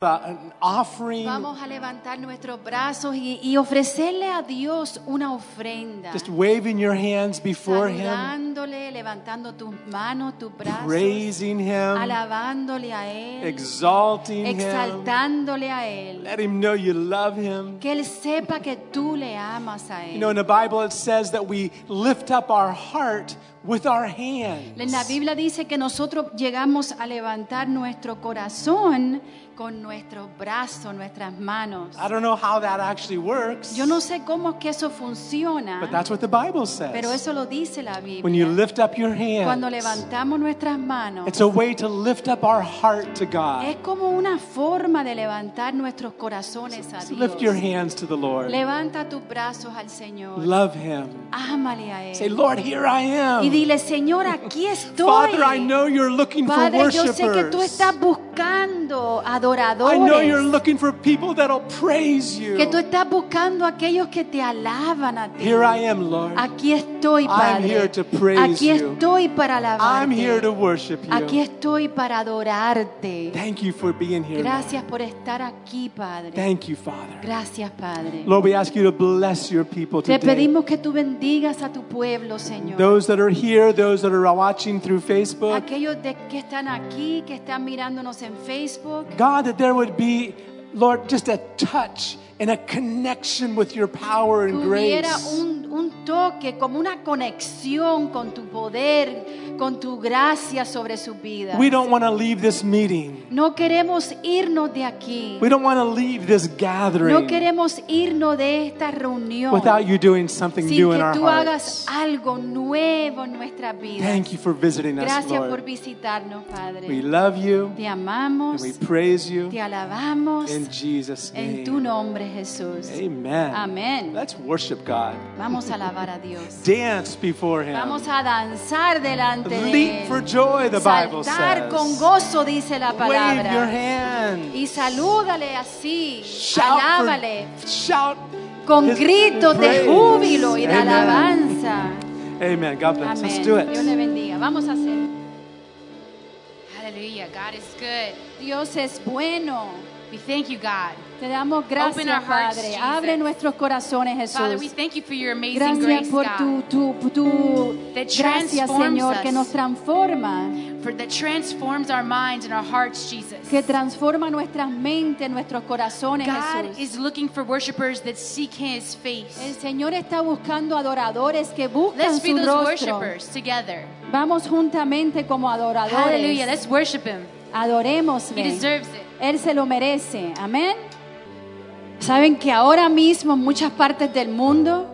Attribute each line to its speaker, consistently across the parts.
Speaker 1: but an offering,
Speaker 2: Vamos a levantar nuestros brazos y, y ofrecerle a Dios una ofrenda.
Speaker 1: just waving your hands before Him,
Speaker 2: Saludándole, levantando tus manos, tus brazos,
Speaker 1: praising Him,
Speaker 2: alabándole a Él,
Speaker 1: exalting Him.
Speaker 2: exaltándole a Él.
Speaker 1: Let Him know you love Him.
Speaker 2: Que Él sepa que tú le amas a
Speaker 1: You know, in
Speaker 2: Él.
Speaker 1: the Bible, it says that we lift up our heart with our hands.
Speaker 2: La Biblia dice que nosotros llegamos a levantar nuestro corazón con nuestros brazos, nuestras manos.
Speaker 1: I don't know how that actually works,
Speaker 2: Yo no sé cómo es que eso
Speaker 1: but
Speaker 2: funciona,
Speaker 1: that's what the Bible
Speaker 2: pero
Speaker 1: says.
Speaker 2: eso lo dice la
Speaker 1: When you
Speaker 2: Biblia.
Speaker 1: lift up your
Speaker 2: Cuando
Speaker 1: hands,
Speaker 2: levantamos nuestras manos,
Speaker 1: it's a way to lift up our heart to
Speaker 2: es
Speaker 1: God.
Speaker 2: como una forma de levantar nuestros corazones a
Speaker 1: So lift your
Speaker 2: Dios.
Speaker 1: hands to the Lord.
Speaker 2: Levanta tus brazos al Señor.
Speaker 1: Love Him.
Speaker 2: Ámale a
Speaker 1: Say,
Speaker 2: Él.
Speaker 1: Lord, here I
Speaker 2: Y
Speaker 1: am.
Speaker 2: dile, Señor, aquí estoy.
Speaker 1: Father, I know you're looking for
Speaker 2: Padre, yo sé que tú
Speaker 1: worshipers.
Speaker 2: estás buscando
Speaker 1: I know you're
Speaker 2: adoradores.
Speaker 1: looking for people that'll praise you.
Speaker 2: Que tú estás buscando aquellos que te alaban a ti.
Speaker 1: Here I am, Lord.
Speaker 2: Aquí estoy,
Speaker 1: I'm
Speaker 2: Padre.
Speaker 1: here to praise
Speaker 2: Aquí
Speaker 1: you.
Speaker 2: estoy para
Speaker 1: I'm here to
Speaker 2: alabarte.
Speaker 1: worship
Speaker 2: Aquí
Speaker 1: you.
Speaker 2: estoy para adorarte.
Speaker 1: Thank you for being here. Lord.
Speaker 2: Gracias por estar aquí, Padre.
Speaker 1: Thank you, Father.
Speaker 2: Gracias, Padre.
Speaker 1: Lord, we ask you to bless your people
Speaker 2: Te
Speaker 1: today.
Speaker 2: pedimos que tú bendigas a tu pueblo, Señor.
Speaker 1: Those that are here, those that are watching through Facebook,
Speaker 2: Aquellos de- que están aquí, que están mirándonos en Facebook.
Speaker 1: God, that there would be, Lord, just a touch and a connection with your power
Speaker 2: Que
Speaker 1: and
Speaker 2: hubiera
Speaker 1: grace.
Speaker 2: un, un toque, como una conexión con tu poder, con tu gracia sobre su vida.
Speaker 1: We don't want to leave this meeting.
Speaker 2: No queremos irnos de aquí.
Speaker 1: We don't want to leave this
Speaker 2: No
Speaker 1: gathering
Speaker 2: queremos irnos de esta reunión
Speaker 1: without you doing something
Speaker 2: sin
Speaker 1: new in
Speaker 2: que
Speaker 1: our
Speaker 2: tú hagas
Speaker 1: hearts.
Speaker 2: algo nuevo en nuestra vida.
Speaker 1: Thank you for visiting us,
Speaker 2: Gracias por
Speaker 1: Lord.
Speaker 2: visitarnos,
Speaker 1: We
Speaker 2: Padre.
Speaker 1: love you
Speaker 2: Te
Speaker 1: and
Speaker 2: amamos,
Speaker 1: we praise you
Speaker 2: te alabamos
Speaker 1: in Jesus'
Speaker 2: en tu
Speaker 1: name.
Speaker 2: nombre, Jesús.
Speaker 1: Amen.
Speaker 2: Amén.
Speaker 1: Let's worship God.
Speaker 2: Vamos a alabar a Dios.
Speaker 1: Dance before Him.
Speaker 2: Vamos a danzar delante de
Speaker 1: Leap for
Speaker 2: Él.
Speaker 1: joy, the Bible
Speaker 2: Saltar
Speaker 1: says.
Speaker 2: con gozo, dice la
Speaker 1: Wave your
Speaker 2: palabra.
Speaker 1: hand.
Speaker 2: Y salúdale así,
Speaker 1: Shout for-
Speaker 2: alábale
Speaker 1: shout
Speaker 2: con
Speaker 1: his
Speaker 2: gritos de
Speaker 1: praise.
Speaker 2: júbilo y de
Speaker 1: Amen.
Speaker 2: alabanza.
Speaker 1: Amen. God bless. Let's
Speaker 2: Amén.
Speaker 1: do it.
Speaker 2: Dios le bendiga. Vamos a hacer. Hallelujah. God is good. Dios es bueno.
Speaker 3: We thank you, God.
Speaker 2: Te damos
Speaker 3: Open our
Speaker 2: gracias,
Speaker 3: hearts,
Speaker 2: Padre.
Speaker 3: Jesus.
Speaker 2: Abre nuestros corazones,
Speaker 3: Father, we
Speaker 2: Jesús.
Speaker 3: thank you for your amazing
Speaker 2: Gracias
Speaker 3: grace,
Speaker 2: por
Speaker 3: God,
Speaker 2: tu, tu, tu
Speaker 3: That
Speaker 2: gracias,
Speaker 3: transforms
Speaker 2: Señor,
Speaker 3: us.
Speaker 2: que nos transforma,
Speaker 3: for that transforms our minds and our hearts, Jesus.
Speaker 2: que transforma nuestras mentes, nuestros corazones,
Speaker 3: God
Speaker 2: Jesús.
Speaker 3: is looking for worshipers that seek His
Speaker 2: El
Speaker 3: face.
Speaker 2: Señor está buscando adoradores que buscan
Speaker 3: Let's be
Speaker 2: su
Speaker 3: those
Speaker 2: rostro.
Speaker 3: worshipers together.
Speaker 2: Vamos juntamente como adoradores.
Speaker 3: Hallelujah. Let's worship Him. He
Speaker 2: Adorémosle.
Speaker 3: deserves it.
Speaker 2: Él se lo merece. Amén. Saben que ahora mismo en muchas partes del mundo,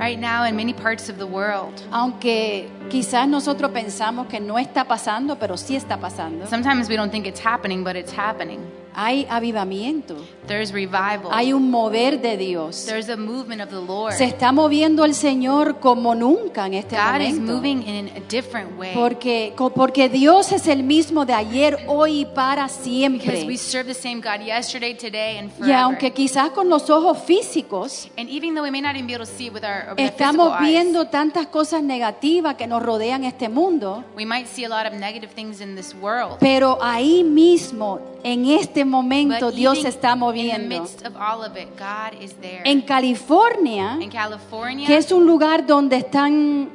Speaker 3: Right now, in many parts of the world,
Speaker 2: aunque quizás nosotros pensamos que no está pasando, pero sí está pasando,
Speaker 3: sometimes we don't think it's happening, but it's happening.
Speaker 2: hay avivamiento,
Speaker 3: There's revival.
Speaker 2: hay un mover de Dios.
Speaker 3: There's a movement of the Lord.
Speaker 2: Se está moviendo el Señor como nunca en este
Speaker 3: God is
Speaker 2: momento.
Speaker 3: moving in a different way.
Speaker 2: Porque, co- porque Dios es el mismo de ayer, hoy y para
Speaker 3: Because we
Speaker 2: siempre.
Speaker 3: serve the same God yesterday, today, and forever.
Speaker 2: Y aunque quizás con los ojos físicos
Speaker 3: And even though we may not even be able to see it with our, with our physical
Speaker 2: estamos
Speaker 3: eyes,
Speaker 2: viendo tantas cosas negativas que nos rodean este mundo,
Speaker 3: we might see a lot of negative things in this world.
Speaker 2: pero ahí mismo, en este momento,
Speaker 3: But
Speaker 2: Dios
Speaker 3: even
Speaker 2: se está
Speaker 3: In the
Speaker 2: moviendo.
Speaker 3: midst of all of it, God is there.
Speaker 2: En California,
Speaker 3: in California,
Speaker 2: que es un lugar donde están,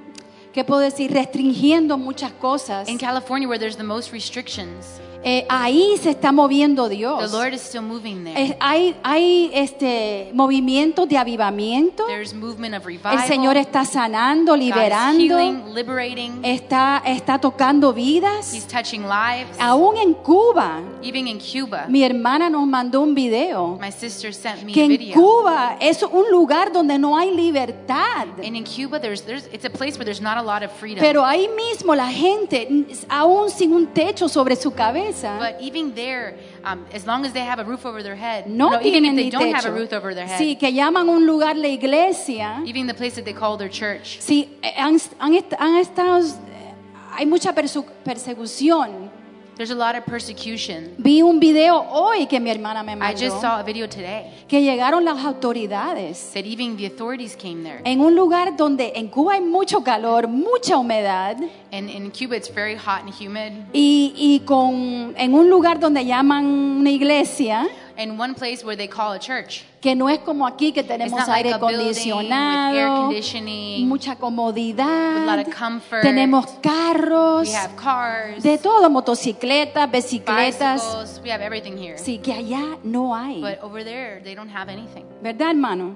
Speaker 2: ¿qué puedo decir?, restringiendo muchas cosas,
Speaker 3: in California, where there's the most restrictions,
Speaker 2: eh, ahí se está moviendo Dios.
Speaker 3: the Lord is still moving there.
Speaker 2: Es- hay hay este movimientos de avivamiento.
Speaker 3: There's movement of revival.
Speaker 2: El Señor está sanando,
Speaker 3: God is
Speaker 2: liberando,
Speaker 3: healing, liberating.
Speaker 2: está, está tocando
Speaker 3: He's
Speaker 2: vidas.
Speaker 3: touching lives.
Speaker 2: Aún en Cuba,
Speaker 3: Even in Cuba,
Speaker 2: mi hermana nos mandó un video
Speaker 3: my sister sent me
Speaker 2: que
Speaker 3: a
Speaker 2: en
Speaker 3: video.
Speaker 2: Cuba es un lugar donde no hay libertad.
Speaker 3: And in Cuba, there's there's it's a place where there's not a lot of freedom.
Speaker 2: Pero ahí mismo la gente, aún sin un techo sobre su cabeza,
Speaker 3: But even there, um, as long as they have a roof over their head,
Speaker 2: no
Speaker 3: even
Speaker 2: tienen
Speaker 3: if they
Speaker 2: ni
Speaker 3: don't
Speaker 2: techo.
Speaker 3: have a roof over their head,
Speaker 2: Sí, que llaman un lugar la iglesia.
Speaker 3: even the place that they call their church,
Speaker 2: Sí, eh, han, han est- han estado, eh, hay mucha persu- persecución
Speaker 3: There's a lot of persecution.
Speaker 2: Vi un video hoy que mi hermana me
Speaker 3: I just
Speaker 2: mandó
Speaker 3: saw a video today.
Speaker 2: que llegaron las autoridades
Speaker 3: Said even the authorities came there.
Speaker 2: en un lugar donde en Cuba hay mucho calor, mucha humedad
Speaker 3: And in Cuba, it's very hot and humid.
Speaker 2: y, y con, en un lugar donde llaman una iglesia
Speaker 3: And one place where they call a church.
Speaker 2: que no es como aquí que tenemos
Speaker 3: not like
Speaker 2: aire
Speaker 3: a building with air
Speaker 2: acondicionado,
Speaker 3: conditioning,
Speaker 2: mucha comodidad,
Speaker 3: with a lot of comfort.
Speaker 2: tenemos carros,
Speaker 3: We have cars,
Speaker 2: de todo, motocicletas, bicicletas,
Speaker 3: bicycles. We have everything here.
Speaker 2: sí que allá no hay,
Speaker 3: But over there, they don't have anything.
Speaker 2: ¿verdad hermano?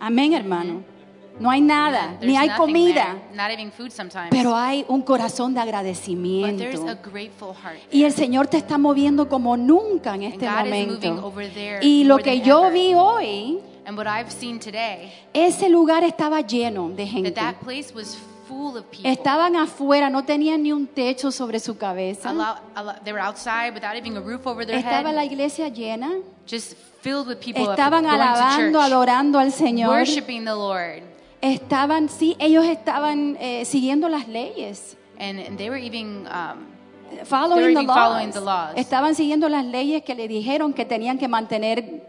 Speaker 2: Amén hermano, no hay nada,
Speaker 3: There's
Speaker 2: ni hay
Speaker 3: nothing
Speaker 2: comida,
Speaker 3: there. Not even food sometimes.
Speaker 2: pero hay un corazón de
Speaker 3: but there's a
Speaker 2: agradecimiento.
Speaker 3: grateful heart.
Speaker 2: Y el Señor te está moviendo como nunca en
Speaker 3: And
Speaker 2: este
Speaker 3: God is moving
Speaker 2: momento.
Speaker 3: over there
Speaker 2: Y lo
Speaker 3: more
Speaker 2: que
Speaker 3: than
Speaker 2: yo
Speaker 3: ever.
Speaker 2: vi hoy,
Speaker 3: And what I've seen today,
Speaker 2: ese lugar estaba lleno de
Speaker 3: that
Speaker 2: gente.
Speaker 3: that place was full of people.
Speaker 2: Estaban afuera, no tenían ni un techo sobre su
Speaker 3: A
Speaker 2: cabeza.
Speaker 3: lot- a lot- they were outside without even a roof over their
Speaker 2: Estaba
Speaker 3: head.
Speaker 2: la iglesia llena.
Speaker 3: just filled with people up-
Speaker 2: Estaban
Speaker 3: going to
Speaker 2: alabando,
Speaker 3: church,
Speaker 2: adorando al Señor.
Speaker 3: worshiping the Lord.
Speaker 2: Estaban, sí, ellos estaban eh, siguiendo las leyes.
Speaker 3: And, and they were even um,
Speaker 2: Following the
Speaker 3: even following
Speaker 2: laws.
Speaker 3: the laws.
Speaker 2: Estaban siguiendo las leyes que le dijeron que tenían que mantener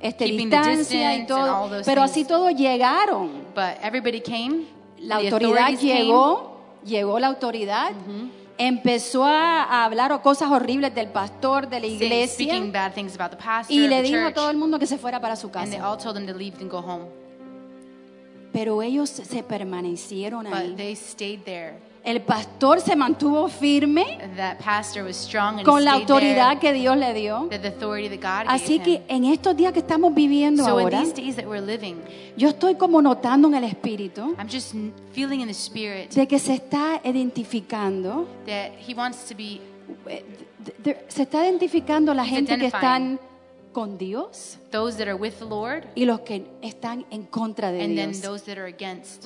Speaker 2: este,
Speaker 3: Keeping the
Speaker 2: distancia y
Speaker 3: distance and
Speaker 2: todo.
Speaker 3: all those
Speaker 2: Pero
Speaker 3: things.
Speaker 2: así todos llegaron.
Speaker 3: but everybody came.
Speaker 2: La
Speaker 3: The
Speaker 2: autoridad
Speaker 3: authorities came. Mm-hmm.
Speaker 2: llegó, llegó la autoridad. Empezó a a hablar o cosas horribles del pastor, de la
Speaker 3: saying-
Speaker 2: iglesia.
Speaker 3: speaking bad things about the pastor
Speaker 2: Y
Speaker 3: of
Speaker 2: le
Speaker 3: the
Speaker 2: dijo a
Speaker 3: church.
Speaker 2: todo el mundo que se fuera para su
Speaker 3: and they
Speaker 2: casa.
Speaker 3: all told them to leave and go home.
Speaker 2: Pero ellos se permanecieron
Speaker 3: But
Speaker 2: ahí.
Speaker 3: they stayed there.
Speaker 2: El pastor se mantuvo firme
Speaker 3: And that pastor was strong and
Speaker 2: con la
Speaker 3: he stayed
Speaker 2: autoridad
Speaker 3: there,
Speaker 2: que Dios le dio.
Speaker 3: that the authority that God
Speaker 2: Así
Speaker 3: gave
Speaker 2: que en estos días que estamos viviendo
Speaker 3: him. So in
Speaker 2: ahora,
Speaker 3: these days that we're living,
Speaker 2: yo estoy como notando en el espíritu
Speaker 3: I'm just n- feeling in the spirit
Speaker 2: de que se está identificando,
Speaker 3: that he wants to be
Speaker 2: eh, de- de- se está identificando la gente que están con Dios
Speaker 3: those that are with the Lord
Speaker 2: y los que están en contra de
Speaker 3: and then
Speaker 2: Dios.
Speaker 3: those that are against.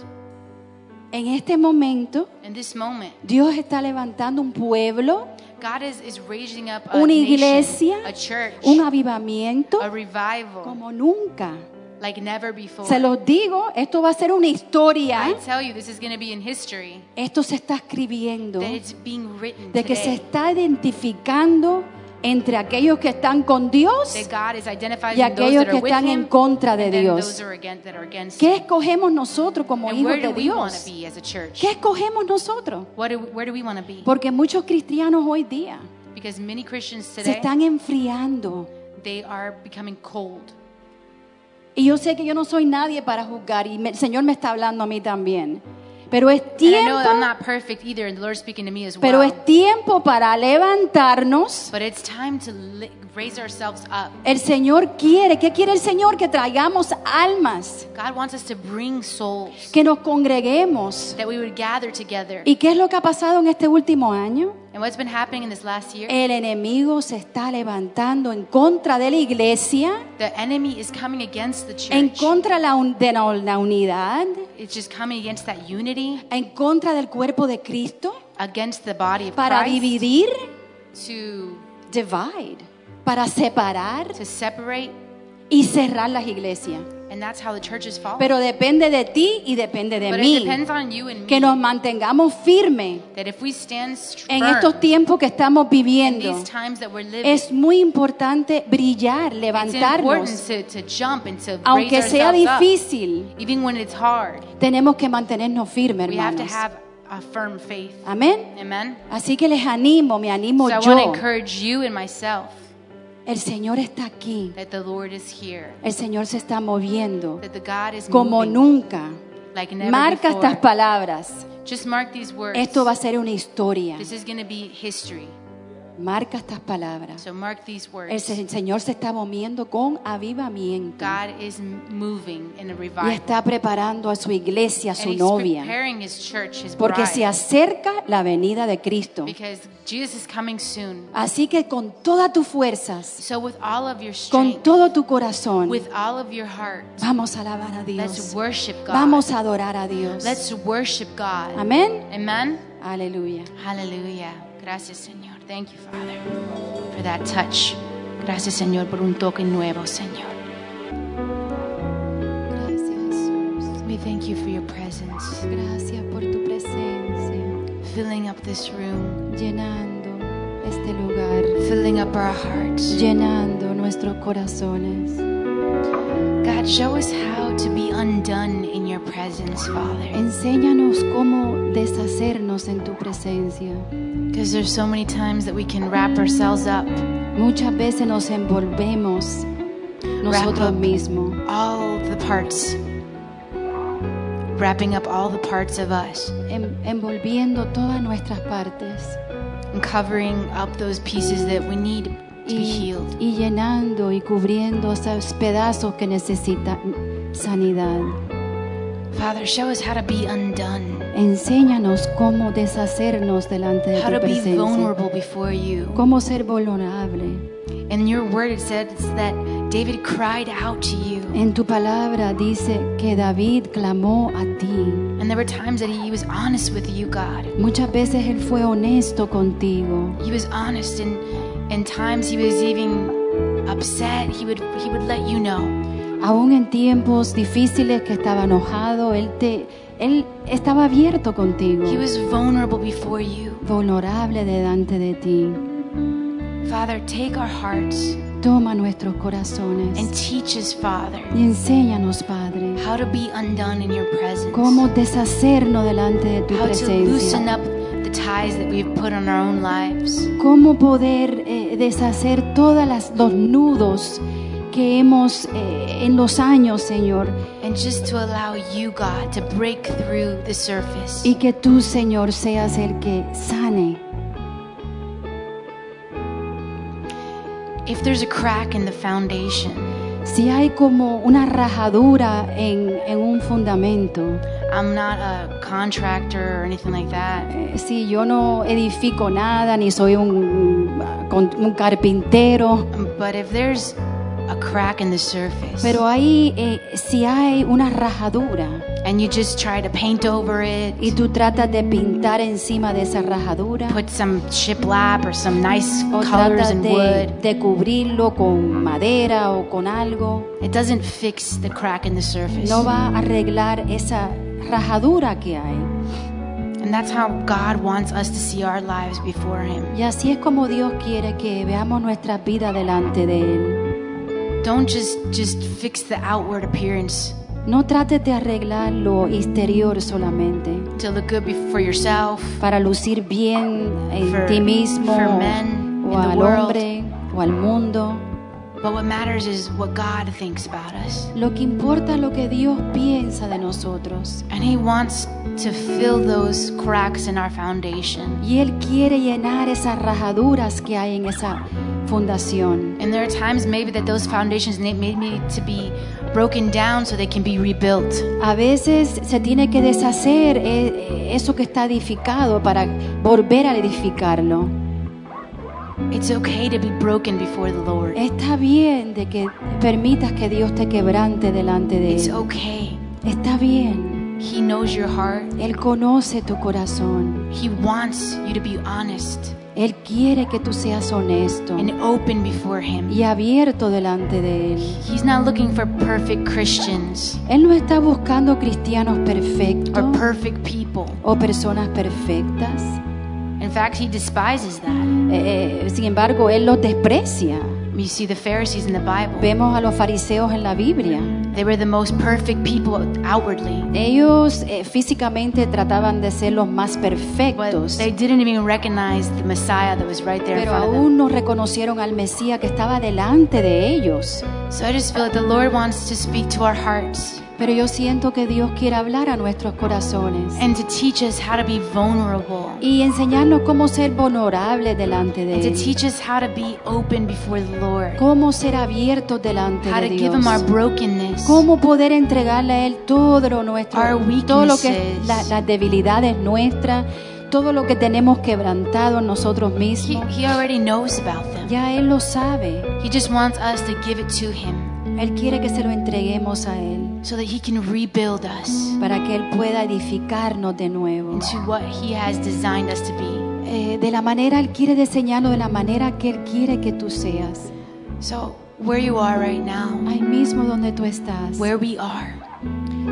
Speaker 2: En este momento,
Speaker 3: In this moment,
Speaker 2: Dios está levantando un pueblo
Speaker 3: God is, is raising up a
Speaker 2: una
Speaker 3: nation,
Speaker 2: iglesia,
Speaker 3: a church,
Speaker 2: un avivamiento
Speaker 3: a Oh. revival
Speaker 2: como nunca.
Speaker 3: like never before.
Speaker 2: Se los digo, esto va a ser una historia.
Speaker 3: I tell you, this is going to be in history.
Speaker 2: Esto se está escribiendo
Speaker 3: That it's being written
Speaker 2: de que se
Speaker 3: today.
Speaker 2: está identificando entre aquellos que están con Dios.
Speaker 3: That God is identifying
Speaker 2: y
Speaker 3: those
Speaker 2: aquellos
Speaker 3: that are
Speaker 2: que
Speaker 3: with
Speaker 2: están
Speaker 3: him,
Speaker 2: en contra de
Speaker 3: and then
Speaker 2: Dios.
Speaker 3: those that are against, that are against
Speaker 2: ¿Qué
Speaker 3: him.
Speaker 2: escogemos nosotros como
Speaker 3: And
Speaker 2: hijos
Speaker 3: where do
Speaker 2: de
Speaker 3: we want to
Speaker 2: Dios?
Speaker 3: be as a church?
Speaker 2: ¿Qué escogemos nosotros?
Speaker 3: What do, where do we want to be?
Speaker 2: Porque muchos cristianos hoy día
Speaker 3: Because many Christians
Speaker 2: se
Speaker 3: today,
Speaker 2: están enfriando.
Speaker 3: they are becoming cold.
Speaker 2: Y yo sé que yo no soy nadie para juzgar y me- el Señor me está hablando a mí también. Pero es
Speaker 3: And I know that
Speaker 2: tiempo,
Speaker 3: I'm not perfect either, and the Lord's speaking to me as
Speaker 2: pero
Speaker 3: well.
Speaker 2: es tiempo para levantarnos.
Speaker 3: But it's time to li- raise ourselves up.
Speaker 2: El Señor quiere, ¿qué quiere el Señor? Que traigamos almas,
Speaker 3: God wants us to bring souls,
Speaker 2: que nos congreguemos.
Speaker 3: that we would gather together.
Speaker 2: ¿Y qué es lo que ha pasado en este último año?
Speaker 3: And what's been happening in this last year?
Speaker 2: El enemigo se está levantando en contra de la iglesia,
Speaker 3: The enemy is coming against the church.
Speaker 2: en contra la un- de la, la unidad,
Speaker 3: It's just coming against that unity,
Speaker 2: en contra del cuerpo de Cristo,
Speaker 3: against the body of
Speaker 2: para
Speaker 3: Christ,
Speaker 2: dividir,
Speaker 3: to
Speaker 2: divide, para separar
Speaker 3: to separate,
Speaker 2: y cerrar las iglesias.
Speaker 3: and that's how the church is falling.
Speaker 2: Pero depende de ti y depende de
Speaker 3: but it
Speaker 2: mí
Speaker 3: depends on you and me
Speaker 2: que nos mantengamos firmes
Speaker 3: that if we stand firm
Speaker 2: en estos tiempos que estamos
Speaker 3: in
Speaker 2: viviendo.
Speaker 3: these times that we're living,
Speaker 2: Es muy importante brillar,
Speaker 3: it's important
Speaker 2: levantarnos,
Speaker 3: to, to jump and to
Speaker 2: aunque
Speaker 3: raise
Speaker 2: sea
Speaker 3: ourselves
Speaker 2: difícil.
Speaker 3: up, even when it's hard.
Speaker 2: Tenemos que mantenernos firmes,
Speaker 3: We have to
Speaker 2: hermanos.
Speaker 3: have a firm faith.
Speaker 2: Amén.
Speaker 3: Amen.
Speaker 2: Así que les animo, me animo
Speaker 3: So I want to
Speaker 2: yo.
Speaker 3: encourage you and myself
Speaker 2: El Señor está aquí.
Speaker 3: that the Lord is here,
Speaker 2: El Señor se está moviendo
Speaker 3: that the God is
Speaker 2: como
Speaker 3: moving
Speaker 2: nunca.
Speaker 3: like never
Speaker 2: Marca
Speaker 3: before.
Speaker 2: estas palabras.
Speaker 3: Just mark these words.
Speaker 2: Esto va a ser una historia.
Speaker 3: This is going to be history.
Speaker 2: Marca estas palabras.
Speaker 3: So mark these words.
Speaker 2: El, se- el Señor se está moviendo con avivamiento
Speaker 3: God is m- moving in a
Speaker 2: y
Speaker 3: revival.
Speaker 2: está preparando a su iglesia, a
Speaker 3: and
Speaker 2: su
Speaker 3: he's
Speaker 2: novia,
Speaker 3: preparing his church, his
Speaker 2: porque
Speaker 3: bride,
Speaker 2: se acerca la venida de Cristo.
Speaker 3: because Jesus is coming soon.
Speaker 2: Así que con todas tus fuerzas,
Speaker 3: So with all of your
Speaker 2: con
Speaker 3: strength,
Speaker 2: todo tu corazón,
Speaker 3: with all of your heart,
Speaker 2: vamos a alabar a
Speaker 3: let's
Speaker 2: Dios.
Speaker 3: worship God.
Speaker 2: Vamos a adorar a Dios.
Speaker 3: Let's worship God.
Speaker 2: Amén.
Speaker 3: Amen.
Speaker 2: Aleluya.
Speaker 3: Hallelujah. Gracias, Señor. Thank you, Father, for that touch. Gracias, Señor, por un toque nuevo, Señor.
Speaker 2: Gracias.
Speaker 3: We thank you for your presence,
Speaker 2: Gracias por tu presencia,
Speaker 3: filling up this room,
Speaker 2: llenando este lugar,
Speaker 3: filling up our hearts.
Speaker 2: llenando nuestros corazones.
Speaker 3: God, show us how to be undone in your presence, Father.
Speaker 2: Enséñanos cómo deshacernos en tu presencia.
Speaker 3: Because there's so many times that we can wrap ourselves up,
Speaker 2: Muchas veces nos envolvemos nosotros
Speaker 3: up.
Speaker 2: mismos,
Speaker 3: all the parts, wrapping up all the parts of us,
Speaker 2: en- em, envolviendo todas nuestras partes
Speaker 3: and covering up those pieces that we need to be
Speaker 2: y,
Speaker 3: healed.
Speaker 2: y llenando y cubriendo esos pedazos que necesitan sanidad.
Speaker 3: Father, show us how to be undone,
Speaker 2: Enséñanos cómo deshacernos delante de
Speaker 3: how
Speaker 2: tu
Speaker 3: to be
Speaker 2: presencia,
Speaker 3: vulnerable before you.
Speaker 2: cómo ser vulnerable.
Speaker 3: In your word, it says that David cried out to you.
Speaker 2: En tu palabra dice que David clamó a ti.
Speaker 3: And there were times that he was honest with you, God.
Speaker 2: Muchas veces él fue honesto contigo.
Speaker 3: He was honest, and in times he was even upset. He would he would let you know.
Speaker 2: Aún en tiempos difíciles que estaba enojado, él te él estaba abierto contigo,
Speaker 3: He was vulnerable before you,
Speaker 2: vulnerable delante de ti.
Speaker 3: Father. Take our hearts
Speaker 2: Toma nuestros
Speaker 3: and
Speaker 2: corazones
Speaker 3: teach us, Father,
Speaker 2: y enséñanos, Padre,
Speaker 3: how to be undone in your presence.
Speaker 2: cómo deshacernos delante de tu
Speaker 3: How to loosen
Speaker 2: presencia.
Speaker 3: up the ties that we've put on our own lives.
Speaker 2: Cómo poder eh, deshacer todos los nudos que hemos eh, en los años, Señor,
Speaker 3: And just to allow you, God, to break through the surface.
Speaker 2: y que tú, Señor, seas el que sane.
Speaker 3: If there's a crack in the foundation,
Speaker 2: Si hay como una rajadura en, en un fundamento,
Speaker 3: I'm not a contractor or anything like that.
Speaker 2: eh, si yo no edifico nada, ni soy un, con- un carpintero,
Speaker 3: But if there's a crack in the surface
Speaker 2: pero ahí eh, si hay una rajadura
Speaker 3: and you just try to paint over it,
Speaker 2: y tú tratas de pintar encima de esa rajadura
Speaker 3: put some shiplap or some nice
Speaker 2: o
Speaker 3: colors
Speaker 2: tratas
Speaker 3: and
Speaker 2: de,
Speaker 3: wood,
Speaker 2: de cubrirlo con madera o con algo,
Speaker 3: it doesn't fix the crack in the surface.
Speaker 2: no va a arreglar esa rajadura que hay.
Speaker 3: And that's how God wants us to see our lives before Him.
Speaker 2: Y así es como Dios quiere que veamos nuestras vidas delante de Él.
Speaker 3: Don't just just fix the outward appearance
Speaker 2: No trates de arreglar lo exterior solamente
Speaker 3: to look good bef- for yourself.
Speaker 2: para lucir bien en
Speaker 3: For-
Speaker 2: ti mismo
Speaker 3: for men
Speaker 2: o
Speaker 3: in the
Speaker 2: al
Speaker 3: world.
Speaker 2: hombre o al mundo.
Speaker 3: But what matters is what God thinks about us.
Speaker 2: Lo que importa es lo que Dios piensa de nosotros.
Speaker 3: And He wants to fill those cracks in our foundation.
Speaker 2: Y Él quiere llenar esas rajaduras que hay en esa fundación.
Speaker 3: And there are times maybe that those foundations ne- may need to be broken down so they can be rebuilt.
Speaker 2: A veces se tiene que deshacer eh, eso que está edificado para volver a edificarlo.
Speaker 3: It's okay to be broken before the Lord.
Speaker 2: Está bien de que permitas que Dios te quebrante delante de
Speaker 3: It's
Speaker 2: Él.
Speaker 3: okay.
Speaker 2: Está bien.
Speaker 3: He knows your heart.
Speaker 2: Él conoce tu corazón.
Speaker 3: He wants you to be honest
Speaker 2: Él quiere que tú seas honesto
Speaker 3: and open before Him.
Speaker 2: y abierto delante de Él.
Speaker 3: He's not looking for perfect Christians
Speaker 2: Él no está buscando cristianos
Speaker 3: or
Speaker 2: perfectos
Speaker 3: perfect people.
Speaker 2: o personas perfectas.
Speaker 3: In fact, He despises that.
Speaker 2: Eh, eh, sin embargo, Él los desprecia.
Speaker 3: You see, the Pharisees in the Bible,
Speaker 2: Vemos a los fariseos en la Biblia.
Speaker 3: they were the most perfect people outwardly.
Speaker 2: Ellos eh, físicamente trataban de ser los más
Speaker 3: But
Speaker 2: perfectos,
Speaker 3: they didn't even recognize the Messiah that was right there in
Speaker 2: pero
Speaker 3: front of them.
Speaker 2: aún no reconocieron al Mesías que estaba delante de ellos.
Speaker 3: So I just feel like the Lord wants to speak to our hearts
Speaker 2: Pero yo siento que Dios quiere hablar a nuestros corazones.
Speaker 3: and to teach us how to be vulnerable,
Speaker 2: y enseñarnos cómo ser vulnerables delante de
Speaker 3: and to
Speaker 2: Él,
Speaker 3: teach us how to be open before the Lord,
Speaker 2: cómo ser abiertos delante
Speaker 3: how to
Speaker 2: de
Speaker 3: give Him our
Speaker 2: Dios,
Speaker 3: brokenness,
Speaker 2: cómo poder entregarle a Él todo lo nuestro,
Speaker 3: Our
Speaker 2: todo lo que
Speaker 3: weaknesses.
Speaker 2: la- las debilidades nuestras, todo lo que tenemos quebrantado en nosotros
Speaker 3: He,
Speaker 2: mismos.
Speaker 3: he already knows about them.
Speaker 2: Ya Él lo sabe.
Speaker 3: He just wants us to give it to Him
Speaker 2: Él quiere que se lo entreguemos a Él
Speaker 3: so that He can rebuild us
Speaker 2: para que Él pueda edificarnos de nuevo.
Speaker 3: into what He has designed us to be.
Speaker 2: Eh, de la manera, Él quiere diseñarlo de la manera que Él quiere que tú seas.
Speaker 3: So, where you are right now,
Speaker 2: Ahí mismo donde tú estás,
Speaker 3: where we are,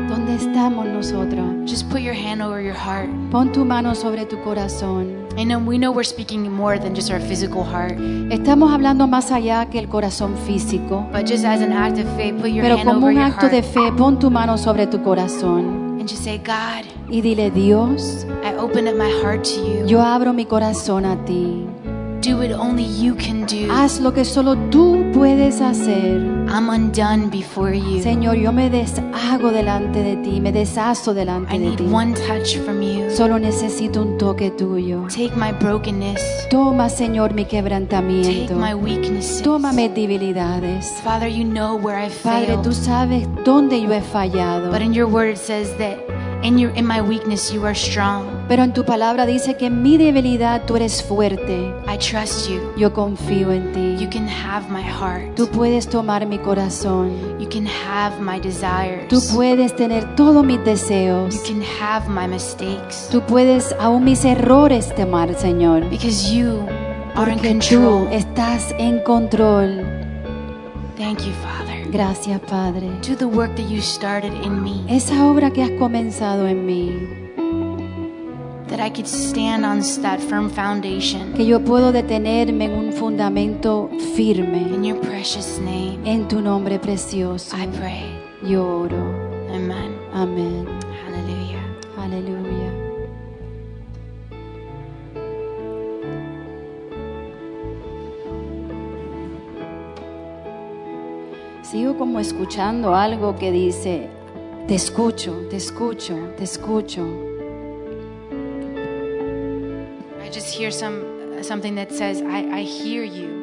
Speaker 2: donde estamos nosotros.
Speaker 3: just put your hand over your heart
Speaker 2: Pon tu mano sobre tu corazón
Speaker 3: And then we know we're speaking more than just our physical heart.
Speaker 2: Estamos hablando más allá que el corazón físico,
Speaker 3: But just as an act of faith, put your
Speaker 2: pero
Speaker 3: hand
Speaker 2: como
Speaker 3: over
Speaker 2: un
Speaker 3: your
Speaker 2: acto
Speaker 3: heart
Speaker 2: de fe, pon tu mano sobre tu corazón
Speaker 3: and just say, God,
Speaker 2: y dile, Dios,
Speaker 3: I open up my heart to you.
Speaker 2: yo abro mi corazón a ti.
Speaker 3: do what only you can do.
Speaker 2: Haz lo que solo tú puedes hacer.
Speaker 3: I'm undone before you.
Speaker 2: Señor, yo me deshago delante de ti, me deshazo delante
Speaker 3: I
Speaker 2: de
Speaker 3: need
Speaker 2: ti.
Speaker 3: one touch from you.
Speaker 2: Solo necesito un toque tuyo.
Speaker 3: Take my brokenness.
Speaker 2: Toma, Señor, mi
Speaker 3: Take
Speaker 2: quebrantamiento.
Speaker 3: my weaknesses.
Speaker 2: Toma mis debilidades.
Speaker 3: Father, you know where I
Speaker 2: Padre,
Speaker 3: failed.
Speaker 2: tú sabes dónde yo he fallado.
Speaker 3: But in your word it says that in your in my weakness you are strong.
Speaker 2: Pero en tu palabra dice que en mi debilidad tú eres fuerte.
Speaker 3: I trust you.
Speaker 2: Yo confío en ti.
Speaker 3: You can have my heart.
Speaker 2: Tú puedes tomar mi corazón.
Speaker 3: You can have my desires.
Speaker 2: Tú puedes tener todos mis
Speaker 3: You
Speaker 2: deseos.
Speaker 3: can have my mistakes.
Speaker 2: Tú puedes aún mis errores tomar, Señor.
Speaker 3: Because you are in
Speaker 2: Porque tú
Speaker 3: control.
Speaker 2: estás en control.
Speaker 3: Thank you, Father.
Speaker 2: Gracias, Padre.
Speaker 3: Do the work that you started in me.
Speaker 2: Esa obra que has comenzado en mí,
Speaker 3: That I could stand on that firm foundation.
Speaker 2: que yo puedo detenerme en un fundamento firme.
Speaker 3: In your precious name,
Speaker 2: En tu nombre precioso,
Speaker 3: I pray.
Speaker 2: yo oro.
Speaker 3: Amen.
Speaker 2: Amén.
Speaker 3: Hallelujah.
Speaker 2: Aleluya. Sigo como escuchando algo que dice, te escucho, te escucho, te escucho.
Speaker 3: I just hear some something that says, I, I hear you.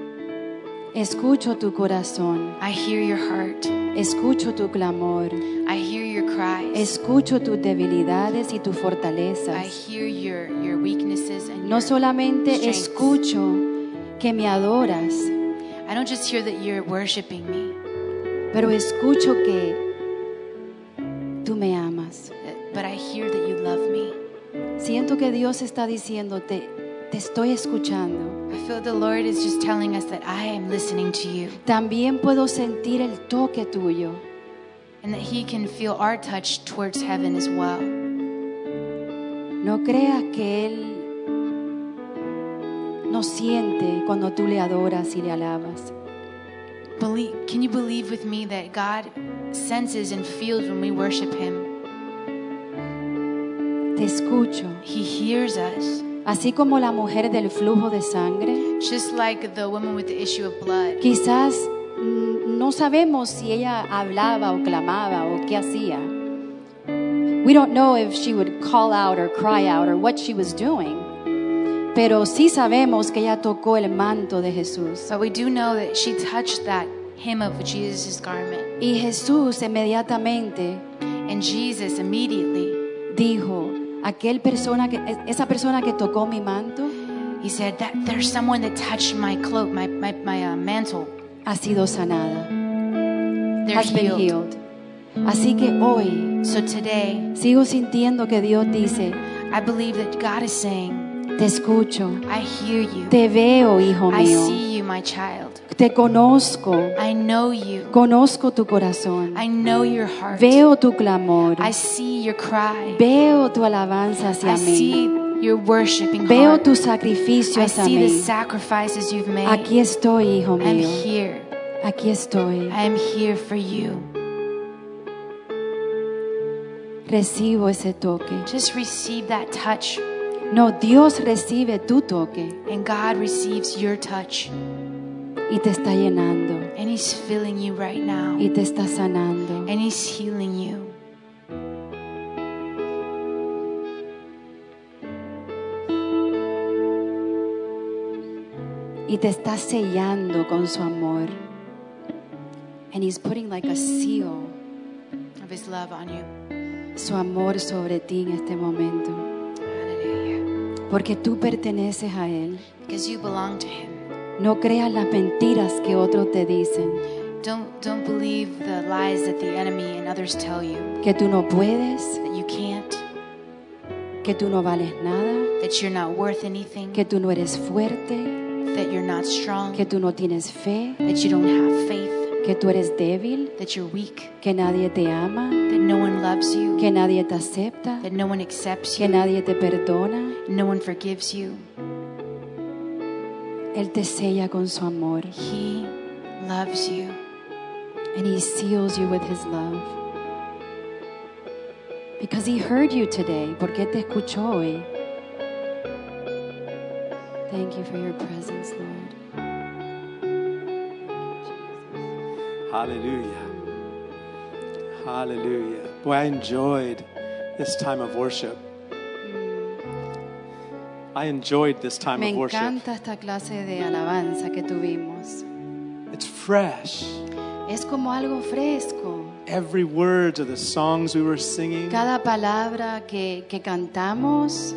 Speaker 2: Escucho tu corazón,
Speaker 3: I hear your heart.
Speaker 2: escucho tu clamor,
Speaker 3: I hear your cries.
Speaker 2: escucho tus debilidades y tus
Speaker 3: I
Speaker 2: fortalezas.
Speaker 3: hear your, your weaknesses and
Speaker 2: No
Speaker 3: your
Speaker 2: solamente
Speaker 3: strengths.
Speaker 2: escucho que me adoras,
Speaker 3: I don't just hear that you're worshiping me,
Speaker 2: pero escucho que tú me amas.
Speaker 3: but I hear that you love me.
Speaker 2: Siento que Dios está diciéndote, te estoy escuchando.
Speaker 3: I feel the Lord is just telling us that I am listening to you
Speaker 2: También puedo sentir el toque tuyo.
Speaker 3: and that He can feel our touch towards heaven as well.
Speaker 2: No creas que Él no siente cuando tú le adoras y le alabas.
Speaker 3: Believe, can you believe with me that God senses and feels when we worship Him?
Speaker 2: Te escucho.
Speaker 3: He hears us,
Speaker 2: Así como la mujer del flujo de sangre,
Speaker 3: just like the woman with the issue of blood.
Speaker 2: quizás mm, no sabemos si ella hablaba o clamaba o qué hacía. We don't know if she would call out or cry out or what she was doing. Pero sí sabemos que ella tocó el manto de Jesús.
Speaker 3: But we do know that she touched that hem of Jesus' garment,
Speaker 2: Y Jesús inmediatamente
Speaker 3: and Jesus immediately
Speaker 2: dijo, aquel persona que, esa persona que tocó mi manto
Speaker 3: he said that there's someone that touched my cloak, my my, my uh, mantle.
Speaker 2: ha sido sanada.
Speaker 3: They're
Speaker 2: Has been
Speaker 3: healed.
Speaker 2: healed. Así que hoy
Speaker 3: So today,
Speaker 2: sigo sintiendo que Dios dice,
Speaker 3: I believe that God is saying,
Speaker 2: Te escucho,
Speaker 3: I hear you.
Speaker 2: te veo, hijo
Speaker 3: I
Speaker 2: mío.
Speaker 3: see you, my child.
Speaker 2: Te conozco,
Speaker 3: I know you.
Speaker 2: conozco tu corazón.
Speaker 3: I know your heart.
Speaker 2: Veo tu clamor,
Speaker 3: I see your cry.
Speaker 2: veo tu alabanza hacia
Speaker 3: I see
Speaker 2: mí.
Speaker 3: your worshiping
Speaker 2: Veo
Speaker 3: heart.
Speaker 2: tu sacrificio
Speaker 3: I
Speaker 2: hacia
Speaker 3: see the
Speaker 2: mí.
Speaker 3: sacrifices you've made.
Speaker 2: Aquí estoy, hijo
Speaker 3: I'm
Speaker 2: mío.
Speaker 3: here.
Speaker 2: Aquí estoy.
Speaker 3: I am here for you.
Speaker 2: Recibo ese toque.
Speaker 3: Just receive that touch,
Speaker 2: No, Dios recibe tu toque
Speaker 3: and God receives your touch,
Speaker 2: y te está llenando
Speaker 3: and He's filling you right now,
Speaker 2: y te está sanando.
Speaker 3: and He's healing you.
Speaker 2: y te está sellando con su amor. And he's putting like a seal,
Speaker 3: Of His love on you.
Speaker 2: su amor sobre ti en este momento,
Speaker 3: Hallelujah.
Speaker 2: porque tú perteneces a él.
Speaker 3: Because you belong to Him.
Speaker 2: No creas las mentiras que otros te dicen,
Speaker 3: Don't don't believe the lies that the enemy and others tell you
Speaker 2: que tú no puedes,
Speaker 3: that you can't,
Speaker 2: que tú no vales nada,
Speaker 3: that you're not worth anything,
Speaker 2: que tú no eres fuerte,
Speaker 3: that you're not strong,
Speaker 2: que tú no tienes fe,
Speaker 3: that you don't have faith,
Speaker 2: que tú eres débil,
Speaker 3: that you're weak,
Speaker 2: que nadie te ama,
Speaker 3: that no one loves you,
Speaker 2: que nadie te acepta,
Speaker 3: that no one accepts
Speaker 2: que
Speaker 3: you,
Speaker 2: nadie te perdona.
Speaker 3: no one forgives you.
Speaker 2: Él te sella con su amor.
Speaker 3: He loves you.
Speaker 2: And he seals you with his love. Because he heard you today. Porque te escuchó hoy. Thank you for your presence, Lord.
Speaker 1: Hallelujah. Hallelujah. Boy, I enjoyed this time of worship. I enjoyed this time
Speaker 2: Me
Speaker 1: of worship.
Speaker 2: encanta esta clase de alabanza que tuvimos.
Speaker 1: It's fresh.
Speaker 2: Es como algo fresco.
Speaker 1: Every word of the songs we were singing,
Speaker 2: Cada palabra que, que cantamos,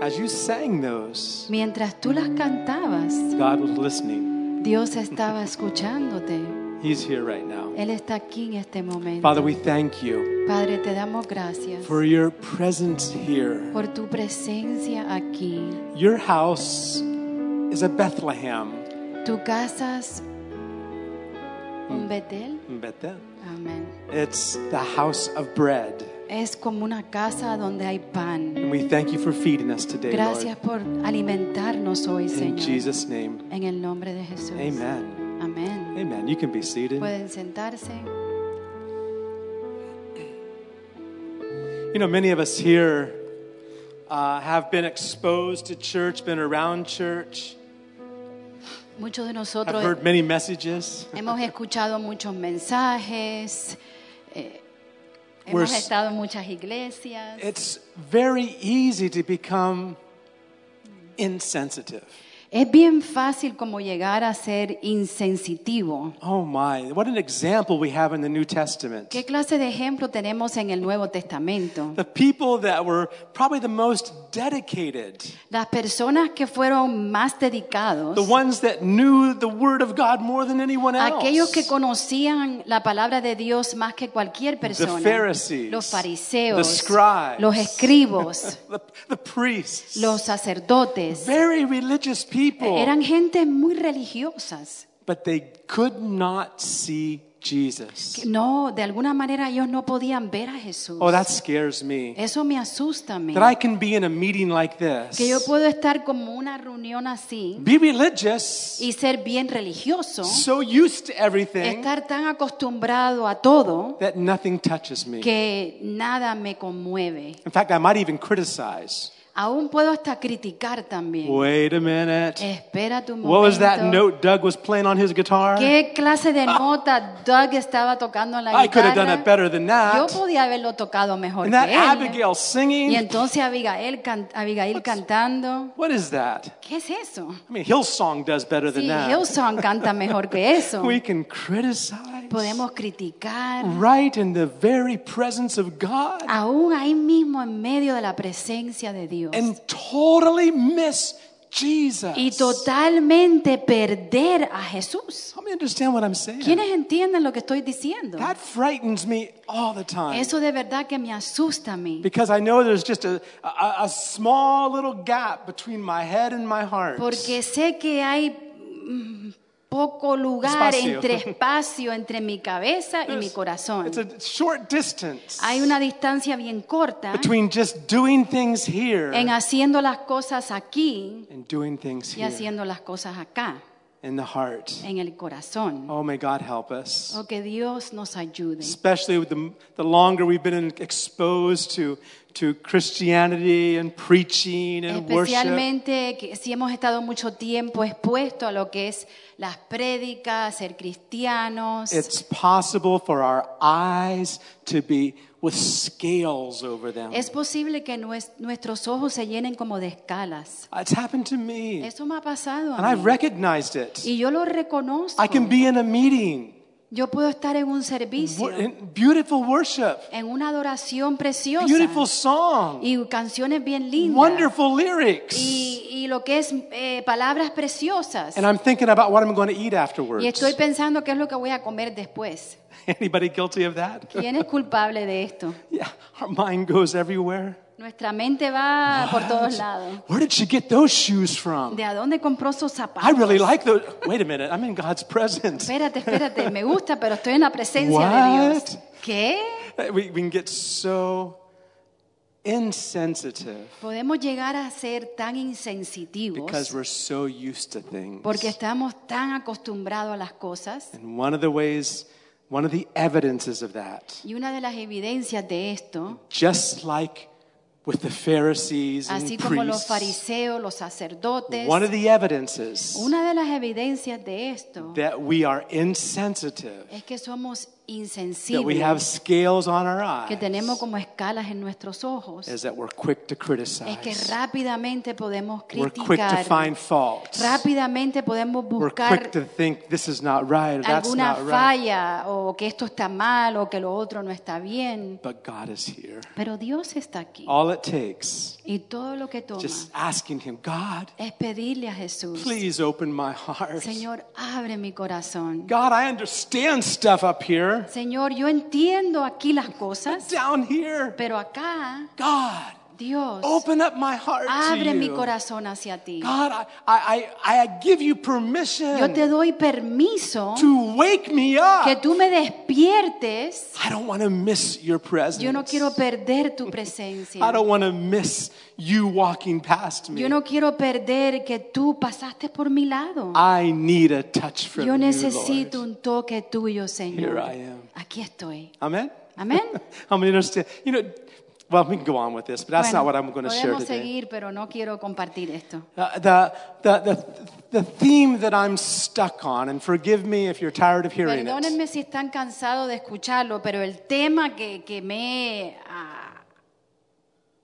Speaker 1: as you sang those,
Speaker 2: mientras tú las cantabas,
Speaker 1: God was listening.
Speaker 2: Dios estaba escuchándote.
Speaker 1: He's here right now.
Speaker 2: Él está aquí en este momento.
Speaker 1: Father, we thank you
Speaker 2: Padre, te damos gracias
Speaker 1: for your presence here.
Speaker 2: por tu presencia aquí.
Speaker 1: Your house is a Bethlehem
Speaker 2: Tu casa es un Betel.
Speaker 1: in Bethel.
Speaker 2: Amén.
Speaker 1: It's the house of bread.
Speaker 2: Es como una casa donde hay pan.
Speaker 1: And we thank you for feeding us today,
Speaker 2: Gracias
Speaker 1: Lord.
Speaker 2: por alimentarnos hoy,
Speaker 1: In
Speaker 2: Señor.
Speaker 1: Jesus' name,
Speaker 2: En el nombre de Jesús.
Speaker 1: amen.
Speaker 2: Amén.
Speaker 1: Amen. You can be seated.
Speaker 2: Pueden sentarse.
Speaker 1: You know, many of us here uh, have been exposed to church, been around church,
Speaker 2: Muchos de
Speaker 1: have
Speaker 2: nosotros
Speaker 1: heard many messages.
Speaker 2: hemos escuchado muchos mensajes. eh,
Speaker 1: We're
Speaker 2: hemos
Speaker 1: s-
Speaker 2: estado en muchas iglesias.
Speaker 1: It's very easy to become insensitive.
Speaker 2: Es bien fácil como llegar a ser insensitivo.
Speaker 1: Oh my, what an example we have in the New Testament.
Speaker 2: ¿Qué clase de ejemplo tenemos en el Nuevo Testamento?
Speaker 1: The people that were probably the most dedicated,
Speaker 2: Las personas que fueron más dedicados,
Speaker 1: the ones that knew the Word of God more than anyone else.
Speaker 2: aquellos que conocían la palabra de Dios más que cualquier persona,
Speaker 1: Pharisees,
Speaker 2: los
Speaker 1: the
Speaker 2: fariseos,
Speaker 1: scribes,
Speaker 2: los escribos,
Speaker 1: the, the priests,
Speaker 2: los sacerdotes,
Speaker 1: very religious people,
Speaker 2: E, eran gente muy religiosas.
Speaker 1: but they could not see Jesus.
Speaker 2: No, de alguna manera ellos no podían ver a Jesús.
Speaker 1: Oh, that scares me.
Speaker 2: Eso me asusta a mí.
Speaker 1: That I can be in a meeting like this,
Speaker 2: Que yo puedo estar como una reunión así
Speaker 1: be religious,
Speaker 2: y ser bien religioso,
Speaker 1: so used to everything
Speaker 2: estar tan acostumbrado a todo
Speaker 1: that nothing touches me.
Speaker 2: que nada me conmueve.
Speaker 1: In fact, I might even criticize.
Speaker 2: Aún puedo hasta criticar también.
Speaker 1: Wait a minute.
Speaker 2: Espera tu momento.
Speaker 1: Pues, What was that note Doug was playing on his guitar?
Speaker 2: ¿Qué clase de nota Doug estaba tocando en la
Speaker 1: I could have done it
Speaker 2: guitarra?
Speaker 1: better than
Speaker 2: Yo
Speaker 1: that.
Speaker 2: podía haberlo tocado mejor
Speaker 1: And
Speaker 2: que
Speaker 1: that
Speaker 2: él.
Speaker 1: Abigail
Speaker 2: Y
Speaker 1: singing.
Speaker 2: entonces Abigail, can- Abigail cantando.
Speaker 1: What is that?
Speaker 2: ¿Qué es eso?
Speaker 1: I mean, Hillsong does better than
Speaker 2: Sí,
Speaker 1: that.
Speaker 2: Hillsong canta mejor que eso.
Speaker 1: We can criticize
Speaker 2: Podemos criticar.
Speaker 1: right in the very presence of God
Speaker 2: aún ahí mismo en medio de la presencia de Dios
Speaker 1: and totally miss Jesus.
Speaker 2: y totalmente perder a Jesús.
Speaker 1: Help me understand what I'm saying.
Speaker 2: ¿Quiénes entienden lo que estoy diciendo?
Speaker 1: That frightens me all the time.
Speaker 2: Eso de verdad que me asusta a mí,
Speaker 1: Because I know there's just a, a, a small little gap between my head and my heart.
Speaker 2: porque sé que hay mm, poco lugar
Speaker 1: Espacio.
Speaker 2: entre espacio entre mi cabeza y mi corazón.
Speaker 1: It's a short distance
Speaker 2: Hay una distancia bien corta
Speaker 1: between just doing things here
Speaker 2: en haciendo las cosas aquí
Speaker 1: and doing things
Speaker 2: y
Speaker 1: here
Speaker 2: haciendo las cosas acá,
Speaker 1: in the heart.
Speaker 2: en el corazón.
Speaker 1: Oh, may God help us.
Speaker 2: O que Dios nos ayude.
Speaker 1: Especially with the, the longer we've been in- exposed to, to Christianity and preaching and worship.
Speaker 2: Especialmente que si hemos estado mucho tiempo expuesto a lo que es las prédicas, ser cristianos,
Speaker 1: It's possible for our eyes to be with scales over them.
Speaker 2: es posible que nues- nuestros ojos se llenen como de escalas.
Speaker 1: It's happened to me,
Speaker 2: Eso me ha pasado
Speaker 1: and
Speaker 2: a
Speaker 1: I've
Speaker 2: mí.
Speaker 1: recognized it.
Speaker 2: Y yo lo reconozco.
Speaker 1: I can be in a meeting,
Speaker 2: Yo puedo estar en un servicio,
Speaker 1: wo- in beautiful worship,
Speaker 2: en una adoración preciosa
Speaker 1: beautiful song,
Speaker 2: y canciones bien lindas
Speaker 1: wonderful lyrics.
Speaker 2: y, y lo que es eh, palabras preciosas.
Speaker 1: And I'm thinking about what I'm going to eat
Speaker 2: Y
Speaker 1: afterwards.
Speaker 2: estoy pensando qué es lo que voy a comer después.
Speaker 1: Anybody guilty of that?
Speaker 2: ¿Quién es culpable de esto?
Speaker 1: Yeah, our mind goes everywhere.
Speaker 2: Nuestra mente va por todos lados.
Speaker 1: Where did she get those shoes from?
Speaker 2: ¿De a dónde compró esos
Speaker 1: I
Speaker 2: zapatos?
Speaker 1: really like those. Wait a minute, I'm in God's presence.
Speaker 2: Espérate, espérate, me gusta, pero estoy en la presencia
Speaker 1: What?
Speaker 2: de Dios. ¿Qué?
Speaker 1: We, we can get so insensitive
Speaker 2: Podemos llegar a ser tan insensitivos
Speaker 1: because we're so used to things.
Speaker 2: porque estamos tan acostumbrados a las cosas.
Speaker 1: And one of the ways, one of the evidences of that,
Speaker 2: Y una de las evidencias de esto,
Speaker 1: just like with the Pharisees and
Speaker 2: así como los
Speaker 1: priests,
Speaker 2: fariseos, los sacerdotes,
Speaker 1: one of the evidences
Speaker 2: una de las evidencias de esto
Speaker 1: that we are insensitive,
Speaker 2: es que
Speaker 1: that
Speaker 2: somos
Speaker 1: we have
Speaker 2: insensibles,
Speaker 1: scales on our
Speaker 2: que tenemos
Speaker 1: eyes,
Speaker 2: como escalas en nuestros ojos.
Speaker 1: is that we're quick to
Speaker 2: Es que
Speaker 1: criticize.
Speaker 2: rápidamente podemos
Speaker 1: We're quick to
Speaker 2: criticar,
Speaker 1: find faults.
Speaker 2: rápidamente podemos
Speaker 1: We're quick
Speaker 2: buscar
Speaker 1: to think this is not right, or that's
Speaker 2: alguna
Speaker 1: not right.
Speaker 2: falla o que esto está mal o que lo otro no está bien.
Speaker 1: But God is here.
Speaker 2: Pero Dios está aquí
Speaker 1: All it takes
Speaker 2: y todo lo que toma
Speaker 1: just asking him, God,
Speaker 2: es pedirle a Jesús,
Speaker 1: please open my heart.
Speaker 2: Señor, abre mi corazón.
Speaker 1: God, I understand stuff up here,
Speaker 2: Señor, yo entiendo aquí las cosas,
Speaker 1: down here.
Speaker 2: pero acá,
Speaker 1: God,
Speaker 2: Dios,
Speaker 1: open up my heart to
Speaker 2: abre mi
Speaker 1: you.
Speaker 2: corazón hacia ti.
Speaker 1: God, I, I, I, I give you
Speaker 2: Yo te
Speaker 1: permission
Speaker 2: doy permiso
Speaker 1: to wake me
Speaker 2: que
Speaker 1: up.
Speaker 2: tú me despiertes.
Speaker 1: I don't want to miss your presence.
Speaker 2: Yo no quiero perder tu
Speaker 1: I
Speaker 2: presencia.
Speaker 1: don't want to miss you walking past me.
Speaker 2: Yo no quiero perder que tú pasaste por mi lado.
Speaker 1: I need a touch from
Speaker 2: Yo
Speaker 1: you,
Speaker 2: necesito
Speaker 1: Lord.
Speaker 2: un toque tuyo, Señor.
Speaker 1: Here I am.
Speaker 2: Aquí estoy.
Speaker 1: Amen?
Speaker 2: Amen.
Speaker 1: How many understand? You know, well, we can go on with this, but that's
Speaker 2: Bueno,
Speaker 1: not what I'm going to share
Speaker 2: podemos
Speaker 1: today.
Speaker 2: seguir, pero no quiero compartir esto.
Speaker 1: Uh, the, the, the, the theme that I'm stuck on, and forgive me if you're tired of hearing it,
Speaker 2: Perdónenme si están cansados de escucharlo, pero el tema que, que me he ah,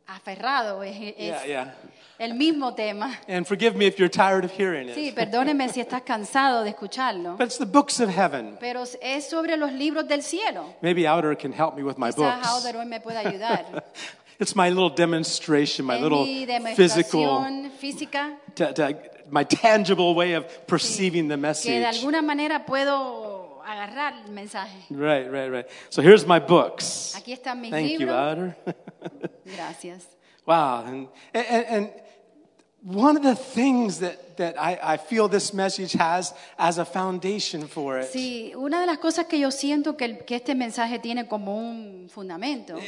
Speaker 2: aferrado es, es
Speaker 1: Yeah, yeah.
Speaker 2: el mismo tema.
Speaker 1: and forgive me if you're tired of hearing
Speaker 2: Sí,
Speaker 1: it,
Speaker 2: perdónenme si estás cansado de escucharlo,
Speaker 1: but it's the books of heaven.
Speaker 2: pero es sobre los libros del cielo.
Speaker 1: Maybe Outer can help me with my
Speaker 2: Quizás
Speaker 1: books.
Speaker 2: Howder hoy me puede ayudar.
Speaker 1: it's my little demonstration, my
Speaker 2: Es
Speaker 1: little
Speaker 2: mi
Speaker 1: physical,
Speaker 2: demostración física
Speaker 1: ta- ta- my tangible way of perceiving the
Speaker 2: que de
Speaker 1: message.
Speaker 2: alguna manera puedo agarrar el mensaje.
Speaker 1: Right, right, right. So here's my books.
Speaker 2: Aquí están mis
Speaker 1: Thank you,
Speaker 2: libros.
Speaker 1: Outer.
Speaker 2: Gracias.
Speaker 1: Wow, and, and, and one of the things that, that I, I feel this message has as a foundation for it is
Speaker 2: Sí, una de las cosas que yo siento que, el- que este mensaje tiene como un fundamento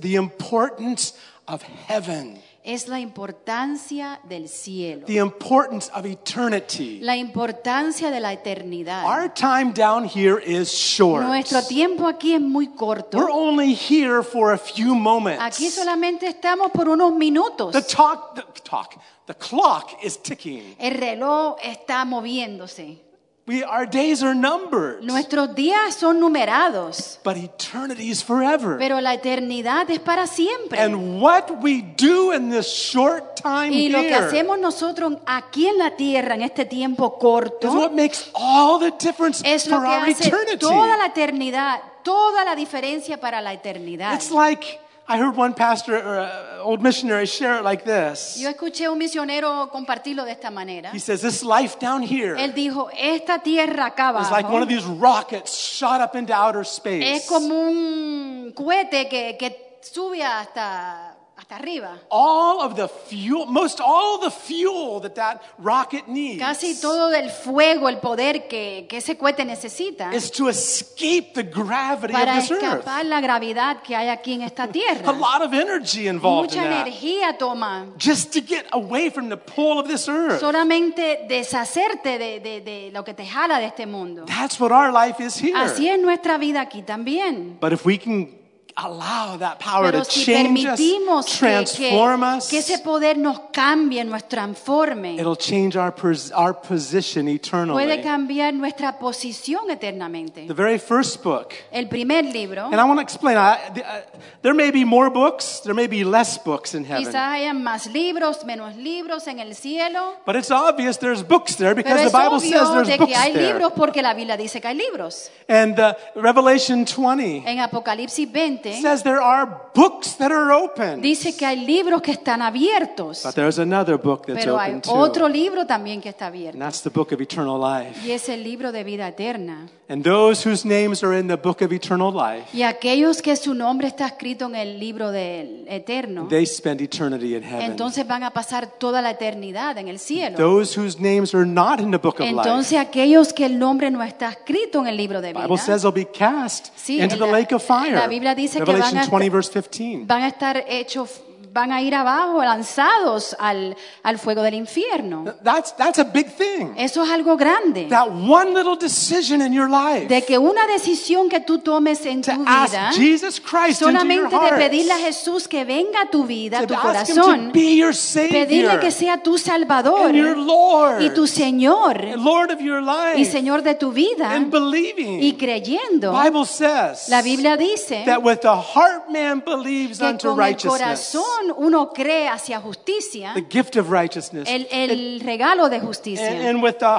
Speaker 1: the importance of heaven,
Speaker 2: es la importancia del cielo,
Speaker 1: the importance of eternity.
Speaker 2: la importancia de la eternidad.
Speaker 1: Our time down here is short.
Speaker 2: Nuestro tiempo aquí es muy
Speaker 1: We're
Speaker 2: corto.
Speaker 1: only here for a few
Speaker 2: Aquí
Speaker 1: moments.
Speaker 2: solamente estamos por unos minutos.
Speaker 1: The talk, the talk, the clock is ticking.
Speaker 2: El reloj está moviéndose.
Speaker 1: We, our days are numbered,
Speaker 2: Nuestros días son numerados,
Speaker 1: but eternity is forever.
Speaker 2: pero la eternidad es para siempre.
Speaker 1: And what we do in this short time
Speaker 2: Y lo que
Speaker 1: here
Speaker 2: hacemos nosotros aquí en la tierra en este tiempo
Speaker 1: is
Speaker 2: corto
Speaker 1: what makes all the difference
Speaker 2: es
Speaker 1: for
Speaker 2: lo que
Speaker 1: our
Speaker 2: hace
Speaker 1: eternity.
Speaker 2: toda la eternidad, toda la diferencia para la eternidad.
Speaker 1: It's like I heard one pastor or uh, old missionary share it like this.
Speaker 2: Yo escuché a un misionero compartirlo de esta manera.
Speaker 1: He says, "This life down here
Speaker 2: Él
Speaker 1: is
Speaker 2: dijo, esta tierra acá
Speaker 1: like one
Speaker 2: abajo
Speaker 1: of these rockets shot up into outer
Speaker 2: es
Speaker 1: space.
Speaker 2: como un cohete que, que sube hasta, hasta arriba.
Speaker 1: All of the fuel, most all the fuel that that rocket needs
Speaker 2: Casi todo el fuego, el poder que, que ese cohete necesita
Speaker 1: is to escape the gravity of
Speaker 2: para
Speaker 1: this earth.
Speaker 2: escapar la gravedad que hay aquí en esta
Speaker 1: A
Speaker 2: tierra.
Speaker 1: lot of energy involved
Speaker 2: Mucha
Speaker 1: in that."
Speaker 2: energía toma.
Speaker 1: just to get away from the pull of this earth.
Speaker 2: Solamente deshacerte de, de- de lo que te jala de este mundo.
Speaker 1: That's what our life is here.
Speaker 2: Así es nuestra vida aquí también.
Speaker 1: But if we can allow that power
Speaker 2: Pero
Speaker 1: to
Speaker 2: si
Speaker 1: change
Speaker 2: permitimos
Speaker 1: us,
Speaker 2: que- que,
Speaker 1: transform
Speaker 2: que ese
Speaker 1: us,
Speaker 2: poder nos cambie, nos transforme,
Speaker 1: it'll change our, pos- our position
Speaker 2: puede
Speaker 1: eternally.
Speaker 2: cambiar nuestra posición eternamente.
Speaker 1: The very first book,
Speaker 2: El primer libro,
Speaker 1: and I want to explain, I, the- uh, there may be more books, there may be less books in heaven.
Speaker 2: quizás hayan más libros, menos libros en el cielo,
Speaker 1: But it's obvious there's books there
Speaker 2: pero
Speaker 1: because the
Speaker 2: es
Speaker 1: Bible says
Speaker 2: obvio
Speaker 1: there's
Speaker 2: de que
Speaker 1: books
Speaker 2: hay
Speaker 1: there.
Speaker 2: libros porque la Biblia dice que hay libros.
Speaker 1: And uh, Revelation 20
Speaker 2: En Apocalipsis 20
Speaker 1: says there are books that are open.
Speaker 2: dice que hay libros que están abiertos,
Speaker 1: But there's another book that's
Speaker 2: pero hay
Speaker 1: open too.
Speaker 2: otro libro también que está
Speaker 1: And
Speaker 2: abierto,
Speaker 1: that's the book of eternal life.
Speaker 2: y es el libro de vida eterna.
Speaker 1: And those whose names are in the book of eternal life,
Speaker 2: Y aquellos que su nombre está escrito en el libro del eterno,
Speaker 1: they spend eternity in heaven.
Speaker 2: entonces van a pasar toda la eternidad en el cielo.
Speaker 1: those whose names are not in the book of life,
Speaker 2: Entonces aquellos que el nombre no está escrito en el libro de
Speaker 1: the Bible
Speaker 2: vida,
Speaker 1: says they'll be cast
Speaker 2: Sí,
Speaker 1: into
Speaker 2: en
Speaker 1: the
Speaker 2: la-
Speaker 1: lake of fire.
Speaker 2: la Biblia dice que
Speaker 1: Revelation
Speaker 2: van a estar-
Speaker 1: 20 verse 15.
Speaker 2: van a estar hechos van a ir abajo, lanzados al, al fuego del infierno.
Speaker 1: That's, that's a big thing.
Speaker 2: Eso es algo grande.
Speaker 1: That one little decision in your life
Speaker 2: De que una decisión que tú tomes en
Speaker 1: to
Speaker 2: tu vida,
Speaker 1: ask Jesus Christ into your
Speaker 2: solamente de
Speaker 1: heart,
Speaker 2: pedirle a Jesús que venga a tu vida, a tu
Speaker 1: to ask Him to
Speaker 2: corazón,
Speaker 1: be your Savior
Speaker 2: pedirle que sea tu Salvador
Speaker 1: and your Lord,
Speaker 2: y tu Señor
Speaker 1: and Lord of your life,
Speaker 2: y Señor de tu vida
Speaker 1: and believing.
Speaker 2: y creyendo.
Speaker 1: Bible says
Speaker 2: La Biblia dice
Speaker 1: that with the heart man believes
Speaker 2: que
Speaker 1: unto
Speaker 2: con el
Speaker 1: righteousness,
Speaker 2: corazón uno cree hacia justicia,
Speaker 1: the gift of righteousness,
Speaker 2: el, el regalo de
Speaker 1: and,
Speaker 2: justicia,
Speaker 1: and with the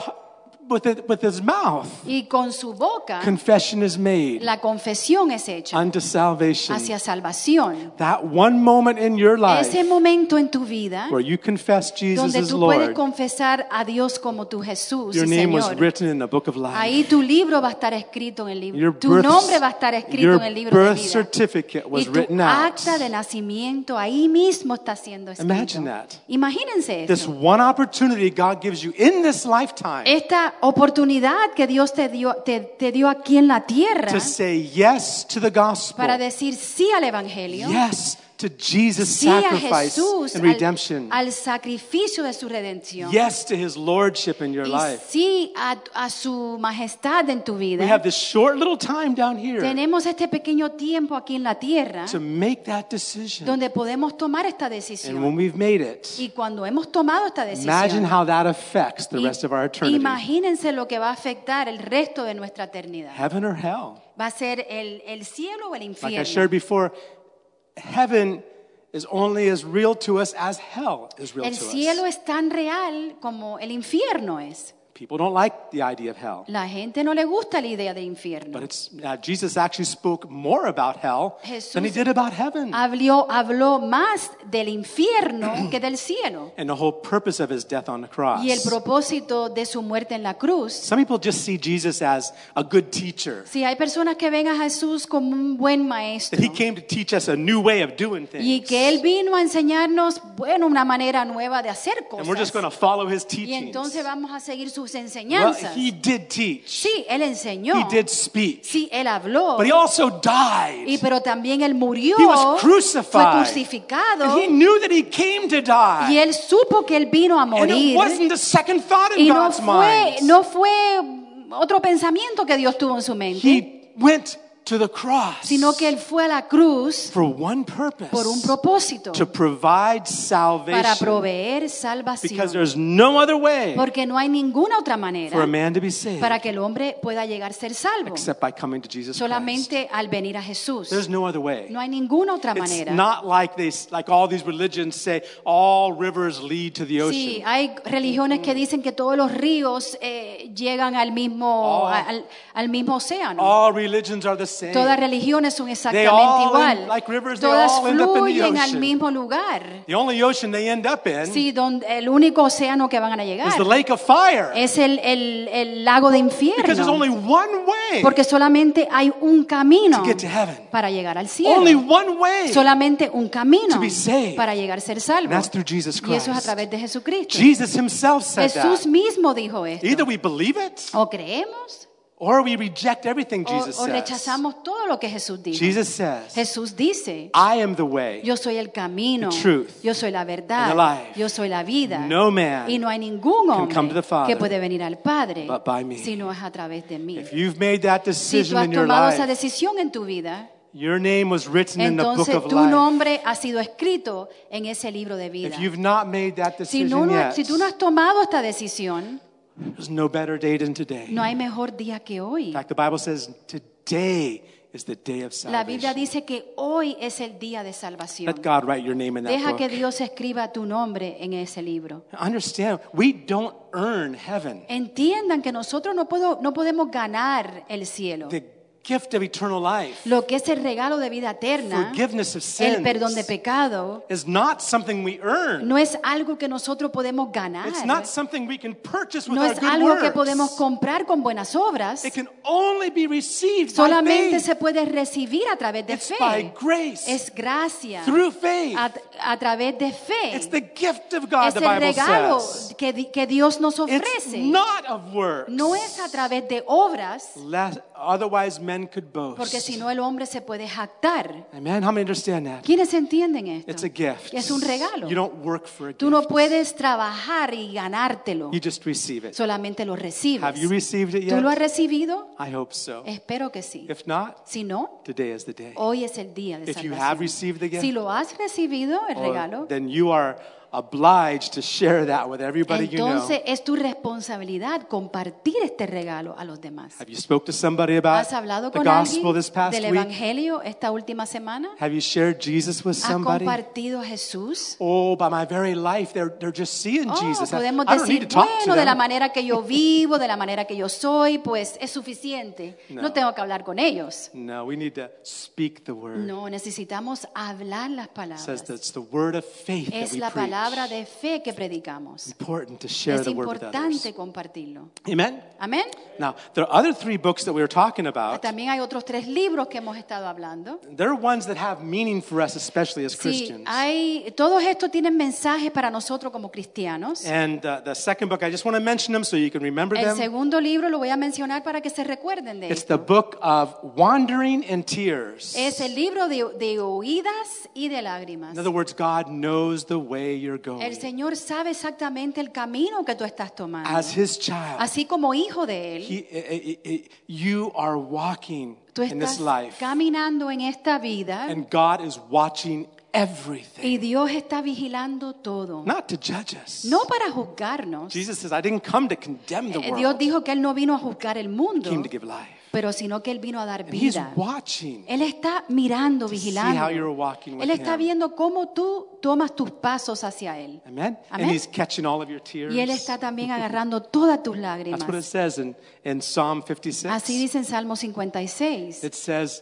Speaker 1: with the, with his mouth,
Speaker 2: y con su boca
Speaker 1: confession is made
Speaker 2: la confesión es hecha
Speaker 1: unto salvation.
Speaker 2: hacia salvación.
Speaker 1: That one moment in your life
Speaker 2: Ese momento en tu vida
Speaker 1: where you confess Jesus
Speaker 2: donde
Speaker 1: as
Speaker 2: tú puedes
Speaker 1: Lord,
Speaker 2: confesar a Dios como tu Jesús
Speaker 1: your
Speaker 2: y
Speaker 1: name was
Speaker 2: Señor.
Speaker 1: written in the book of life.
Speaker 2: Ahí tu libro va a estar escrito en el
Speaker 1: Your
Speaker 2: libro. Tu
Speaker 1: birth,
Speaker 2: nombre va a estar escrito
Speaker 1: your
Speaker 2: en el libro de
Speaker 1: birth
Speaker 2: vida.
Speaker 1: certificate
Speaker 2: Y
Speaker 1: was written
Speaker 2: tu
Speaker 1: out.
Speaker 2: acta de nacimiento ahí mismo está siendo escrito.
Speaker 1: Imagine that.
Speaker 2: Imagínense
Speaker 1: This
Speaker 2: eso.
Speaker 1: one opportunity God gives you in this lifetime
Speaker 2: Esta oportunidad que Dios te dio, te, te dio aquí en la tierra
Speaker 1: to say yes to the gospel,
Speaker 2: para decir sí al Evangelio,
Speaker 1: yes to Jesus'
Speaker 2: sí a
Speaker 1: sacrifice
Speaker 2: Jesús,
Speaker 1: and
Speaker 2: al-
Speaker 1: redemption,
Speaker 2: al, sacrificio de su redención,
Speaker 1: yes to his lordship in your
Speaker 2: y
Speaker 1: life.
Speaker 2: sí a, a su majestad en tu
Speaker 1: We have
Speaker 2: vida.
Speaker 1: this short little time down here
Speaker 2: Tenemos este pequeño tiempo aquí en la tierra
Speaker 1: to make that decision.
Speaker 2: donde podemos tomar esta
Speaker 1: And when
Speaker 2: decisión.
Speaker 1: we've made it,
Speaker 2: Y cuando hemos tomado esta decisión,
Speaker 1: imagine how that affects the
Speaker 2: Y-
Speaker 1: rest of our eternity.
Speaker 2: Imagínense lo que va a afectar el resto de nuestra eternidad.
Speaker 1: Heaven or hell?
Speaker 2: Va a ser el, el cielo o el
Speaker 1: Like I
Speaker 2: infierno.
Speaker 1: shared before, heaven is only as real to us as hell is real
Speaker 2: El
Speaker 1: to
Speaker 2: cielo
Speaker 1: us.
Speaker 2: es tan real como el infierno es.
Speaker 1: People don't like the idea of hell.
Speaker 2: La gente no le gusta la idea del
Speaker 1: But
Speaker 2: infierno.
Speaker 1: it's, uh, Jesus actually spoke more about hell than he
Speaker 2: Jesús
Speaker 1: did about heaven.
Speaker 2: Habló, habló más del infierno que del cielo
Speaker 1: and the whole purpose of his death on the cross.
Speaker 2: y el propósito de su muerte en la cruz.
Speaker 1: Some people just see Jesus as a good teacher,
Speaker 2: Si hay personas que ven a Jesús como un buen
Speaker 1: that he
Speaker 2: maestro
Speaker 1: came to teach us a new way of doing things.
Speaker 2: y que Él vino a enseñarnos, bueno, una manera nueva de hacer
Speaker 1: and we're just
Speaker 2: cosas.
Speaker 1: going to follow his
Speaker 2: Y
Speaker 1: teachings.
Speaker 2: entonces vamos a seguir
Speaker 1: well,
Speaker 2: sus enseñanzas.
Speaker 1: he did teach.
Speaker 2: sí, él enseñó.
Speaker 1: He did speak.
Speaker 2: sí, él habló.
Speaker 1: But he also died.
Speaker 2: y pero también él murió.
Speaker 1: He was
Speaker 2: Fue
Speaker 1: crucified. and
Speaker 2: crucificado.
Speaker 1: he knew that he came to die.
Speaker 2: Y él supo que él vino a
Speaker 1: and it
Speaker 2: morir.
Speaker 1: wasn't a second thought in
Speaker 2: Y no
Speaker 1: God's
Speaker 2: fue,
Speaker 1: mind.
Speaker 2: no fue otro pensamiento que Dios tuvo en su mente,
Speaker 1: he went to the cross
Speaker 2: sino que él fue a la cruz
Speaker 1: for one purpose.
Speaker 2: por un propósito,
Speaker 1: to provide
Speaker 2: para
Speaker 1: salvation
Speaker 2: proveer
Speaker 1: because
Speaker 2: salvación.
Speaker 1: there's no other way
Speaker 2: Porque no hay ninguna otra manera
Speaker 1: for a man to be saved
Speaker 2: para que el hombre pueda llegar a ser salvo,
Speaker 1: except by coming to Jesus Christ.
Speaker 2: solamente al venir a Jesús.
Speaker 1: There's no other way.
Speaker 2: No hay ninguna otra
Speaker 1: It's
Speaker 2: manera.
Speaker 1: not like they like all these religions say all rivers lead to the
Speaker 2: Sí, ah,
Speaker 1: ocean.
Speaker 2: hay religiones que dicen que todos los ríos eh, llegan al mismo,
Speaker 1: All-
Speaker 2: al, al mismo océano.
Speaker 1: All religions are the same.
Speaker 2: Todas religiones son
Speaker 1: Oh, all
Speaker 2: exactamente
Speaker 1: end-
Speaker 2: igual.
Speaker 1: like rivers, they
Speaker 2: Todas
Speaker 1: all end up in the
Speaker 2: fluyen al
Speaker 1: ocean.
Speaker 2: mismo lugar.
Speaker 1: The only ocean they end up in
Speaker 2: Sí, donde el único océano que van a llegar
Speaker 1: is the lake of fire
Speaker 2: es el, el- el lago de
Speaker 1: because there's
Speaker 2: infierno.
Speaker 1: only one way.
Speaker 2: Porque solamente hay un camino
Speaker 1: To get to heaven.
Speaker 2: para llegar al
Speaker 1: Only
Speaker 2: cielo.
Speaker 1: one way.
Speaker 2: Solamente un camino
Speaker 1: to be saved.
Speaker 2: para llegar a ser
Speaker 1: And
Speaker 2: salvo.
Speaker 1: that's through Jesus
Speaker 2: Y eso es a
Speaker 1: Christ.
Speaker 2: través de Jesucristo.
Speaker 1: Jesus himself said
Speaker 2: Jesús
Speaker 1: that.
Speaker 2: mismo dijo esto.
Speaker 1: Either we believe it
Speaker 2: O creemos
Speaker 1: or we reject everything
Speaker 2: o,
Speaker 1: Jesus
Speaker 2: o
Speaker 1: says.
Speaker 2: rechazamos todo lo que Jesús dijo.
Speaker 1: Jesus says,
Speaker 2: Jesús dice,
Speaker 1: I am the way.
Speaker 2: yo soy el camino,
Speaker 1: the truth,
Speaker 2: yo soy la
Speaker 1: and the
Speaker 2: verdad,
Speaker 1: life.
Speaker 2: yo soy la vida.
Speaker 1: No man
Speaker 2: y no hay ningún
Speaker 1: can come to
Speaker 2: hombre
Speaker 1: the Father
Speaker 2: que puede venir al Padre
Speaker 1: but by me.
Speaker 2: si no es a través de mí.
Speaker 1: If you've made that
Speaker 2: Si tú
Speaker 1: decision
Speaker 2: has
Speaker 1: in your
Speaker 2: tomado esa
Speaker 1: life,
Speaker 2: decisión en tu vida,
Speaker 1: your name was written in the book
Speaker 2: entonces
Speaker 1: of
Speaker 2: tu
Speaker 1: life.
Speaker 2: nombre ha sido escrito en ese libro de vida.
Speaker 1: If you've not made that
Speaker 2: Si, no,
Speaker 1: decision
Speaker 2: no-
Speaker 1: yet,
Speaker 2: si tú no has tomado esta decisión,
Speaker 1: there's no better day than today.
Speaker 2: no
Speaker 1: In
Speaker 2: hay mejor día que hoy.
Speaker 1: fact, the Bible says today is the day of
Speaker 2: La Biblia
Speaker 1: salvation.
Speaker 2: dice que hoy es el día de salvación.
Speaker 1: Let God write your name in
Speaker 2: Deja
Speaker 1: that
Speaker 2: que
Speaker 1: book.
Speaker 2: Dios escriba tu nombre en ese libro.
Speaker 1: Understand, we don't earn heaven.
Speaker 2: Entiendan que nosotros no, puedo- no podemos ganar el cielo.
Speaker 1: The gift of eternal life,
Speaker 2: Lo que es el regalo de vida eterna,
Speaker 1: forgiveness of
Speaker 2: el perdón de
Speaker 1: sins,
Speaker 2: pecado,
Speaker 1: is not something we earn.
Speaker 2: no es algo que nosotros podemos ganar.
Speaker 1: It's not something we can purchase with
Speaker 2: No
Speaker 1: our
Speaker 2: es
Speaker 1: good
Speaker 2: algo que podemos
Speaker 1: works.
Speaker 2: comprar con buenas obras.
Speaker 1: It can only be received by
Speaker 2: Solamente
Speaker 1: faith.
Speaker 2: se puede recibir a través de
Speaker 1: It's by
Speaker 2: fe.
Speaker 1: grace,
Speaker 2: Es gracia
Speaker 1: through faith.
Speaker 2: a, a través de fe.
Speaker 1: It's the gift of God,
Speaker 2: Es
Speaker 1: the
Speaker 2: el
Speaker 1: Bible
Speaker 2: regalo
Speaker 1: says.
Speaker 2: que, di- que Dios nos
Speaker 1: It's
Speaker 2: ofrece.
Speaker 1: not of works.
Speaker 2: No es a través de obras.
Speaker 1: Let- otherwise men could boast.
Speaker 2: Porque si no, el hombre se puede jactar.
Speaker 1: Amen. How many understand that?
Speaker 2: ¿Quiénes entienden esto?
Speaker 1: It's a gift.
Speaker 2: Es un regalo.
Speaker 1: You don't work for a
Speaker 2: Tú no
Speaker 1: gift.
Speaker 2: puedes trabajar y ganártelo.
Speaker 1: You just receive it.
Speaker 2: Solamente lo recibes.
Speaker 1: Have you received it
Speaker 2: ¿Tú
Speaker 1: yet?
Speaker 2: lo has Eh. recibido?
Speaker 1: I hope so.
Speaker 2: Espero que sí.
Speaker 1: If not,
Speaker 2: Si no,
Speaker 1: today is the day.
Speaker 2: hoy es el día de
Speaker 1: If you have
Speaker 2: salvación.
Speaker 1: received the gift,
Speaker 2: Si lo has recibido, el
Speaker 1: or-
Speaker 2: regalo,
Speaker 1: then you are obliged to share that with everybody you know.
Speaker 2: entonces es tu responsabilidad compartir este regalo a los demás.
Speaker 1: Have you spoke to somebody about
Speaker 2: ¿Has hablado
Speaker 1: the
Speaker 2: con
Speaker 1: gospel
Speaker 2: alguien
Speaker 1: this past
Speaker 2: del
Speaker 1: week?
Speaker 2: evangelio esta última semana?
Speaker 1: Have you shared Jesus with
Speaker 2: ¿Has
Speaker 1: somebody?
Speaker 2: compartido a Jesús?
Speaker 1: Oh, by my very life, they're, they're just seeing
Speaker 2: Oh,
Speaker 1: Jesus. I,
Speaker 2: podemos
Speaker 1: I don't need
Speaker 2: decir,
Speaker 1: to talk
Speaker 2: bueno,
Speaker 1: to
Speaker 2: de la
Speaker 1: them.
Speaker 2: manera que yo vivo, de la manera que yo soy, pues es suficiente. No,
Speaker 1: No.
Speaker 2: tengo que hablar con ellos.
Speaker 1: No, we need to speak the word.
Speaker 2: No, necesitamos hablar las
Speaker 1: It
Speaker 2: palabras.
Speaker 1: says that's the word of faith that
Speaker 2: es
Speaker 1: we
Speaker 2: la
Speaker 1: preach.
Speaker 2: palabra de fe que predicamos.
Speaker 1: Important to share
Speaker 2: Es
Speaker 1: the word with others.
Speaker 2: importante compartirlo.
Speaker 1: Amen.
Speaker 2: Amén.
Speaker 1: Now, there are other three books that we were talking about.
Speaker 2: También hay otros tres libros que hemos estado hablando.
Speaker 1: They're ones that have meaning for us, especially as
Speaker 2: Sí,
Speaker 1: Christians.
Speaker 2: hay, todos estos tienen mensajes para nosotros como cristianos.
Speaker 1: And uh, the second book, I just want to mention them so you can remember
Speaker 2: El
Speaker 1: them.
Speaker 2: segundo libro lo voy a mencionar para que se recuerden de
Speaker 1: It's
Speaker 2: él.
Speaker 1: the book of Wandering and Tears.
Speaker 2: Es el libro de, de oídas y de lágrimas.
Speaker 1: In other words, God knows the way you're
Speaker 2: El
Speaker 1: going.
Speaker 2: Señor sabe exactamente el camino que tú estás tomando.
Speaker 1: As His child,
Speaker 2: Así como hijo de Él,
Speaker 1: he, i- i- i- you are walking
Speaker 2: tú
Speaker 1: in this
Speaker 2: estás
Speaker 1: life,
Speaker 2: caminando en esta vida
Speaker 1: and God is watching
Speaker 2: y
Speaker 1: everything,
Speaker 2: Dios está vigilando todo.
Speaker 1: not to judge us.
Speaker 2: No para juzgarnos.
Speaker 1: Jesus says, "I didn't come to condemn the
Speaker 2: Eh, Dios
Speaker 1: world;
Speaker 2: dijo que Él no vino a juzgar el
Speaker 1: I
Speaker 2: mundo,
Speaker 1: came to give life."
Speaker 2: pero sino que Él vino a dar
Speaker 1: And He's
Speaker 2: vida.
Speaker 1: watching.
Speaker 2: Él está mirando,
Speaker 1: see
Speaker 2: vigilando.
Speaker 1: how you're walking with
Speaker 2: Él está
Speaker 1: him.
Speaker 2: viendo cómo tú tomas tus pasos hacia Él.
Speaker 1: Amen.
Speaker 2: Amén.
Speaker 1: And He's catching all of your tears.
Speaker 2: Y Él está también agarrando todas tus
Speaker 1: That's what it
Speaker 2: lágrimas.
Speaker 1: says in, in Psalm 56.
Speaker 2: Así dice en Salmo 56.
Speaker 1: It says,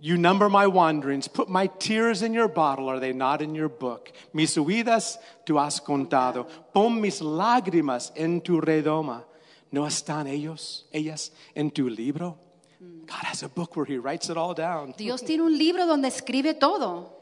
Speaker 1: You number my wanderings, put my tears in your bottle, are they not in your book? Mis huidas tú has contado, pon mis lágrimas en tu redoma. ¿No están ellos, ellas, en tu libro? God has a book where he writes it all down.
Speaker 2: Dios tiene un libro donde escribe todo.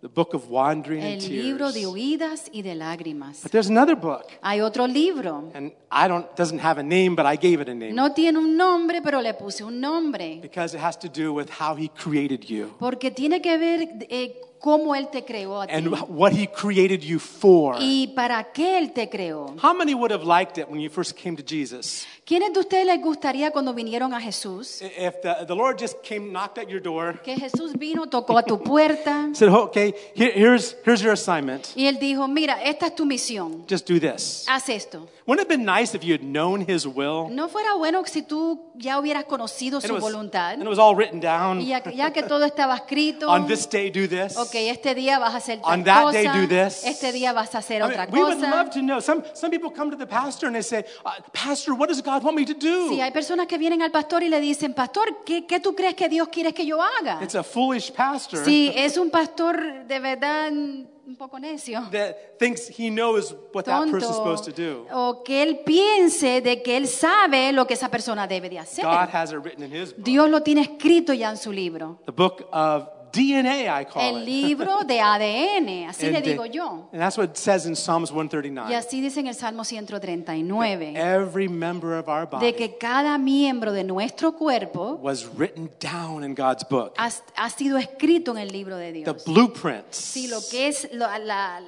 Speaker 1: The book of wandering
Speaker 2: El
Speaker 1: and
Speaker 2: libro de
Speaker 1: tears.
Speaker 2: oídas y de lágrimas.
Speaker 1: But there's another book,
Speaker 2: Hay otro libro.
Speaker 1: and I don't doesn't have a name, but I gave it a name
Speaker 2: No tiene un nombre, pero le puse un nombre.
Speaker 1: because it has to do with how he created you
Speaker 2: Porque tiene que ver eh, cómo Él te creó a ti.
Speaker 1: and what he created you for.
Speaker 2: Y para qué Él te creó.
Speaker 1: How many would have liked it when you first came to Jesus?
Speaker 2: ¿Quiénes de ustedes les gustaría cuando vinieron a Jesús?
Speaker 1: I- If the, the Lord just came, knocked at your door,
Speaker 2: Que Jesús vino, tocó a tu puerta
Speaker 1: said, okay, here- here's, here's your assignment.
Speaker 2: y Él dijo, mira, esta es tu misión.
Speaker 1: Just do this.
Speaker 2: Haz esto.
Speaker 1: Wouldn't it have been nice if you had known His will?
Speaker 2: No fuera bueno si tú ya hubieras conocido
Speaker 1: And it
Speaker 2: su
Speaker 1: was,
Speaker 2: voluntad.
Speaker 1: and it was all written
Speaker 2: Y
Speaker 1: down.
Speaker 2: ya, ya que todo estaba escrito,
Speaker 1: On this day, do this.
Speaker 2: ok, este día vas a hacer tal
Speaker 1: On that
Speaker 2: cosa,
Speaker 1: day do this.
Speaker 2: este día vas a hacer
Speaker 1: I
Speaker 2: otra
Speaker 1: mean, we would
Speaker 2: cosa.
Speaker 1: love to know. Some, some people come to the pastor and they say, uh, Pastor, what does God want me to
Speaker 2: Sí,
Speaker 1: do?
Speaker 2: hay personas que vienen al pastor y le dicen, pastor, ¿qué, qué tú crees que Dios quiere que yo haga?
Speaker 1: It's a foolish pastor
Speaker 2: Si es un pastor de verdad un poco necio,
Speaker 1: that thinks he knows what that person's supposed to do.
Speaker 2: tonto, o que él piense de que él sabe lo que esa persona debe de hacer.
Speaker 1: God has it written in His book.
Speaker 2: Dios lo tiene escrito ya en su libro.
Speaker 1: The book of DNA, I call
Speaker 2: El
Speaker 1: it.
Speaker 2: libro de ADN, así
Speaker 1: And,
Speaker 2: le
Speaker 1: uh,
Speaker 2: digo yo.
Speaker 1: and that's what it says in Psalms
Speaker 2: Y
Speaker 1: 139.
Speaker 2: así dice en el Salmo 139,
Speaker 1: Every member of our
Speaker 2: de
Speaker 1: body
Speaker 2: que cada miembro de nuestro cuerpo
Speaker 1: was written down in God's book.
Speaker 2: ha, ha sido escrito en el libro de
Speaker 1: The
Speaker 2: Dios.
Speaker 1: blueprints
Speaker 2: Sí, lo que es lo- la-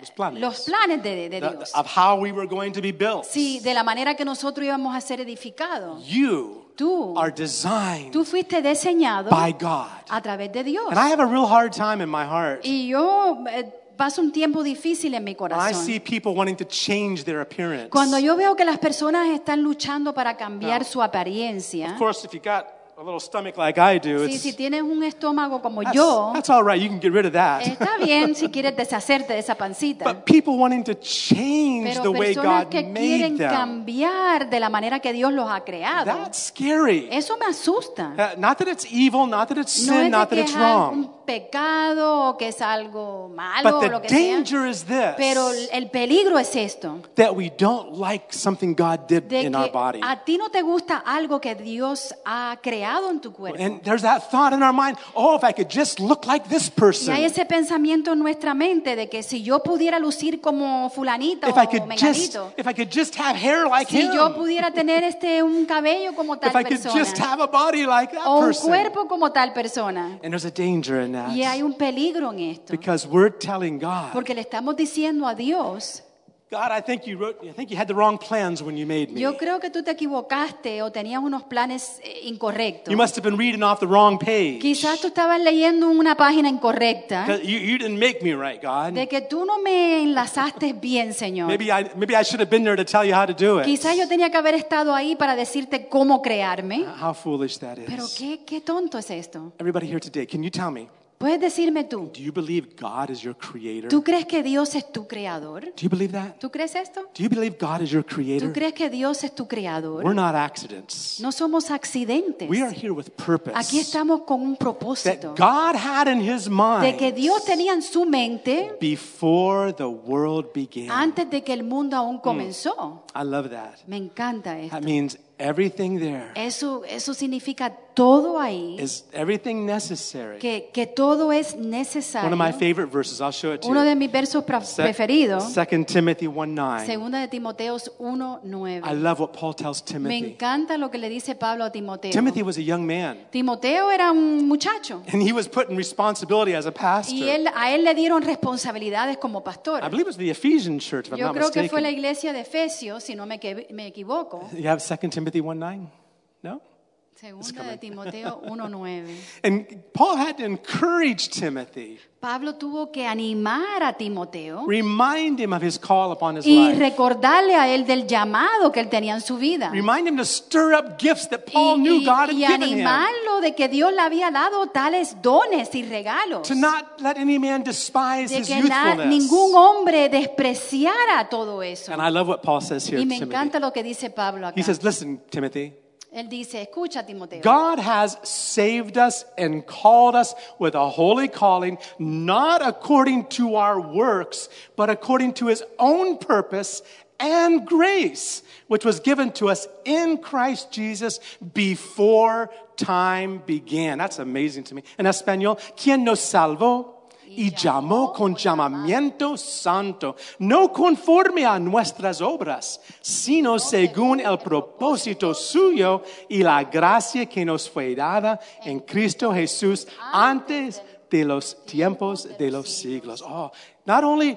Speaker 1: Los planes.
Speaker 2: los planes de,
Speaker 1: the-
Speaker 2: de Dios.
Speaker 1: of how we were going to be built.
Speaker 2: Sí, de la manera que nosotros íbamos a ser edificados.
Speaker 1: You
Speaker 2: Tú,
Speaker 1: are designed
Speaker 2: tú fuiste diseñado
Speaker 1: by God.
Speaker 2: a través de Dios.
Speaker 1: And I have a real hard time in my heart.
Speaker 2: Y yo eh, paso un tiempo difícil en mi
Speaker 1: When I see
Speaker 2: corazón.
Speaker 1: people wanting to change their appearance.
Speaker 2: Cuando yo veo que las personas están luchando para cambiar su apariencia,
Speaker 1: Of course, if you got a little stomach like I do,
Speaker 2: ¿eh? sí,
Speaker 1: it's,
Speaker 2: si tienes un estómago como
Speaker 1: that's,
Speaker 2: yo,
Speaker 1: that's all right. You can get rid of that.
Speaker 2: Está bien si quieres deshacerte de esa pancita.
Speaker 1: But people wanting to change
Speaker 2: Pero
Speaker 1: the way
Speaker 2: personas
Speaker 1: God
Speaker 2: que
Speaker 1: made
Speaker 2: quieren
Speaker 1: them.
Speaker 2: cambiar de la manera que Dios los ha creado,
Speaker 1: That's scary.
Speaker 2: eso me asusta.
Speaker 1: Uh, not that it's evil, not that it's
Speaker 2: No
Speaker 1: sin,
Speaker 2: es
Speaker 1: not that
Speaker 2: de que
Speaker 1: it's
Speaker 2: es algo-
Speaker 1: wrong.
Speaker 2: un pecado o que es algo malo
Speaker 1: But
Speaker 2: o
Speaker 1: the
Speaker 2: lo que sea.
Speaker 1: danger is this
Speaker 2: Pero el peligro es esto.
Speaker 1: that we don't like something God did
Speaker 2: De
Speaker 1: in our
Speaker 2: que
Speaker 1: body.
Speaker 2: a ti no te gusta algo que Dios ha creado en tu cuerpo.
Speaker 1: And there's that thought in our mind oh, if I could just look like this
Speaker 2: Y hay
Speaker 1: person,
Speaker 2: ese pensamiento en nuestra mente de que si yo pudiera lucir como fulanita
Speaker 1: if I
Speaker 2: o
Speaker 1: could just,
Speaker 2: menganito,
Speaker 1: if I could just have hair like
Speaker 2: si yo
Speaker 1: him,
Speaker 2: pudiera tener este un cabello como tal
Speaker 1: if I could just
Speaker 2: persona
Speaker 1: have a body like that
Speaker 2: o un
Speaker 1: person.
Speaker 2: cuerpo como tal persona.
Speaker 1: And there's a danger in that
Speaker 2: Y hay un peligro en esto,
Speaker 1: because we're telling God,
Speaker 2: porque le estamos diciendo a Dios,
Speaker 1: God, I think you wrote, I think you had the wrong plans when you made me.
Speaker 2: yo creo que tú te equivocaste o tenías unos planes eh, incorrectos.
Speaker 1: You must have been reading off the wrong page.
Speaker 2: Quizás tú estabas leyendo una página incorrecta.
Speaker 1: 'Cause You, you didn't make me right, God.
Speaker 2: de que tú no me enlazaste bien, Señor.
Speaker 1: Maybe I, maybe I should have been there to tell you how to do it.
Speaker 2: Quizás yo tenía que haber estado ahí para decirte cómo crearme.
Speaker 1: How foolish that is.
Speaker 2: Pero qué, qué tonto es esto.
Speaker 1: Everybody here today, can you tell me,
Speaker 2: Puedes decirme tú,
Speaker 1: do you believe God is your creator?
Speaker 2: ¿tú crees que Dios es tu creador?
Speaker 1: Do you believe that?
Speaker 2: ¿Tú crees esto?
Speaker 1: Do you believe God is your
Speaker 2: ¿Tú
Speaker 1: creator?
Speaker 2: crees que Dios es tu
Speaker 1: We're
Speaker 2: creador?
Speaker 1: not accidents.
Speaker 2: No somos accidentes.
Speaker 1: We are here with purpose.
Speaker 2: Aquí estamos con un propósito
Speaker 1: That God had in his mind
Speaker 2: de que Dios tenía en su mente
Speaker 1: before the world began.
Speaker 2: antes de que el mundo
Speaker 1: Mm.
Speaker 2: aún comenzó.
Speaker 1: I love that.
Speaker 2: Me encanta esto.
Speaker 1: That means everything there
Speaker 2: Eso, eso significa todo ahí.
Speaker 1: is everything necessary.
Speaker 2: que, que todo es
Speaker 1: One of my
Speaker 2: necesario.
Speaker 1: favorite verses, I'll show it to
Speaker 2: Uno de
Speaker 1: you.
Speaker 2: mis versos pra-
Speaker 1: Sec-
Speaker 2: preferidos,
Speaker 1: Second Timothy 1 9.
Speaker 2: segunda de Timoteos
Speaker 1: I
Speaker 2: 1:9.
Speaker 1: love what Paul tells
Speaker 2: Me
Speaker 1: Timothy.
Speaker 2: encanta lo que le dice Pablo a Timoteo.
Speaker 1: Timothy was a young man,
Speaker 2: Timoteo era un muchacho
Speaker 1: and he was put in responsibility as a
Speaker 2: y
Speaker 1: pastor.
Speaker 2: él, a él le dieron responsabilidades como
Speaker 1: I
Speaker 2: pastor.
Speaker 1: believe it was the Ephesian church, if I'm
Speaker 2: Yo
Speaker 1: not
Speaker 2: creo que fue la
Speaker 1: mistaken.
Speaker 2: iglesia de Efesios, si no me, que- me equivoco.
Speaker 1: You have Second Timothy 1 9? No?
Speaker 2: Segunda de Timoteo 1:9.
Speaker 1: And Paul had to encourage Timothy,
Speaker 2: Pablo tuvo que animar a Timoteo
Speaker 1: remind him of his call upon his
Speaker 2: y
Speaker 1: life,
Speaker 2: recordarle a él del llamado que él tenía en su vida.
Speaker 1: remind him to stir up gifts that Paul
Speaker 2: y,
Speaker 1: knew God
Speaker 2: y-
Speaker 1: had
Speaker 2: y
Speaker 1: given him,
Speaker 2: animarlo de que Dios le había dado tales dones y regalos.
Speaker 1: to not let any man despise
Speaker 2: De
Speaker 1: his
Speaker 2: que na- ningún
Speaker 1: youthfulness.
Speaker 2: hombre despreciara todo eso.
Speaker 1: And I love what Paul says here,
Speaker 2: Y me
Speaker 1: Timothy.
Speaker 2: encanta lo que dice Pablo acá.
Speaker 1: He says, Listen, Timothy,
Speaker 2: Él dice, escucha Timoteo,
Speaker 1: God has saved us and called us with a holy calling, not according to our works, but according to his own purpose and grace, which was given to us in Christ Jesus before time began. That's amazing to me. En español, quien nos salvó? Y llamó con llamamiento santo, no conforme a nuestras obras, sino según el propósito suyo y la gracia que nos fue dada en Cristo Jesús antes de los tiempos de los siglos. Oh, not only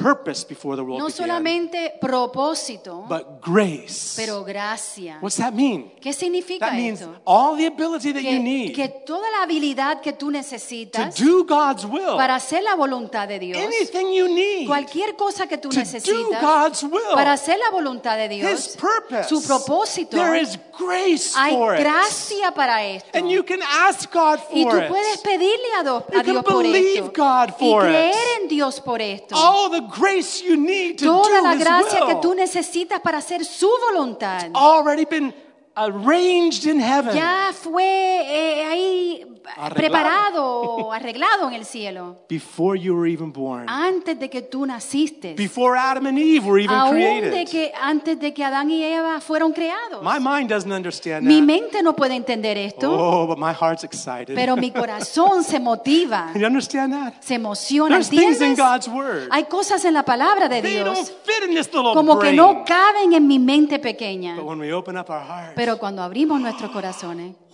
Speaker 1: purpose before the world
Speaker 2: no
Speaker 1: began,
Speaker 2: solamente propósito,
Speaker 1: but grace.
Speaker 2: pero gracia.
Speaker 1: What's that mean?
Speaker 2: ¿Qué significa
Speaker 1: That means
Speaker 2: esto?
Speaker 1: all the ability that you
Speaker 2: Que, que
Speaker 1: need
Speaker 2: toda la habilidad que tú
Speaker 1: to
Speaker 2: necesitas
Speaker 1: do God's will,
Speaker 2: para hacer la voluntad de Dios,
Speaker 1: anything you need.
Speaker 2: cualquier cosa que tú
Speaker 1: to do
Speaker 2: necesitas
Speaker 1: God's will,
Speaker 2: para hacer la voluntad de
Speaker 1: His
Speaker 2: Dios,
Speaker 1: purpose,
Speaker 2: su propósito,
Speaker 1: there is grace
Speaker 2: Hay
Speaker 1: for it.
Speaker 2: gracia para esto.
Speaker 1: And you can ask God for
Speaker 2: Y tú
Speaker 1: it.
Speaker 2: puedes pedirle a, Do-
Speaker 1: You
Speaker 2: a Dios
Speaker 1: can
Speaker 2: por
Speaker 1: believe
Speaker 2: esto.
Speaker 1: God
Speaker 2: Y
Speaker 1: for it.
Speaker 2: creer en Dios por esto.
Speaker 1: All the grace you need to
Speaker 2: Toda
Speaker 1: do
Speaker 2: la
Speaker 1: His
Speaker 2: gracia
Speaker 1: will
Speaker 2: que tú necesitas para hacer su voluntad
Speaker 1: already been arranged in heaven.
Speaker 2: ya fue eh, ahí
Speaker 1: Arreglado.
Speaker 2: preparado o arreglado en el cielo
Speaker 1: Before you were even born,
Speaker 2: antes de que tú naciste.
Speaker 1: before Adam and Eve were even
Speaker 2: Aún de
Speaker 1: created.
Speaker 2: que antes de que Adán y Eva fueron creados.
Speaker 1: My mind doesn't understand
Speaker 2: Mi
Speaker 1: that.
Speaker 2: mente no puede entender esto,
Speaker 1: Oh, but my heart's excited.
Speaker 2: pero mi corazón se motiva,
Speaker 1: Can you understand that?
Speaker 2: se emociona.
Speaker 1: There's things in
Speaker 2: ¿entiendes?
Speaker 1: God's word.
Speaker 2: Hay cosas en la palabra de
Speaker 1: They don't
Speaker 2: Dios
Speaker 1: fit in this little
Speaker 2: como que
Speaker 1: brain.
Speaker 2: no caben en mi mente pequeña.
Speaker 1: But when we open up our hearts,
Speaker 2: Pero cuando abrimos nuestros corazones,
Speaker 1: wow,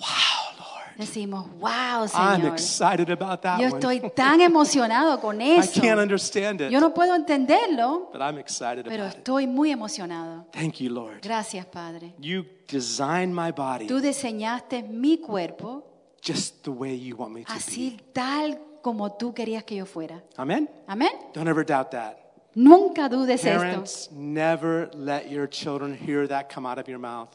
Speaker 1: Lord.
Speaker 2: decimos, wow,
Speaker 1: I'm
Speaker 2: Señor,
Speaker 1: excited about that
Speaker 2: yo
Speaker 1: one.
Speaker 2: estoy tan emocionado con
Speaker 1: I
Speaker 2: eso.
Speaker 1: can't understand it,
Speaker 2: Yo no puedo entenderlo,
Speaker 1: but I'm excited
Speaker 2: pero
Speaker 1: about it.
Speaker 2: estoy muy emocionado.
Speaker 1: Thank you, Lord.
Speaker 2: Gracias, Padre.
Speaker 1: You designed my body
Speaker 2: Tú diseñaste mi cuerpo
Speaker 1: just the way you want me to
Speaker 2: así
Speaker 1: be.
Speaker 2: tal como tú querías que yo fuera.
Speaker 1: Amen?
Speaker 2: Amén.
Speaker 1: Don't ever doubt that.
Speaker 2: Nunca dudes esto.
Speaker 1: Parents, never let your children hear that come out of your mouth.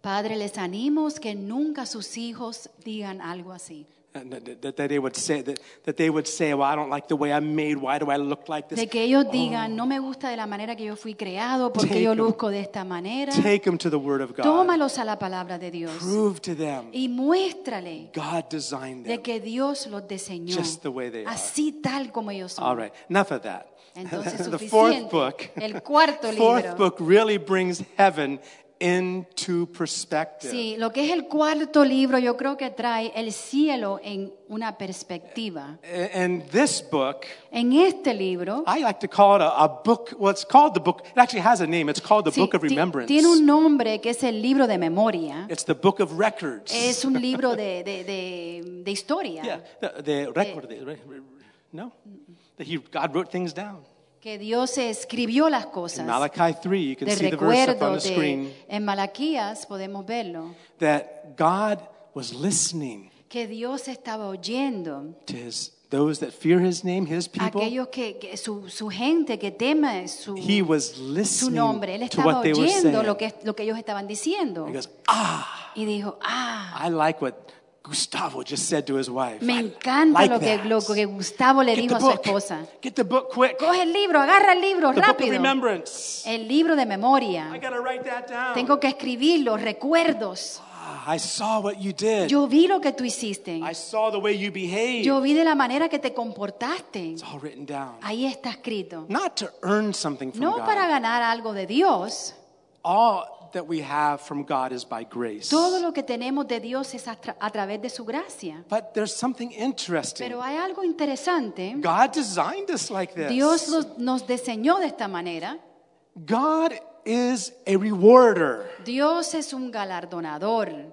Speaker 2: Padre, les animo que nunca sus hijos digan algo así.
Speaker 1: And that, that- that they would say that, that they would say, "Well, I don't like the way I'm made. Why do I look like this?"
Speaker 2: De que ellos digan, no me gusta de la manera que yo fui creado,
Speaker 1: Oh. Take
Speaker 2: porque yo
Speaker 1: them.
Speaker 2: luzco de esta manera.
Speaker 1: Take them to the Word of God.
Speaker 2: Tómalos a la palabra de Dios
Speaker 1: Prove to them
Speaker 2: y muéstrale
Speaker 1: God designed them.
Speaker 2: de que Dios los diseñó
Speaker 1: Just the way they are.
Speaker 2: así tal como ellos son.
Speaker 1: All right, enough of that.
Speaker 2: Entonces,
Speaker 1: the
Speaker 2: suficiente.
Speaker 1: fourth book,
Speaker 2: El cuarto
Speaker 1: fourth
Speaker 2: libro.
Speaker 1: book really brings heaven into perspective.
Speaker 2: Sí, lo que es el cuarto libro yo creo que trae el cielo en una perspectiva.
Speaker 1: A- And this book,
Speaker 2: En este libro
Speaker 1: I like to call it a, a book. Well, it's called the book. It actually has a name. It's called the
Speaker 2: sí,
Speaker 1: Book of
Speaker 2: ti-
Speaker 1: Remembrance.
Speaker 2: tiene un nombre que es el libro de memoria.
Speaker 1: It's the Book of Records.
Speaker 2: Es un libro de, de- de- de historia
Speaker 1: yeah, the,
Speaker 2: Eh.
Speaker 1: the record. the- re- re- no, that he God wrote things down.
Speaker 2: que Dios escribió las
Speaker 1: In
Speaker 2: cosas.
Speaker 1: Malachi three, you can
Speaker 2: De
Speaker 1: see the verse up on
Speaker 2: recuerdo
Speaker 1: the screen
Speaker 2: de, en Malaquías podemos verlo
Speaker 1: that God was listening
Speaker 2: que Dios estaba oyendo
Speaker 1: to his those that fear His name, His
Speaker 2: a
Speaker 1: people.
Speaker 2: aquellos que, que su, su gente que teme su,
Speaker 1: He was
Speaker 2: su
Speaker 1: listening
Speaker 2: nombre. Él
Speaker 1: to
Speaker 2: estaba
Speaker 1: what they were
Speaker 2: oyendo
Speaker 1: saying.
Speaker 2: lo que, lo que ellos estaban diciendo
Speaker 1: He goes, ah,
Speaker 2: y dijo, ah,
Speaker 1: I like what Gustavo just said to his wife.
Speaker 2: me
Speaker 1: I
Speaker 2: encanta
Speaker 1: like
Speaker 2: lo, que,
Speaker 1: that.
Speaker 2: lo que Gustavo le
Speaker 1: Get the
Speaker 2: dijo a su
Speaker 1: book.
Speaker 2: esposa.
Speaker 1: Get the book quick.
Speaker 2: Coge el libro, agarra el libro
Speaker 1: the book of
Speaker 2: rápido.
Speaker 1: remembrance.
Speaker 2: El libro de
Speaker 1: I
Speaker 2: memoria.
Speaker 1: gotta write that down.
Speaker 2: Tengo que escribir los recuerdos.
Speaker 1: Ah, I saw what you did.
Speaker 2: Yo vi lo que tú hiciste.
Speaker 1: I saw the way you behaved.
Speaker 2: Yo vi de la manera que te comportaste.
Speaker 1: It's all written down.
Speaker 2: Ahí está escrito.
Speaker 1: Not to earn something from
Speaker 2: No
Speaker 1: God.
Speaker 2: para ganar algo de Dios.
Speaker 1: All that we have from God is by grace.
Speaker 2: Todo lo que tenemos de Dios es a, tra- a través de su gracia.
Speaker 1: But there's something interesting.
Speaker 2: Pero hay algo interesante.
Speaker 1: God designed us like this.
Speaker 2: Dios los- nos diseñó de esta manera.
Speaker 1: God is a rewarder.
Speaker 2: Dios es un galardonador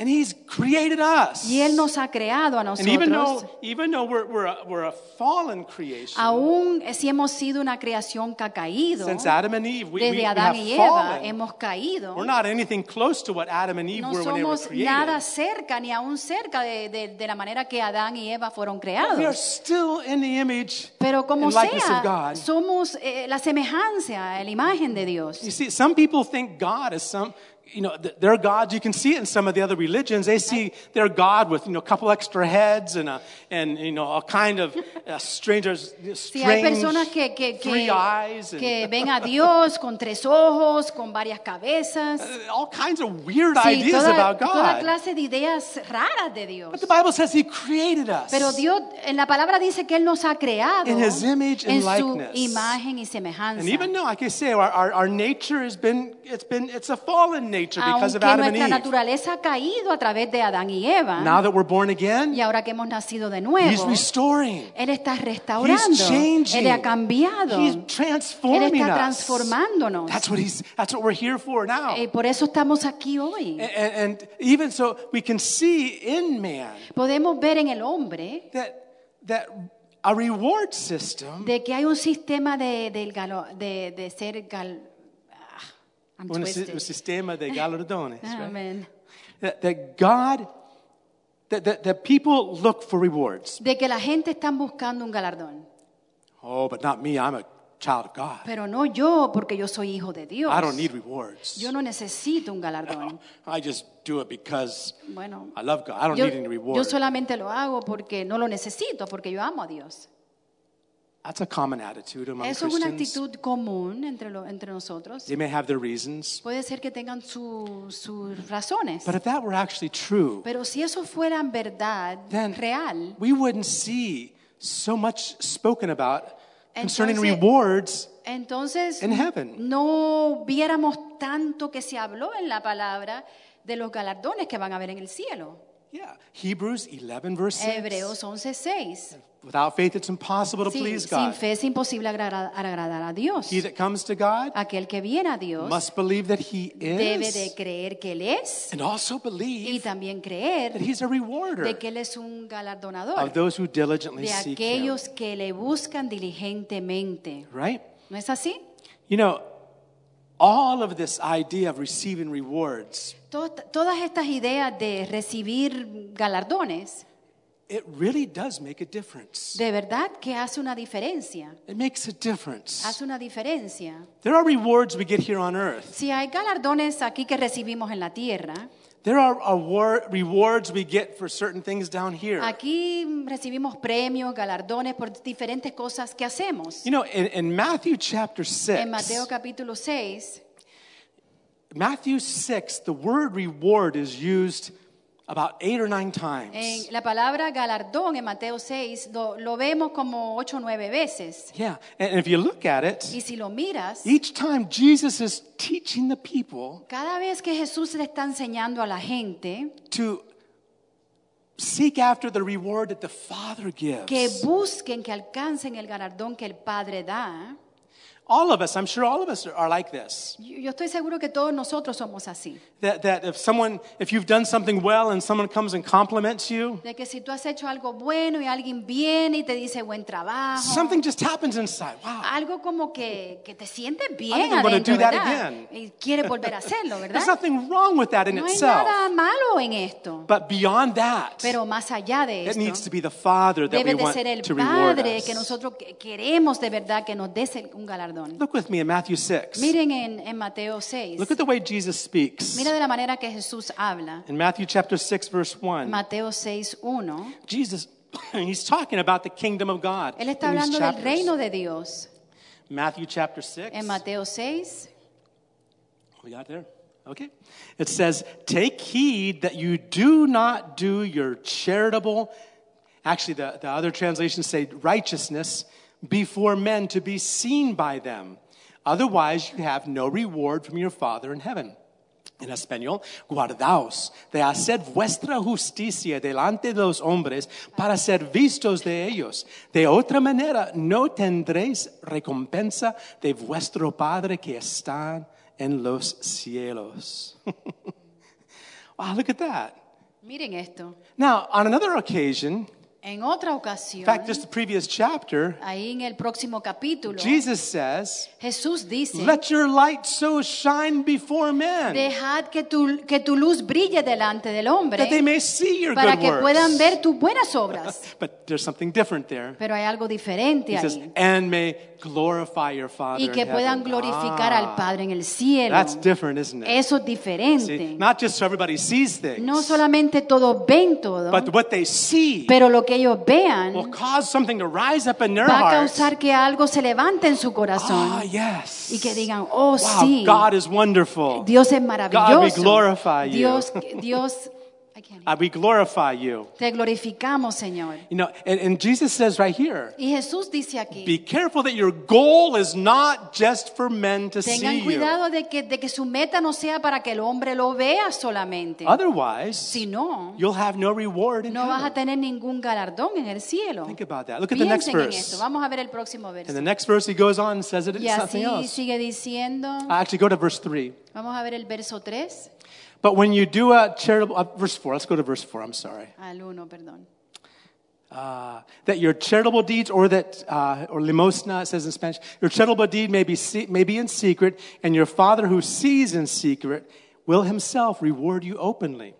Speaker 1: And he's created us.
Speaker 2: y Él nos ha creado a
Speaker 1: and even
Speaker 2: nosotros. Ah,
Speaker 1: though, even though we're, we're, a, we're a fallen creation,
Speaker 2: Aún si hemos sido una creación que ha caído,
Speaker 1: since Adam and Eve, we, we, we
Speaker 2: desde Adán
Speaker 1: have
Speaker 2: y Eva
Speaker 1: fallen.
Speaker 2: hemos caído.
Speaker 1: We're not anything close to what Adam and Eve
Speaker 2: No
Speaker 1: were when they were
Speaker 2: somos
Speaker 1: created.
Speaker 2: nada cerca, ni aún cerca de, de- de la manera que Adán y Eva fueron
Speaker 1: We are
Speaker 2: creados.
Speaker 1: still in the image
Speaker 2: Pero como
Speaker 1: and likeness of
Speaker 2: sea,
Speaker 1: God.
Speaker 2: somos eh, la semejanza, la imagen de Dios.
Speaker 1: you see, some people think God is some, you know, th- their gods. You can see it in some of the other religions. They see their God with, you know, a couple extra heads and a, and you know, a kind of a stranger, strange
Speaker 2: Sí, hay personas que, que, que-
Speaker 1: three eyes and
Speaker 2: que ven a Dios con tres ojos, con varias cabezas.
Speaker 1: all kinds of weird
Speaker 2: Sí,
Speaker 1: ideas
Speaker 2: toda,
Speaker 1: about
Speaker 2: toda
Speaker 1: God.
Speaker 2: clase de ideas raras de Dios.
Speaker 1: But the Bible says He created us.
Speaker 2: Pero Dios, en la palabra dice que Él nos ha creado
Speaker 1: In His image and
Speaker 2: en su
Speaker 1: likeness.
Speaker 2: imagen y semejanza.
Speaker 1: and even though, like I say, our, our, our nature has been, it's been, it's a fallen nature because
Speaker 2: Aunque
Speaker 1: of Adam and
Speaker 2: nuestra
Speaker 1: Eve.
Speaker 2: naturaleza ha caído a través de Adán y Eva,
Speaker 1: Now that we're born
Speaker 2: y
Speaker 1: again,
Speaker 2: ahora que hemos nacido de
Speaker 1: He's
Speaker 2: nuevo,
Speaker 1: restoring.
Speaker 2: Él está
Speaker 1: He's
Speaker 2: restaurando,
Speaker 1: changing.
Speaker 2: Él ha cambiado,
Speaker 1: He's
Speaker 2: Él
Speaker 1: transforming
Speaker 2: está
Speaker 1: us.
Speaker 2: transformándonos.
Speaker 1: Oh, That's what he's. That's what we're here for now.
Speaker 2: Eh, por eso estamos aquí
Speaker 1: And,
Speaker 2: hoy.
Speaker 1: and, and even so, we can see in man
Speaker 2: Podemos ver en el hombre
Speaker 1: that that a reward system.
Speaker 2: de que hay un sistema de, del galo- de, de ser gal, ah, I'm
Speaker 1: Un si-
Speaker 2: twisted.
Speaker 1: un sistema de galardones. right?
Speaker 2: Amén.
Speaker 1: That, that God. That, that, that people look for rewards.
Speaker 2: De que la gente está buscando un galardón.
Speaker 1: Oh, but not me. I'm a child of God.
Speaker 2: Pero no yo, porque yo soy hijo de Dios.
Speaker 1: I don't need rewards.
Speaker 2: Yo no necesito un galardón.
Speaker 1: I just do it because
Speaker 2: Bueno,
Speaker 1: I love God. I don't
Speaker 2: yo,
Speaker 1: need any
Speaker 2: yo
Speaker 1: rewards.
Speaker 2: solamente lo hago porque no lo necesito, porque yo amo a Dios.
Speaker 1: That's a common attitude among
Speaker 2: Eso es una
Speaker 1: Christians.
Speaker 2: actitud común entre, lo- entre nosotros.
Speaker 1: They may have their reasons,
Speaker 2: Puede ser que tengan su- sus razones.
Speaker 1: but if that were actually true,
Speaker 2: Pero si eso fuera en verdad
Speaker 1: then
Speaker 2: real,
Speaker 1: we wouldn't see so much spoken about concerning
Speaker 2: Entonces-
Speaker 1: rewards.
Speaker 2: entonces
Speaker 1: In heaven.
Speaker 2: no viéramos tanto que se habló en la palabra de los galardones que van a haber en el cielo.
Speaker 1: Yeah, Hebrews 11 verse 6.
Speaker 2: Hebreos 11:6.
Speaker 1: Without faith, it's impossible to
Speaker 2: Sí,
Speaker 1: please
Speaker 2: sin
Speaker 1: God.
Speaker 2: fe es imposible agradar, agradar a Dios.
Speaker 1: He that comes to God
Speaker 2: Aquel que viene a Dios
Speaker 1: must believe that He
Speaker 2: debe de
Speaker 1: is,
Speaker 2: creer que Él es
Speaker 1: and also
Speaker 2: y
Speaker 1: believe
Speaker 2: también
Speaker 1: that
Speaker 2: creer
Speaker 1: He's a rewarder
Speaker 2: de que Él es un galardonador
Speaker 1: of those who diligently
Speaker 2: de
Speaker 1: seek Him.
Speaker 2: aquellos que le buscan diligentemente.
Speaker 1: Right?
Speaker 2: ¿No es así?
Speaker 1: You know, all of this idea of receiving rewards,
Speaker 2: To- Todas estas ideas de recibir galardones,
Speaker 1: it really does make a difference.
Speaker 2: de verdad que hace una diferencia.
Speaker 1: It makes a difference.
Speaker 2: Hace una diferencia.
Speaker 1: There are rewards we get here on earth,
Speaker 2: Si hay galardones aquí que recibimos en la tierra,
Speaker 1: There are award, rewards we get for certain things down here.
Speaker 2: Aquí recibimos premios, galardones por diferentes cosas que hacemos.
Speaker 1: You know, in, in Matthew chapter 6,
Speaker 2: En Mateo capítulo 6,
Speaker 1: Matthew 6, the word reward is used about eight or nine times.
Speaker 2: en la palabra galardón en Mateo 6 lo, lo vemos como ocho o nueve veces.
Speaker 1: yeah, and and if you look at
Speaker 2: Y
Speaker 1: it,
Speaker 2: si lo miras,
Speaker 1: each time Jesus is teaching the people
Speaker 2: cada vez que Jesús le está enseñando a la gente
Speaker 1: to seek after the reward that the Father
Speaker 2: que
Speaker 1: gives.
Speaker 2: busquen, que alcancen el galardón que el Padre da,
Speaker 1: All of us, I'm sure all of us are- are like this.
Speaker 2: yo yo estoy seguro que todos nosotros somos así.
Speaker 1: That, that if someone, if you've done something well and someone comes and compliments you,
Speaker 2: De que si tú has hecho algo bueno y alguien viene y te dice buen trabajo,
Speaker 1: something just happens inside. Wow.
Speaker 2: algo como que, que te sientes
Speaker 1: I
Speaker 2: bien
Speaker 1: think I'm gonna
Speaker 2: adentro,
Speaker 1: do that
Speaker 2: ¿verdad?
Speaker 1: again.
Speaker 2: Y quieres volver a hacerlo, ¿verdad?
Speaker 1: There's nothing wrong with that in
Speaker 2: No hay
Speaker 1: itself.
Speaker 2: nada malo en esto,
Speaker 1: But beyond that,
Speaker 2: pero más allá de
Speaker 1: it needs to
Speaker 2: esto,
Speaker 1: be the Father that we
Speaker 2: debe de
Speaker 1: want
Speaker 2: ser el
Speaker 1: to reward
Speaker 2: Padre que
Speaker 1: us.
Speaker 2: nosotros que- queremos de verdad que nos des el- un galardón.
Speaker 1: Look with me in Matthew 6.
Speaker 2: Miren en, en Mateo 6,
Speaker 1: Look at the way Jesus speaks.
Speaker 2: mira de la manera que Jesús habla.
Speaker 1: In Matthew chapter 6, verse 1,
Speaker 2: Mateo 6, 1.
Speaker 1: Jesus, he's talking about the kingdom of God.
Speaker 2: Él está
Speaker 1: in these
Speaker 2: hablando del
Speaker 1: chapters.
Speaker 2: reino de Dios.
Speaker 1: Matthew chapter 6.
Speaker 2: En Mateo 6,
Speaker 1: We got there? Okay. It says, Take heed that you do not do your charitable, actually, the, the other translations say righteousness before men to be seen by them. Otherwise, you have no reward from your Father in heaven. En español, guardaos de hacer vuestra justicia delante de los hombres para ser vistos de ellos. De otra manera, no tendréis recompensa de vuestro Padre que está en los cielos. wow, look at that.
Speaker 2: miren esto.
Speaker 1: Now, on another occasion,
Speaker 2: En otra
Speaker 1: in
Speaker 2: ocasión,
Speaker 1: fact, just the previous chapter,
Speaker 2: ahí en el próximo capítulo,
Speaker 1: Jesus says,
Speaker 2: Jesús dice,
Speaker 1: Let your light so shine before men
Speaker 2: dejad que tu, que tu luz brille delante del
Speaker 1: that they
Speaker 2: hombre
Speaker 1: may see your
Speaker 2: para
Speaker 1: good
Speaker 2: que puedan
Speaker 1: works.
Speaker 2: ver tus buenas obras.
Speaker 1: But there's something different there.
Speaker 2: Pero hay algo diferente
Speaker 1: He says,
Speaker 2: ahí.
Speaker 1: and may glorify your Father.
Speaker 2: Y que
Speaker 1: in
Speaker 2: puedan
Speaker 1: heaven."
Speaker 2: glorificar al
Speaker 1: Ah,
Speaker 2: Padre en el cielo.
Speaker 1: That's different, isn't it?
Speaker 2: Eso es
Speaker 1: See,
Speaker 2: diferente.
Speaker 1: not just so everybody sees things,
Speaker 2: No solamente todos ven todo,
Speaker 1: but what they see
Speaker 2: pero lo que ellos vean
Speaker 1: will cause something to rise up in their
Speaker 2: va a
Speaker 1: hearts.
Speaker 2: causar que algo se levante en su corazón
Speaker 1: ah, yes.
Speaker 2: y que digan, oh
Speaker 1: wow,
Speaker 2: sí,
Speaker 1: God is wonderful.
Speaker 2: Dios
Speaker 1: God,
Speaker 2: es
Speaker 1: we
Speaker 2: maravilloso.
Speaker 1: glorify you.
Speaker 2: Dios, Dios, I can't hear.
Speaker 1: Uh, we glorify you.
Speaker 2: te glorificamos, Señor.
Speaker 1: You know, and, and Jesus says right here,
Speaker 2: Y Jesús dice aquí,
Speaker 1: be careful that your goal is not just for men to see
Speaker 2: tengan cuidado de que, de que su meta no sea para que el hombre lo vea solamente.
Speaker 1: you. Otherwise,
Speaker 2: Si no,
Speaker 1: you'll have no reward in
Speaker 2: no vas a
Speaker 1: heaven.
Speaker 2: tener ningún galardón en el cielo.
Speaker 1: Think about that. Look at the next
Speaker 2: Piensen en
Speaker 1: verse.
Speaker 2: esto. Vamos a ver el próximo
Speaker 1: And the
Speaker 2: verso.
Speaker 1: next verse he goes on and says it
Speaker 2: Y
Speaker 1: is something
Speaker 2: así
Speaker 1: else. Ah.
Speaker 2: sigue diciendo,
Speaker 1: I actually go to verse 3.
Speaker 2: vamos a ver el verso 3
Speaker 1: But when you do a charitable, uh, verse 4, let's go to verse 4, I'm sorry.
Speaker 2: al 1, perdón.
Speaker 1: Uh, that your charitable deeds or that, uh, or limosna, it says in Spanish, your charitable deed may be, se- may be in secret, and your father who sees in secret will himself reward you openly.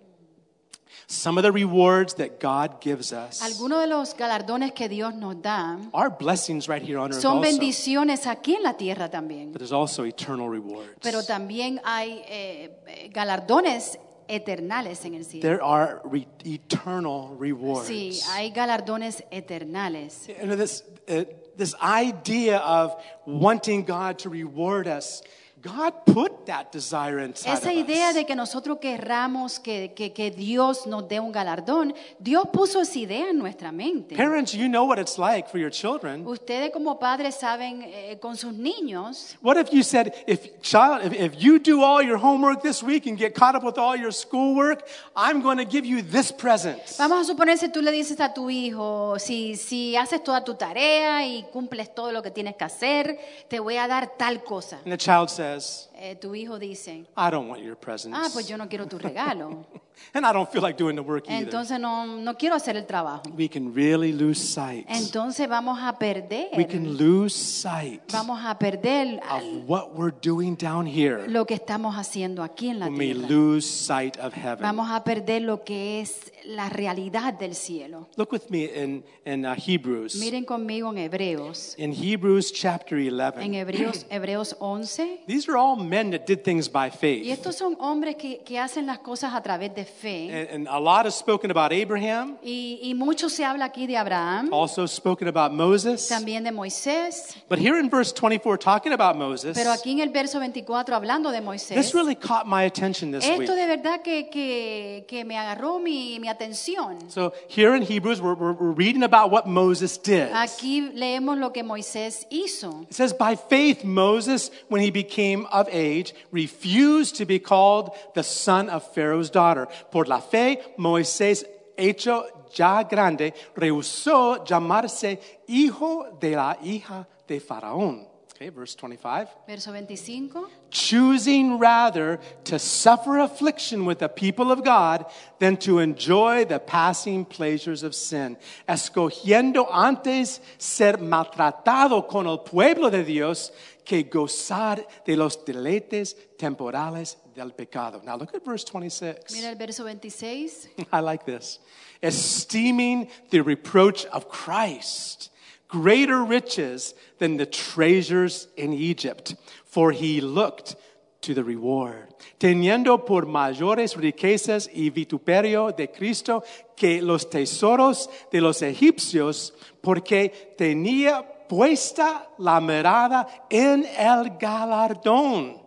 Speaker 1: Some of the rewards that God gives us
Speaker 2: Algunos de los galardones que Dios nos da
Speaker 1: are blessings right here on earth
Speaker 2: son
Speaker 1: also,
Speaker 2: bendiciones aquí en la tierra también,
Speaker 1: but there's also eternal rewards.
Speaker 2: pero también hay eh, eh, galardones eternales en el cielo.
Speaker 1: There are re- eternal rewards.
Speaker 2: Sí, hay galardones eternales.
Speaker 1: You know, this, uh, this idea of wanting God to reward us, God put that desire inside
Speaker 2: Esa
Speaker 1: of
Speaker 2: idea
Speaker 1: us.
Speaker 2: de que nosotros querramos que, que, que Dios nos dé un galardón, Dios puso esa idea en nuestra mente.
Speaker 1: Parents, you know what it's like for your children.
Speaker 2: Ustedes como padres saben eh, con sus niños
Speaker 1: What if you said, if child, if, if you do all your homework this week and get caught up with all your schoolwork, I'm going to give you this present.
Speaker 2: Vamos a suponer si tú le dices a tu hijo, si, si haces toda tu tarea y cumples todo lo que tienes que hacer, te voy a dar tal cosa.
Speaker 1: And the child says,
Speaker 2: Eh, tu hijo dice,
Speaker 1: I don't want your presents.
Speaker 2: ah, pues yo no quiero tu regalo.
Speaker 1: and I don't feel like doing the work either.
Speaker 2: Entonces no, no quiero hacer el trabajo.
Speaker 1: We can really lose sight.
Speaker 2: Entonces vamos a
Speaker 1: we
Speaker 2: perder,
Speaker 1: can Ah. lose sight.
Speaker 2: vamos a perder
Speaker 1: of what we're doing down here
Speaker 2: lo que estamos haciendo aquí en la
Speaker 1: when we
Speaker 2: tierra.
Speaker 1: lose sight of heaven.
Speaker 2: Vamos a perder lo que es la realidad del cielo.
Speaker 1: Look with me in, in uh, Hebrews.
Speaker 2: Miren conmigo en Hebreos,
Speaker 1: In Hebrews chapter
Speaker 2: en
Speaker 1: 11.
Speaker 2: Hebreos, Hebreos 11.
Speaker 1: These are all men that did things by
Speaker 2: Y
Speaker 1: faith.
Speaker 2: estos son hombres que, que hacen las cosas a través de fe.
Speaker 1: And, and a lot is spoken about Abraham,
Speaker 2: Y, y mucho se habla aquí de Abraham,
Speaker 1: also spoken about Moses.
Speaker 2: también de Moisés.
Speaker 1: But here in verse 24, talking about Moses,
Speaker 2: Pero aquí en el verso 24, hablando de Moisés,
Speaker 1: this really caught my attention this week.
Speaker 2: esto de verdad que, que, que me agarró mi, mi atención.
Speaker 1: So here in Hebrews, we're, we're, we're reading about what Moses did.
Speaker 2: Aquí leemos lo que Moisés hizo.
Speaker 1: It says, By faith, Moses, when he became of age, refused to be called the son of Pharaoh's daughter. Por la fe, Moisés, hecho ya grande, rehusó llamarse hijo de la hija de Faraón. Okay, verse 25.
Speaker 2: Verso 25.
Speaker 1: Choosing rather to suffer affliction with the people of God than to enjoy the passing pleasures of sin. Escogiendo antes ser maltratado con el pueblo de Dios que gozar de los deleites temporales del pecado. Now look at verse 26.
Speaker 2: Mira el verso 26.
Speaker 1: I like this. Esteeming the reproach of Christ greater riches than the treasures in Egypt, for he looked to the reward. Teniendo por mayores riquezas y vituperio de Cristo que los tesoros de los egipcios, porque tenía puesta la mirada en el galardón.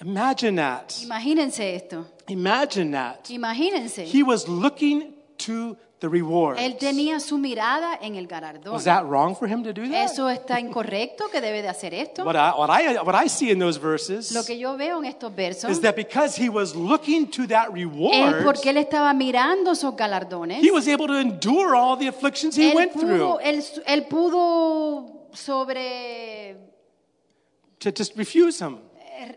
Speaker 1: Imagine that.
Speaker 2: Imagínense esto.
Speaker 1: Imagine that.
Speaker 2: Imagínense.
Speaker 1: He was looking to the reward.
Speaker 2: Él tenía su mirada en el galardón.
Speaker 1: Was that wrong for him to do that?
Speaker 2: Eso está incorrecto que debe de hacer esto.
Speaker 1: What I, what I, what I see in those verses
Speaker 2: Lo que yo veo en estos versos
Speaker 1: is that because he was looking to that
Speaker 2: es
Speaker 1: reward,
Speaker 2: porque él estaba mirando esos galardones.
Speaker 1: he was able to endure all the afflictions he
Speaker 2: Él
Speaker 1: went
Speaker 2: pudo,
Speaker 1: through.
Speaker 2: él, su- él pudo sobre
Speaker 1: To just refuse him.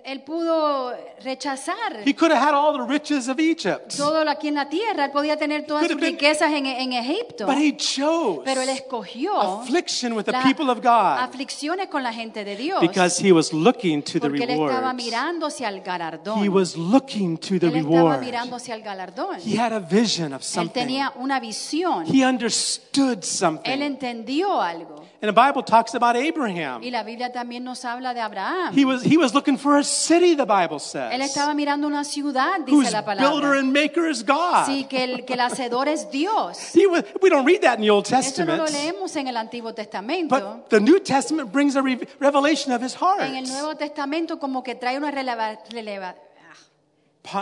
Speaker 2: él pudo rechazar
Speaker 1: He could have had all the riches of Egypt,
Speaker 2: todo lo aquí en la tierra. Él podía tener todas
Speaker 1: Could
Speaker 2: sus
Speaker 1: have been-
Speaker 2: riquezas en, en Egipto.
Speaker 1: but he chose
Speaker 2: Pero él escogió
Speaker 1: affliction with the
Speaker 2: las
Speaker 1: people of God
Speaker 2: aflicciones con la gente de Dios.
Speaker 1: because he was looking to the
Speaker 2: porque él estaba
Speaker 1: reward.
Speaker 2: mirando hacia el galardón.
Speaker 1: He was looking to the
Speaker 2: él estaba
Speaker 1: reward.
Speaker 2: mirando hacia el galardón.
Speaker 1: He had a vision of
Speaker 2: Él
Speaker 1: something.
Speaker 2: tenía una visión.
Speaker 1: He understood
Speaker 2: Él
Speaker 1: something.
Speaker 2: entendió algo.
Speaker 1: And the Bible talks about
Speaker 2: Y
Speaker 1: Abraham.
Speaker 2: la Biblia también nos habla de Abraham.
Speaker 1: He was, he was looking for a city, the Bible
Speaker 2: Él
Speaker 1: says,
Speaker 2: estaba mirando una ciudad, dice
Speaker 1: whose
Speaker 2: la
Speaker 1: builder
Speaker 2: palabra.
Speaker 1: and maker is God.
Speaker 2: Sí, que el, que el hacedor es Dios.
Speaker 1: He was, we don't read that in the Old
Speaker 2: Eso no lo
Speaker 1: Testament,
Speaker 2: leemos en el Antiguo Testamento.
Speaker 1: but the New Testament brings a re- revelation of his heart,
Speaker 2: En el Nuevo Testamento como que trae una, releva- releva-
Speaker 1: Pa-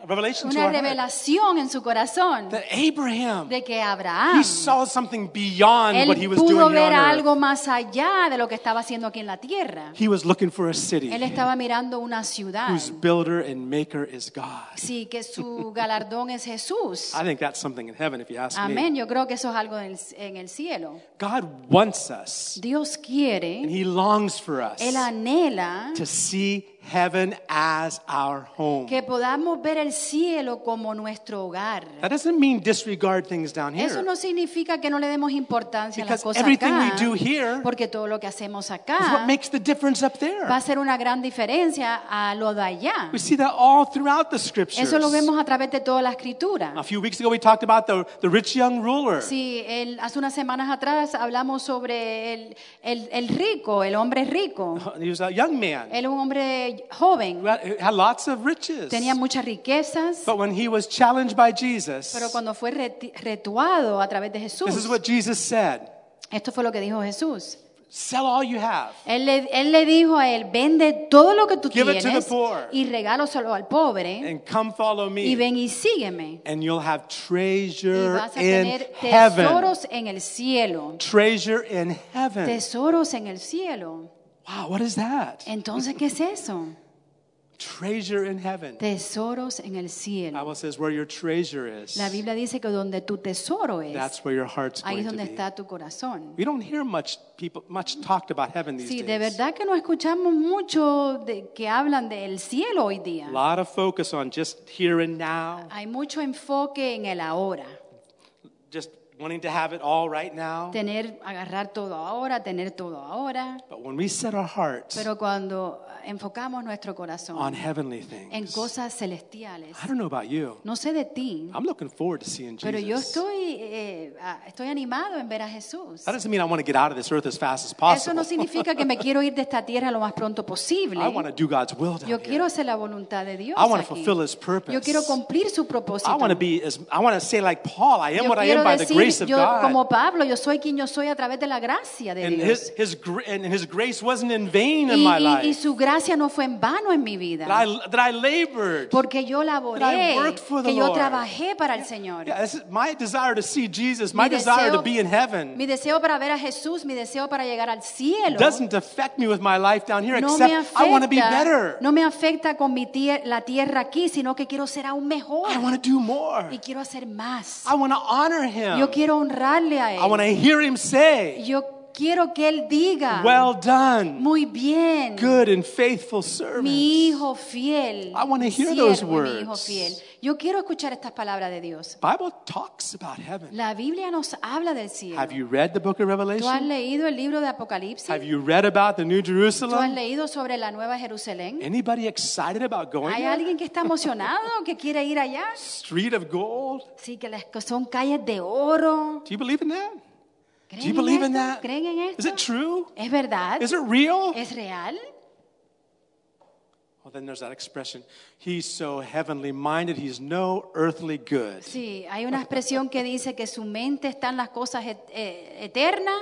Speaker 1: uh, a revelation to
Speaker 2: una
Speaker 1: our heart.
Speaker 2: revelación en su corazón
Speaker 1: That Abraham,
Speaker 2: de que Abraham,
Speaker 1: he saw something beyond what he
Speaker 2: él
Speaker 1: was
Speaker 2: pudo
Speaker 1: doing here
Speaker 2: ver
Speaker 1: on earth.
Speaker 2: algo más allá de lo que estaba haciendo aquí en la tierra.
Speaker 1: He was looking for a city
Speaker 2: Él estaba mirando una ciudad.
Speaker 1: whose builder and maker is God.
Speaker 2: Sí, que su galardón es Jesús.
Speaker 1: I think that's something in heaven, if you ask me.
Speaker 2: Amén. Yo creo que eso es algo en el, en el cielo.
Speaker 1: God wants us,
Speaker 2: Dios
Speaker 1: and
Speaker 2: quiere,
Speaker 1: He longs for us
Speaker 2: Él anhela
Speaker 1: to see heaven as our home.
Speaker 2: que podamos ver el cielo como nuestro hogar.
Speaker 1: That doesn't mean disregard things down
Speaker 2: Eso
Speaker 1: here.
Speaker 2: no significa que no le demos importancia a las
Speaker 1: Because
Speaker 2: cosas
Speaker 1: everything
Speaker 2: acá,
Speaker 1: we do here
Speaker 2: porque todo lo que hacemos
Speaker 1: It's what
Speaker 2: acá
Speaker 1: makes the difference up
Speaker 2: va a
Speaker 1: there.
Speaker 2: ser una gran diferencia a lo de allá.
Speaker 1: We see that all throughout the scriptures.
Speaker 2: Eso lo vemos a través de toda la escritura.
Speaker 1: A few weeks ago, we talked about the, the rich young ruler.
Speaker 2: Sí, el- hace unas semanas atrás hablamos sobre el, el- el rico, el hombre rico.
Speaker 1: He was a young man
Speaker 2: Él era un hombre
Speaker 1: who
Speaker 2: joven,
Speaker 1: had, who had lots of riches.
Speaker 2: tenía muchas riquezas,
Speaker 1: But when he was challenged by Jesus,
Speaker 2: pero cuando fue reti- retuado a través de
Speaker 1: this is
Speaker 2: Jesús,
Speaker 1: what Jesus said
Speaker 2: esto fue lo que dijo Jesús.
Speaker 1: Sell all you have.
Speaker 2: Él le, él le dijo a él, vende todo lo que tú
Speaker 1: Give it to
Speaker 2: tienes
Speaker 1: the poor.
Speaker 2: y regáloselo al pobre
Speaker 1: and come follow
Speaker 2: Eh. y
Speaker 1: me
Speaker 2: ven y sígueme.
Speaker 1: and you'll have
Speaker 2: Y
Speaker 1: treasure
Speaker 2: vas a
Speaker 1: in
Speaker 2: tener
Speaker 1: heaven
Speaker 2: tesoros en el cielo.
Speaker 1: treasure in heaven
Speaker 2: Tesoros en el cielo.
Speaker 1: wow what is that
Speaker 2: Entonces, ¿qué es eso?
Speaker 1: treasure in heaven
Speaker 2: Tesoros en el cielo.
Speaker 1: bible says where your treasure is
Speaker 2: La Biblia dice que donde tu tesoro es,
Speaker 1: that's where your heart's
Speaker 2: ahí es
Speaker 1: going to
Speaker 2: donde
Speaker 1: be
Speaker 2: está tu corazón.
Speaker 1: we don't hear much people much talked about heaven these
Speaker 2: Sí,
Speaker 1: days
Speaker 2: de verdad que no escuchamos mucho de, que hablan del cielo hoy
Speaker 1: a
Speaker 2: día.
Speaker 1: lot of focus on just here and now
Speaker 2: Hay mucho enfoque en el ahora.
Speaker 1: just wanting to have it all right now.
Speaker 2: Tener, agarrar todo ahora, tener todo ahora.
Speaker 1: But when we set our hearts
Speaker 2: Pero cuando enfocamos nuestro
Speaker 1: on
Speaker 2: corazón
Speaker 1: heavenly
Speaker 2: en
Speaker 1: things,
Speaker 2: cosas celestiales,
Speaker 1: I don't know about you.
Speaker 2: no sé de ti,
Speaker 1: I'm looking forward to seeing
Speaker 2: pero yo
Speaker 1: Jesus.
Speaker 2: estoy, eh, ah, estoy animado en ver a Jesús.
Speaker 1: That doesn't mean I want to get out of this earth as fast as
Speaker 2: Eso
Speaker 1: possible.
Speaker 2: no significa que me quiero ir de esta tierra lo más pronto posible.
Speaker 1: I want to do God's will down
Speaker 2: Yo
Speaker 1: here.
Speaker 2: quiero hacer la voluntad de Dios.
Speaker 1: I wanna
Speaker 2: aquí.
Speaker 1: fulfill his purpose.
Speaker 2: Yo quiero cumplir su
Speaker 1: I
Speaker 2: propósito.
Speaker 1: want to be as I want to say like Paul, I am
Speaker 2: yo
Speaker 1: what I am
Speaker 2: quiero
Speaker 1: by the grace
Speaker 2: decir,
Speaker 1: of
Speaker 2: yo,
Speaker 1: God.
Speaker 2: como Pablo, yo soy quien yo soy a través de la gracia de
Speaker 1: And his
Speaker 2: Dios.
Speaker 1: his gr- and his grace wasn't in vain
Speaker 2: Y,
Speaker 1: in my
Speaker 2: y- y
Speaker 1: life.
Speaker 2: su gracia no fue en vano en mi
Speaker 1: That
Speaker 2: vida.
Speaker 1: I that I labored.
Speaker 2: Porque yo
Speaker 1: that
Speaker 2: laboré,
Speaker 1: I worked for the
Speaker 2: que yo
Speaker 1: Lord.
Speaker 2: trabajé para el Señor.
Speaker 1: Yeah, this is my desire to see Jesus,
Speaker 2: Mi
Speaker 1: my desire to
Speaker 2: deseo-
Speaker 1: be in heaven
Speaker 2: Mi deseo para ver a Jesús, mi deseo para llegar al cielo.
Speaker 1: doesn't affect me with my life down here
Speaker 2: no me
Speaker 1: except I want to be
Speaker 2: afecta,
Speaker 1: better.
Speaker 2: no me afecta con mi tie- la tierra aquí, sino que quiero ser aún mejor
Speaker 1: I want to do more.
Speaker 2: y quiero hacer más.
Speaker 1: I want to honor him.
Speaker 2: Yo quiero honrarle a
Speaker 1: I want
Speaker 2: él.
Speaker 1: to hear him say,
Speaker 2: Yo quiero que él diga,
Speaker 1: "Well done,
Speaker 2: muy bien,
Speaker 1: good and faithful servant."
Speaker 2: mi hijo fiel,
Speaker 1: I wanna
Speaker 2: mi
Speaker 1: hear those
Speaker 2: siervo, mi hijo
Speaker 1: words.
Speaker 2: fiel. Yo quiero escuchar estas palabras de Dios.
Speaker 1: Bible talks about heaven.
Speaker 2: La Biblia nos habla del cielo.
Speaker 1: Have you read the book of
Speaker 2: ¿Tú has
Speaker 1: Revelation?
Speaker 2: leído el libro de Apocalipsis?
Speaker 1: Have you read about the New
Speaker 2: ¿Tú has
Speaker 1: Jerusalem?
Speaker 2: leído sobre la Nueva Jerusalén?
Speaker 1: Anybody excited about going
Speaker 2: ¿Hay
Speaker 1: there?
Speaker 2: alguien que está emocionado, que quiere ir allá?
Speaker 1: Street of gold?
Speaker 2: Sí, que las que son calles de oro.
Speaker 1: Do you believe in that? Do you
Speaker 2: ¿Creen
Speaker 1: believe in
Speaker 2: en
Speaker 1: that?
Speaker 2: esto? ¿Creen en
Speaker 1: Is
Speaker 2: esto?
Speaker 1: it true?
Speaker 2: ¿Es verdad?
Speaker 1: Is it real?
Speaker 2: ¿Es real?
Speaker 1: Well, then there's that expression. He's so heavenly minded, he's no earthly good.
Speaker 2: Sí, hay una expresión que dice que su mente están las cosas et- eh, eternas,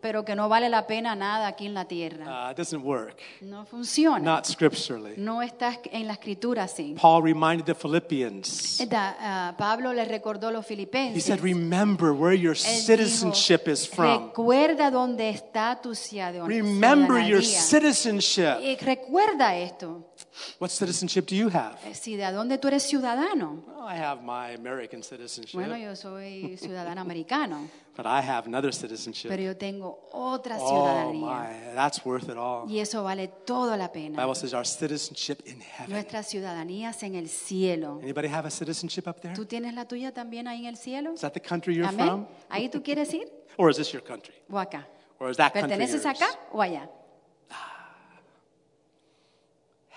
Speaker 2: pero que no vale la pena nada aquí en la tierra.
Speaker 1: Uh, it doesn't work.
Speaker 2: No funciona.
Speaker 1: Not scripturally.
Speaker 2: No está en la escritura así.
Speaker 1: Paul reminded the Philippians.
Speaker 2: Da- ah, Pablo le recordó a los
Speaker 1: He
Speaker 2: filipenses.
Speaker 1: said, Remember where your
Speaker 2: Él dijo,
Speaker 1: citizenship is from.
Speaker 2: Recuerda dónde está tu ciudad-
Speaker 1: Remember your
Speaker 2: ciudadanía.
Speaker 1: citizenship.
Speaker 2: Eh, recuerda esto.
Speaker 1: What citizenship do you have?
Speaker 2: Eh, Si de dónde tú eres ciudadano.
Speaker 1: Well, I have my American citizenship,
Speaker 2: Bueno, yo soy ciudadano americano,
Speaker 1: but I have another
Speaker 2: pero
Speaker 1: citizenship.
Speaker 2: yo tengo otra
Speaker 1: Oh
Speaker 2: ciudadanía.
Speaker 1: my, that's worth it all.
Speaker 2: Y eso vale toda la
Speaker 1: The
Speaker 2: pena.
Speaker 1: Bible says our citizenship in heaven.
Speaker 2: Nuestra ciudadanía es en el cielo.
Speaker 1: Anybody have a citizenship up there?
Speaker 2: ¿Tú tienes la tuya también ahí en el cielo?
Speaker 1: Is that the country you're
Speaker 2: Amén.
Speaker 1: from?
Speaker 2: ¿Ahí tú quieres ir?
Speaker 1: Or is this your country?
Speaker 2: ¿O acá?
Speaker 1: Or is that country yours?
Speaker 2: ¿Perteneces acá o allá?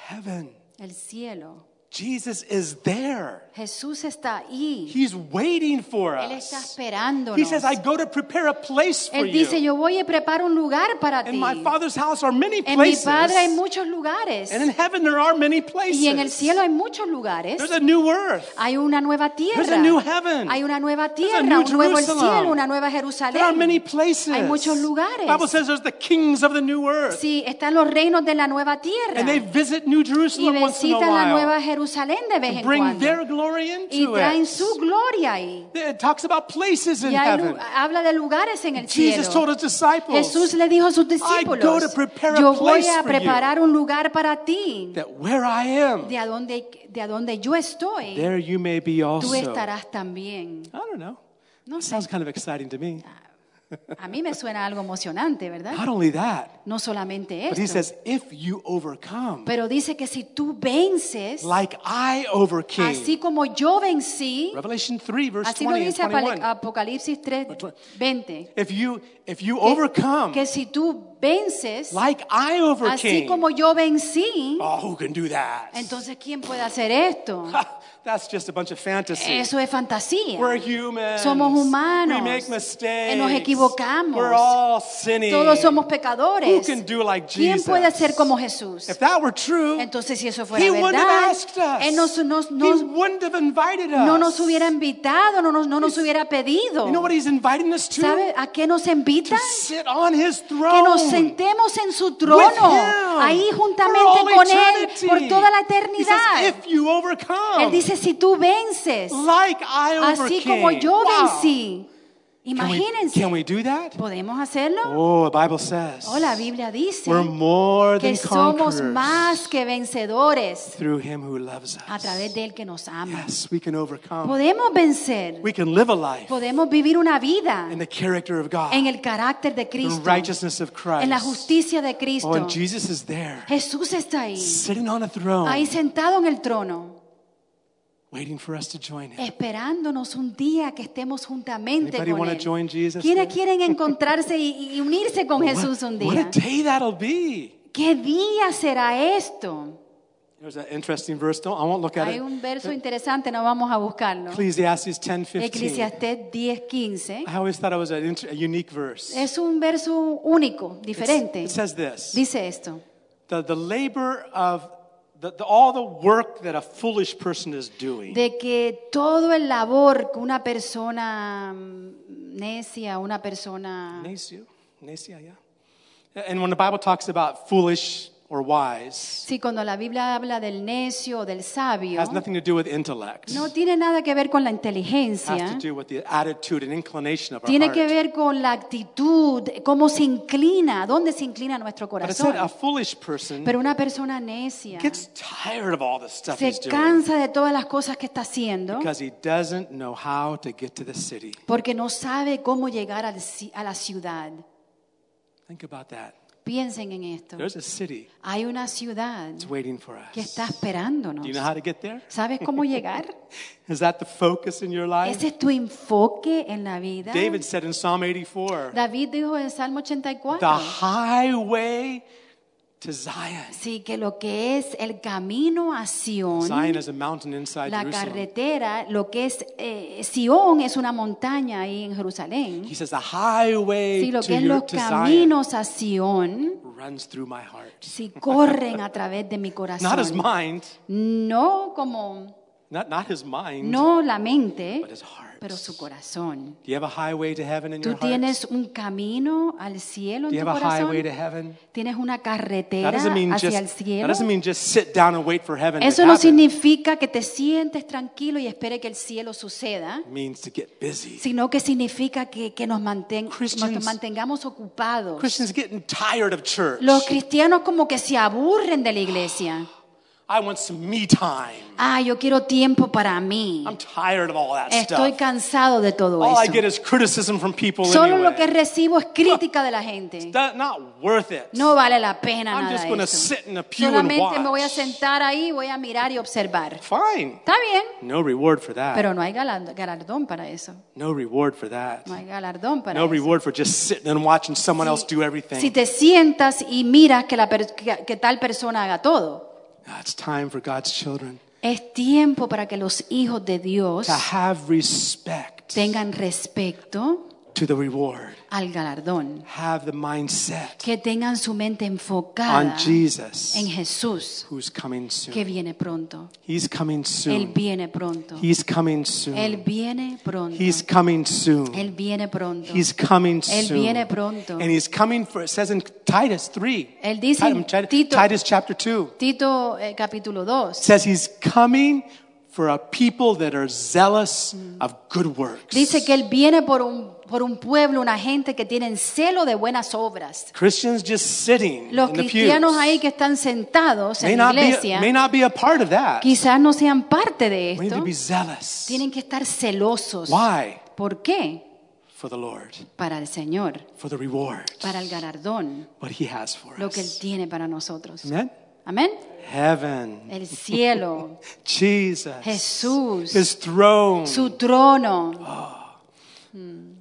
Speaker 1: Heaven.
Speaker 2: El cielo.
Speaker 1: Jesus is there.
Speaker 2: Jesús está ahí.
Speaker 1: He's waiting for
Speaker 2: Él está
Speaker 1: us.
Speaker 2: esperándonos.
Speaker 1: He says, I go to prepare a place for
Speaker 2: Él dice,
Speaker 1: you.
Speaker 2: yo voy a preparar un lugar para
Speaker 1: In
Speaker 2: ti.
Speaker 1: my Father's house are many
Speaker 2: En mi
Speaker 1: places.
Speaker 2: Padre hay muchos lugares.
Speaker 1: And in heaven there are many places.
Speaker 2: Y en el cielo hay muchos lugares.
Speaker 1: There's a new earth.
Speaker 2: Hay una nueva
Speaker 1: There's a new
Speaker 2: tierra.
Speaker 1: heaven.
Speaker 2: Hay una nueva
Speaker 1: There's a
Speaker 2: tierra,
Speaker 1: new
Speaker 2: un nuevo el
Speaker 1: Jerusalem.
Speaker 2: cielo, una nueva
Speaker 1: There are many
Speaker 2: Jerusalén.
Speaker 1: places.
Speaker 2: Hay muchos
Speaker 1: The
Speaker 2: lugares.
Speaker 1: Bible says there's the kings of the new earth.
Speaker 2: Sí, están los reinos de la nueva tierra.
Speaker 1: And they visit New
Speaker 2: Y
Speaker 1: Jerusalem once in a
Speaker 2: visitan la
Speaker 1: while.
Speaker 2: Nueva Jerusalén de vez
Speaker 1: And
Speaker 2: en
Speaker 1: bring
Speaker 2: cuando.
Speaker 1: their glory
Speaker 2: Y
Speaker 1: into
Speaker 2: traen
Speaker 1: it.
Speaker 2: su gloria ahí.
Speaker 1: It talks about places in
Speaker 2: Y hay lu-
Speaker 1: heaven.
Speaker 2: habla de lugares en el
Speaker 1: Jesus told
Speaker 2: cielo.
Speaker 1: his disciples
Speaker 2: Jesús le dijo a sus
Speaker 1: go
Speaker 2: discípulos,
Speaker 1: to prepare a
Speaker 2: yo voy
Speaker 1: place
Speaker 2: a
Speaker 1: for you."
Speaker 2: preparar un lugar para ti.
Speaker 1: that where I am,
Speaker 2: De a donde, de a donde yo estoy,
Speaker 1: there you may be
Speaker 2: tú
Speaker 1: also. I
Speaker 2: estarás también.
Speaker 1: don't know.
Speaker 2: No sé,
Speaker 1: Sounds kind of exciting to me.
Speaker 2: a mí me suena algo emocionante, ¿verdad?
Speaker 1: Not only that,
Speaker 2: No solamente
Speaker 1: but he
Speaker 2: esto,
Speaker 1: says, if you overcome,
Speaker 2: pero dice que si tú vences,
Speaker 1: like I overcame.
Speaker 2: así como yo vencí,
Speaker 1: Revelation 3, verse
Speaker 2: así lo
Speaker 1: 20 and
Speaker 2: dice Apale-
Speaker 1: 21.
Speaker 2: Apocalipsis 3, 20.
Speaker 1: If you, if you
Speaker 2: que-
Speaker 1: overcome,
Speaker 2: que si tú vences,
Speaker 1: like I
Speaker 2: así
Speaker 1: overcame,
Speaker 2: como yo vencí,
Speaker 1: oh, who can do that?
Speaker 2: entonces ¿quién puede hacer esto?
Speaker 1: Ha, That's just a bunch of fantasy.
Speaker 2: Eso es fantasía.
Speaker 1: We're humans.
Speaker 2: Somos humanos.
Speaker 1: We make mistakes.
Speaker 2: Eh, nos equivocamos.
Speaker 1: We're all sinning.
Speaker 2: Todos somos
Speaker 1: Who
Speaker 2: pecadores.
Speaker 1: can do like
Speaker 2: ¿Quién
Speaker 1: Jesus?
Speaker 2: puede ser como Jesús?
Speaker 1: If that were true,
Speaker 2: Entonces, si eso
Speaker 1: he
Speaker 2: fuera
Speaker 1: wouldn't have
Speaker 2: verdad,
Speaker 1: asked us.
Speaker 2: Él nos, nos-
Speaker 1: he
Speaker 2: nos-
Speaker 1: wouldn't have invited us.
Speaker 2: no nos hubiera invitado, no nos, no nos hubiera pedido.
Speaker 1: You know what he's inviting us to?
Speaker 2: ¿Sabe a qué nos
Speaker 1: To
Speaker 2: invita?
Speaker 1: sit on his throne.
Speaker 2: Que nos sentemos en su trono,
Speaker 1: him
Speaker 2: ahí
Speaker 1: for all
Speaker 2: juntamente con Él,
Speaker 1: eternity.
Speaker 2: por toda la
Speaker 1: He says,
Speaker 2: eternidad.
Speaker 1: if you overcome,
Speaker 2: Él dice, si tú vences,
Speaker 1: like I
Speaker 2: así
Speaker 1: overcame.
Speaker 2: como yo
Speaker 1: Wow.
Speaker 2: vencí,
Speaker 1: Can we-
Speaker 2: imagínense,
Speaker 1: can we do that?
Speaker 2: ¿podemos hacerlo?
Speaker 1: Oh, the Bible says.
Speaker 2: Oh, la Biblia dice
Speaker 1: We're more
Speaker 2: que
Speaker 1: than
Speaker 2: somos
Speaker 1: conquerors
Speaker 2: más que vencedores
Speaker 1: through him who loves us.
Speaker 2: a través del que nos ama.
Speaker 1: Yes, we can overcome.
Speaker 2: Podemos vencer,
Speaker 1: We can live a life
Speaker 2: podemos vivir una vida
Speaker 1: in the character of God,
Speaker 2: en el carácter de
Speaker 1: the
Speaker 2: Cristo,
Speaker 1: righteousness of Christ.
Speaker 2: en la justicia de
Speaker 1: Oh,
Speaker 2: Cristo.
Speaker 1: and Jesus oh. is there,
Speaker 2: Jesús está ahí,
Speaker 1: sitting on a throne,
Speaker 2: ahí sentado en el trono,
Speaker 1: waiting for us to join him.
Speaker 2: esperándonos un día que estemos juntamente
Speaker 1: Anybody
Speaker 2: con
Speaker 1: wanna
Speaker 2: Él.
Speaker 1: join Jesus
Speaker 2: ¿Quiénes
Speaker 1: today?
Speaker 2: quieren encontrarse y, y unirse con Jesús un
Speaker 1: What, what a
Speaker 2: día?
Speaker 1: day that'll be.
Speaker 2: ¿Qué día será esto?
Speaker 1: There's an interesting verse. Don't, I won't look at
Speaker 2: Hay
Speaker 1: it.
Speaker 2: un verso interesante, no vamos a buscarlo.
Speaker 1: Ecclesiastes 10:15.
Speaker 2: Eclesiastés 10:15.
Speaker 1: I always thought it was an inter- a unique verse. It's-
Speaker 2: Es un verso único, diferente.
Speaker 1: It says this.
Speaker 2: Dice esto.
Speaker 1: The, the labor of the, the, all the work that a foolish person is doing
Speaker 2: de que todo el labor que una persona mm, necia, una persona...
Speaker 1: Necio. Necia, yeah. And when the Bible talks about foolish or wise,
Speaker 2: Sí, cuando la Biblia habla del necio o del
Speaker 1: it
Speaker 2: sabio,
Speaker 1: has nothing to do with intellect.
Speaker 2: no tiene nada que ver con la
Speaker 1: It has to
Speaker 2: inteligencia,
Speaker 1: do with the attitude and inclination of our
Speaker 2: tiene
Speaker 1: heart.
Speaker 2: que ver con la actitud, cómo se inclina, dónde se inclina nuestro
Speaker 1: but it said a
Speaker 2: corazón.
Speaker 1: foolish person
Speaker 2: Pero una persona necia
Speaker 1: gets tired of all the stuff
Speaker 2: se
Speaker 1: he's doing
Speaker 2: cansa de todas las cosas que está haciendo
Speaker 1: because he doesn't know how to get to the city.
Speaker 2: porque no sabe cómo llegar al ci- a la ciudad.
Speaker 1: Think about that.
Speaker 2: Piensen en esto.
Speaker 1: There's a city
Speaker 2: Hay una ciudad
Speaker 1: that's waiting for
Speaker 2: que
Speaker 1: us.
Speaker 2: está esperándonos.
Speaker 1: Do you know how to get there?
Speaker 2: ¿Sabes cómo llegar?
Speaker 1: Is that the focus in your life?
Speaker 2: Ese es tu enfoque en la vida.
Speaker 1: David said in Psalm 84,
Speaker 2: David dijo en Salmo
Speaker 1: the
Speaker 2: 84,
Speaker 1: highway to Zion.
Speaker 2: sí, que lo que es el camino a Sion,
Speaker 1: Zion is a mountain inside
Speaker 2: la
Speaker 1: Jerusalem.
Speaker 2: carretera, lo que es eh, Sion es una montaña ahí en Jerusalén.
Speaker 1: He says, the highway
Speaker 2: Sí, lo
Speaker 1: to,
Speaker 2: que es
Speaker 1: your,
Speaker 2: los
Speaker 1: to Zion
Speaker 2: caminos a Sion,
Speaker 1: runs through my heart.
Speaker 2: sí, corren a través de mi
Speaker 1: Not his
Speaker 2: corazón.
Speaker 1: mind,
Speaker 2: No como,
Speaker 1: not, not his mind,
Speaker 2: no la mente,
Speaker 1: but his heart.
Speaker 2: pero su corazón.
Speaker 1: Do you have a highway to heaven in
Speaker 2: Tú
Speaker 1: your heart?
Speaker 2: tienes un camino al cielo
Speaker 1: Do
Speaker 2: en
Speaker 1: you
Speaker 2: tu
Speaker 1: have a highway to
Speaker 2: corazón.
Speaker 1: heaven?
Speaker 2: Tienes una
Speaker 1: That
Speaker 2: carretera
Speaker 1: doesn't mean
Speaker 2: hacia
Speaker 1: just
Speaker 2: el
Speaker 1: that
Speaker 2: cielo.
Speaker 1: doesn't mean just sit down and wait for heaven.
Speaker 2: Eso
Speaker 1: to
Speaker 2: no
Speaker 1: happen.
Speaker 2: significa que te sientes tranquilo y espere que el cielo suceda,
Speaker 1: It means to get busy.
Speaker 2: sino que significa que, que nos, manten-
Speaker 1: Christians-
Speaker 2: nos mantengamos ocupados.
Speaker 1: Christians getting tired of church.
Speaker 2: Los cristianos como que se aburren de la iglesia.
Speaker 1: I want some me time.
Speaker 2: Ah, yo quiero tiempo para mí.
Speaker 1: I'm tired of all that
Speaker 2: Estoy
Speaker 1: stuff.
Speaker 2: cansado de todo
Speaker 1: All I get
Speaker 2: eso.
Speaker 1: is criticism from people
Speaker 2: Solo
Speaker 1: anyway.
Speaker 2: lo que recibo es crítica de la gente.
Speaker 1: It's not- not worth it.
Speaker 2: No vale la pena
Speaker 1: I'm
Speaker 2: nada
Speaker 1: just
Speaker 2: de
Speaker 1: gonna
Speaker 2: eso.
Speaker 1: sit in a pew and
Speaker 2: Solamente me voy a
Speaker 1: watch.
Speaker 2: sentar ahí, voy a mirar y observar.
Speaker 1: Fine.
Speaker 2: Está bien.
Speaker 1: No reward for that.
Speaker 2: Pero no hay galan- galardón para eso.
Speaker 1: no reward for that.
Speaker 2: No hay galardón para
Speaker 1: No
Speaker 2: eso.
Speaker 1: reward for just sitting and watching someone else do everything.
Speaker 2: Si te sientas y miras que, la per- que- que tal persona haga todo,
Speaker 1: Ah, it's time for God's children
Speaker 2: es tiempo para que los hijos de Dios
Speaker 1: to have respect
Speaker 2: tengan respeto
Speaker 1: to the reward.
Speaker 2: al galardón,
Speaker 1: Have the mindset
Speaker 2: que tengan su mente enfocada
Speaker 1: on Jesus
Speaker 2: en Jesús,
Speaker 1: who's coming
Speaker 2: que
Speaker 1: soon.
Speaker 2: viene pronto.
Speaker 1: He's coming
Speaker 2: Él
Speaker 1: soon.
Speaker 2: viene pronto.
Speaker 1: He's coming soon.
Speaker 2: Él viene pronto.
Speaker 1: He's coming soon.
Speaker 2: Él viene pronto.
Speaker 1: He's coming
Speaker 2: Él
Speaker 1: soon.
Speaker 2: viene pronto.
Speaker 1: And he's coming for, it says in Titus 3.
Speaker 2: Él dice
Speaker 1: Titus-
Speaker 2: en
Speaker 1: Titus,
Speaker 2: Tito-
Speaker 1: Titus chapter 2.
Speaker 2: Tito eh, capítulo 2.
Speaker 1: It says he's coming for a people that are zealous of good works.
Speaker 2: Dice que Él viene por un, por un pueblo, una gente que tienen celo de buenas obras.
Speaker 1: Christians just sitting
Speaker 2: Los
Speaker 1: in the
Speaker 2: cristianos
Speaker 1: pews
Speaker 2: ahí que están sentados
Speaker 1: may,
Speaker 2: en la
Speaker 1: not be,
Speaker 2: iglesia
Speaker 1: may not be a part of that.
Speaker 2: quizás no sean parte de
Speaker 1: We need to
Speaker 2: esto.
Speaker 1: be zealous.
Speaker 2: Tienen que estar celosos.
Speaker 1: Why?
Speaker 2: ¿Por qué?
Speaker 1: For the Lord,
Speaker 2: Para el Señor,
Speaker 1: for the reward,
Speaker 2: para el galardón,
Speaker 1: what he has for
Speaker 2: lo que Él
Speaker 1: us.
Speaker 2: tiene para nosotros.
Speaker 1: Amen?
Speaker 2: Amén.
Speaker 1: Heaven,
Speaker 2: El cielo,
Speaker 1: Jesus,
Speaker 2: Jesús.
Speaker 1: his throne.
Speaker 2: su
Speaker 1: Ah,
Speaker 2: trono.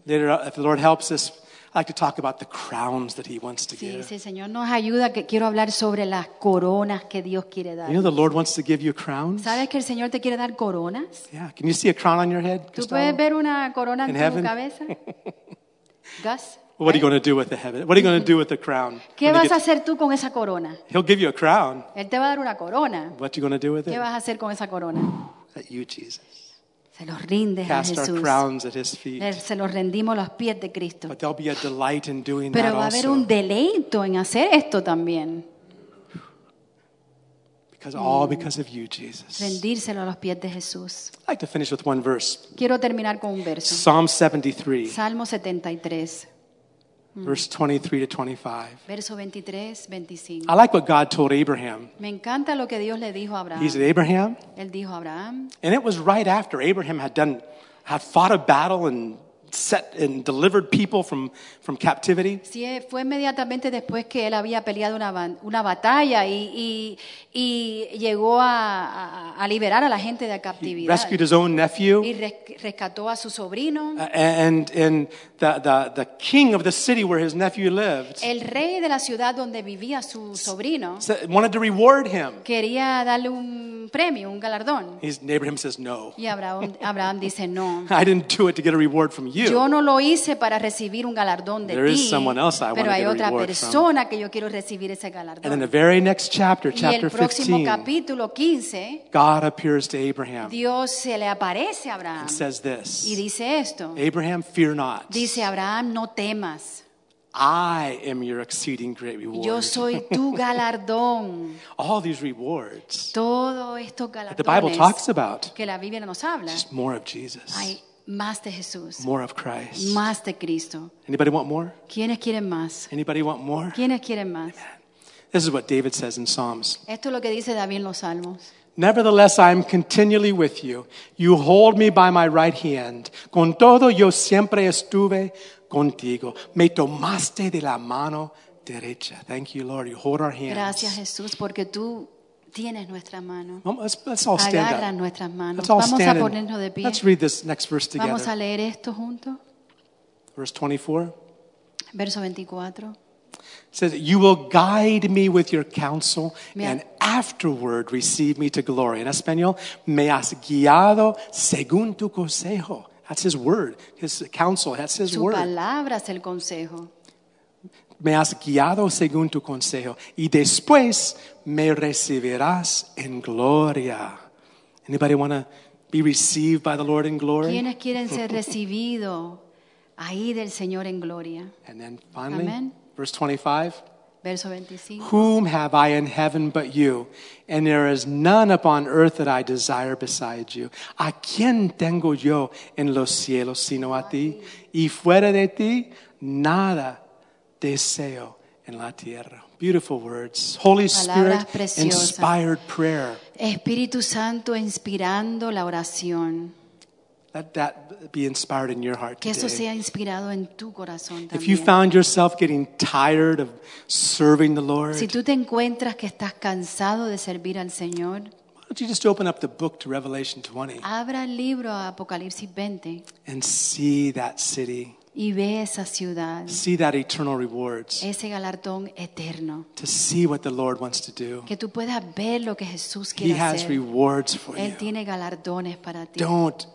Speaker 1: Later, uh, if the Lord helps us, I like to talk about the crowns that He wants to
Speaker 2: Sí,
Speaker 1: give.
Speaker 2: sí, Señor nos ayuda, que quiero hablar sobre las coronas que Dios quiere dar.
Speaker 1: You know, the Lord wants to give you crowns.
Speaker 2: ¿Sabes que el Señor te quiere dar coronas?
Speaker 1: Yeah. Can you see a crown on your head?
Speaker 2: ¿Tú
Speaker 1: Gustavo?
Speaker 2: puedes ver una corona en
Speaker 1: In
Speaker 2: tu
Speaker 1: heaven?
Speaker 2: cabeza? Gus,
Speaker 1: What are you going to do with the heaven? What are you going to do with the crown?
Speaker 2: ¿qué
Speaker 1: when you
Speaker 2: vas a
Speaker 1: get-
Speaker 2: hacer tú con esa corona?
Speaker 1: He'll give you a crown.
Speaker 2: Él te va a dar una corona.
Speaker 1: What are you going to do with
Speaker 2: ¿Qué
Speaker 1: it?
Speaker 2: vas a hacer con esa corona?
Speaker 1: At you, Jesus.
Speaker 2: Se los rindes a
Speaker 1: Cast our
Speaker 2: Jesús.
Speaker 1: crowns at His
Speaker 2: Le-
Speaker 1: feet.
Speaker 2: Se los rendimos a los pies de Cristo.
Speaker 1: But there'll be a delight in doing that
Speaker 2: Pero va a haber
Speaker 1: also,
Speaker 2: un deleito en hacer esto también.
Speaker 1: because all because of you, Jesus. I'd
Speaker 2: Rendírselo a los pies de Jesús.
Speaker 1: like to finish with one verse.
Speaker 2: Quiero terminar con un verso.
Speaker 1: Psalm 73,
Speaker 2: Salmo 73, Mm.
Speaker 1: verse 23 to 25.
Speaker 2: verso 23, 25.
Speaker 1: I like what God told Abraham.
Speaker 2: Me encanta lo que Dios le dijo a
Speaker 1: He said,
Speaker 2: Abraham.
Speaker 1: Abraham,
Speaker 2: Él dijo a Abraham,
Speaker 1: And it was right after Abraham had done, had fought a battle and set and delivered people from, from captivity.
Speaker 2: Sí, eh, fue inmediatamente después que él había peleado una, ban- una batalla y, y- y llegó a, a- a liberar a la gente de la
Speaker 1: He
Speaker 2: captividad.
Speaker 1: rescued his own nephew.
Speaker 2: Y res- rescató a su sobrino.
Speaker 1: Uh, And, and the, the, the king of the city where his nephew lived
Speaker 2: El rey de la ciudad donde vivía su sobrino
Speaker 1: sa- wanted to reward him.
Speaker 2: quería darle un premio, un galardón.
Speaker 1: His Abraham says, No,
Speaker 2: Y Abraham, Abraham dice, no,
Speaker 1: I didn't do it to get a reward from
Speaker 2: yo
Speaker 1: you.
Speaker 2: no lo hice para recibir un galardón de
Speaker 1: There is
Speaker 2: ti,
Speaker 1: someone else I wanna
Speaker 2: pero hay
Speaker 1: get a
Speaker 2: otra
Speaker 1: reward
Speaker 2: persona que yo quiero recibir ese
Speaker 1: And in the
Speaker 2: galardón.
Speaker 1: very next chapter,
Speaker 2: Y el
Speaker 1: chapter
Speaker 2: próximo
Speaker 1: 15,
Speaker 2: capítulo 15,
Speaker 1: God appears to Abraham
Speaker 2: Dios se le aparece a Abraham
Speaker 1: and says
Speaker 2: y
Speaker 1: this
Speaker 2: dice esto.
Speaker 1: Abraham, fear not.
Speaker 2: Dice, Abraham, no temas,
Speaker 1: I am your exceeding great
Speaker 2: yo
Speaker 1: reward.
Speaker 2: soy tu galardón.
Speaker 1: All these rewards
Speaker 2: Todos estos
Speaker 1: that the Bible talks
Speaker 2: galardones
Speaker 1: about,
Speaker 2: que la Biblia nos habla,
Speaker 1: just more of Jesus,
Speaker 2: hay más de Jesús,
Speaker 1: more of Christ.
Speaker 2: más de Cristo.
Speaker 1: Anybody want more?
Speaker 2: ¿Quiénes quieren más?
Speaker 1: Anybody want more?
Speaker 2: ¿Quiénes quieren más?
Speaker 1: This is what David says in Psalms.
Speaker 2: Esto es lo que dice David en los Salmos.
Speaker 1: Nevertheless, I am continually with you. You hold me by my right hand. Con todo, yo siempre estuve contigo. Me tomaste de la mano derecha. Thank you, Lord. You hold our hands.
Speaker 2: Gracias Jesús porque tú tienes nuestra mano.
Speaker 1: Mom, Let's, let's all stand
Speaker 2: Agarra
Speaker 1: up.
Speaker 2: nuestras manos.
Speaker 1: Let's all
Speaker 2: Vamos a
Speaker 1: stand
Speaker 2: ponernos de
Speaker 1: and
Speaker 2: pie.
Speaker 1: let's read this next verse
Speaker 2: Vamos a
Speaker 1: together.
Speaker 2: leer esto juntos.
Speaker 1: Verse 24 It
Speaker 2: Verso 24.
Speaker 1: says, You will guide me with your counsel
Speaker 2: Me ha-
Speaker 1: and afterward receive me to glory. In Espanol, me has guiado según tu consejo. That's his word, his counsel. That's his
Speaker 2: Su
Speaker 1: word.
Speaker 2: palabra es el consejo.
Speaker 1: Me has guiado según tu consejo y después me recibirás en gloria. Anybody want to be received by the Lord in glory?
Speaker 2: ¿Quiénes quieren ser recibidos ahí del Señor en gloria?
Speaker 1: And then finally,
Speaker 2: Amen.
Speaker 1: verse 25.
Speaker 2: Verso 25.
Speaker 1: Whom have I in heaven but you? And there is none upon earth that I desire beside you. ¿A quién tengo yo en los cielos sino a ti? Y fuera de ti, nada deseo en la tierra. Beautiful words. Holy Spirit,
Speaker 2: Palabras preciosas.
Speaker 1: inspired prayer.
Speaker 2: Espíritu Santo inspirando la oración.
Speaker 1: Let that be inspired in your heart
Speaker 2: Que eso
Speaker 1: today.
Speaker 2: sea inspirado en tu corazón
Speaker 1: If you
Speaker 2: también.
Speaker 1: found yourself getting tired of serving the Lord,
Speaker 2: Si
Speaker 1: why
Speaker 2: tú te encuentras que estás cansado de servir al Señor,
Speaker 1: don't you just open up the book to Revelation 20
Speaker 2: abra el libro a Apocalipsis 20
Speaker 1: and see that city?
Speaker 2: y ve esa ciudad,
Speaker 1: see that eternal rewards,
Speaker 2: ese galardón eterno.
Speaker 1: to see what the Lord wants to do.
Speaker 2: Que tú puedas ver lo que Jesús
Speaker 1: He
Speaker 2: quiere
Speaker 1: has
Speaker 2: hacer.
Speaker 1: rewards for
Speaker 2: Él
Speaker 1: you.
Speaker 2: tiene galardones para ti.
Speaker 1: Don't,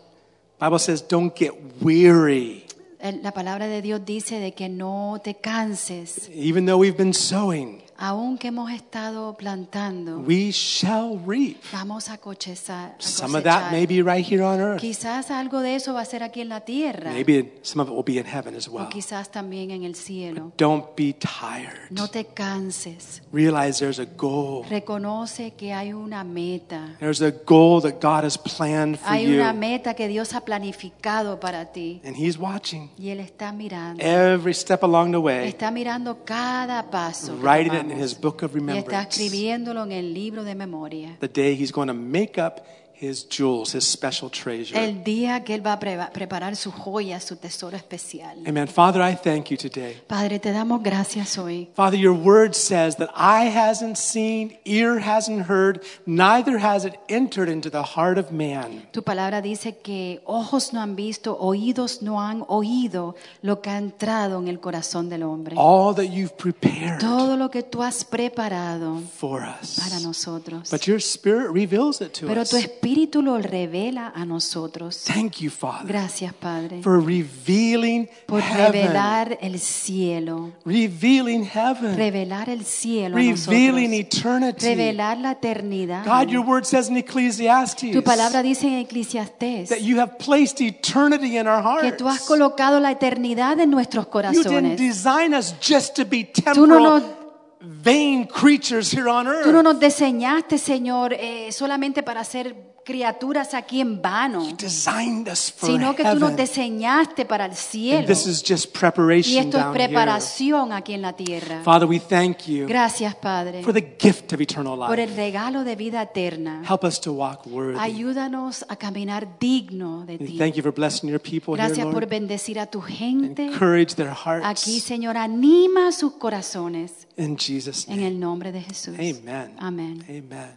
Speaker 1: Bible says, don't get weary.
Speaker 2: El- La palabra de Dios dice de que no te canses,
Speaker 1: Even though we've been sowing,
Speaker 2: aunque hemos estado plantando,
Speaker 1: we shall reap.
Speaker 2: vamos a cosechar. a
Speaker 1: Some of that
Speaker 2: cosechar.
Speaker 1: may be right here on earth.
Speaker 2: Quizás algo de eso va a ser aquí en la tierra
Speaker 1: Maybe some of it will be in heaven as
Speaker 2: o
Speaker 1: well.
Speaker 2: quizás también en el cielo.
Speaker 1: Don't be tired.
Speaker 2: No te canses.
Speaker 1: Realize there's a goal.
Speaker 2: Reconoce que hay una meta.
Speaker 1: There's a goal that God has planned for
Speaker 2: Hay una
Speaker 1: you.
Speaker 2: meta que Dios ha planificado para ti.
Speaker 1: And He's watching
Speaker 2: Y Él está mirando.
Speaker 1: every step along the way,
Speaker 2: Está mirando cada paso. que
Speaker 1: writing it in
Speaker 2: tomamos.
Speaker 1: His book of
Speaker 2: y está
Speaker 1: remembrance.
Speaker 2: escribiéndolo en el libro de memoria.
Speaker 1: the day he's going to make up his jewels, his special treasure.
Speaker 2: El día que Él va a preva- preparar su joya, su tesoro especial.
Speaker 1: Amen. Father, I thank you today.
Speaker 2: Padre, te damos gracias hoy.
Speaker 1: Father, your word says that eye hasn't seen, ear hasn't heard, neither has it entered into the heart of man.
Speaker 2: Tu palabra dice que ojos no han visto, oídos no han oído lo que ha entrado en el corazón del hombre.
Speaker 1: All that you've prepared
Speaker 2: Todo lo que tú has preparado
Speaker 1: for
Speaker 2: para
Speaker 1: us.
Speaker 2: nosotros.
Speaker 1: But your spirit reveals it to
Speaker 2: Pero
Speaker 1: us.
Speaker 2: tu espíritu lo revela a nosotros.
Speaker 1: Thank you, Father,
Speaker 2: Gracias, Padre,
Speaker 1: for revealing
Speaker 2: por
Speaker 1: heaven,
Speaker 2: revelar el cielo,
Speaker 1: revealing heaven,
Speaker 2: revelar el cielo a
Speaker 1: revealing
Speaker 2: nosotros,
Speaker 1: eternity.
Speaker 2: revelar la eternidad.
Speaker 1: God, your word says in
Speaker 2: Tu
Speaker 1: Ecclesiastes
Speaker 2: palabra dice en
Speaker 1: that
Speaker 2: Eclesiastés
Speaker 1: you have placed eternity in our hearts.
Speaker 2: que tú has colocado la eternidad en nuestros
Speaker 1: you didn't
Speaker 2: corazones.
Speaker 1: design us just to be
Speaker 2: Tú
Speaker 1: temporal,
Speaker 2: no nos-
Speaker 1: vain creatures here on
Speaker 2: Tú no
Speaker 1: earth.
Speaker 2: nos diseñaste, Señor, eh, solamente para ser criaturas aquí en vano,
Speaker 1: designed us for
Speaker 2: sino que tú nos
Speaker 1: heaven.
Speaker 2: diseñaste para el
Speaker 1: And
Speaker 2: cielo.
Speaker 1: this is just preparation
Speaker 2: Y esto es
Speaker 1: down here.
Speaker 2: preparación aquí en la tierra.
Speaker 1: Father, we thank you
Speaker 2: Gracias, Padre,
Speaker 1: for the gift of eternal
Speaker 2: por
Speaker 1: life.
Speaker 2: el regalo de vida eterna.
Speaker 1: Help us to walk worthy.
Speaker 2: Ayúdanos a caminar digno de
Speaker 1: And
Speaker 2: ti.
Speaker 1: thank you for blessing your people here,
Speaker 2: Gracias por
Speaker 1: Lord.
Speaker 2: bendecir a tu gente.
Speaker 1: Encourage their
Speaker 2: Aquí,
Speaker 1: hearts
Speaker 2: Señor, anima sus corazones
Speaker 1: in Jesus'
Speaker 2: en
Speaker 1: name.
Speaker 2: el nombre de Jesús.
Speaker 1: Amen.
Speaker 2: Amén.
Speaker 1: Amen.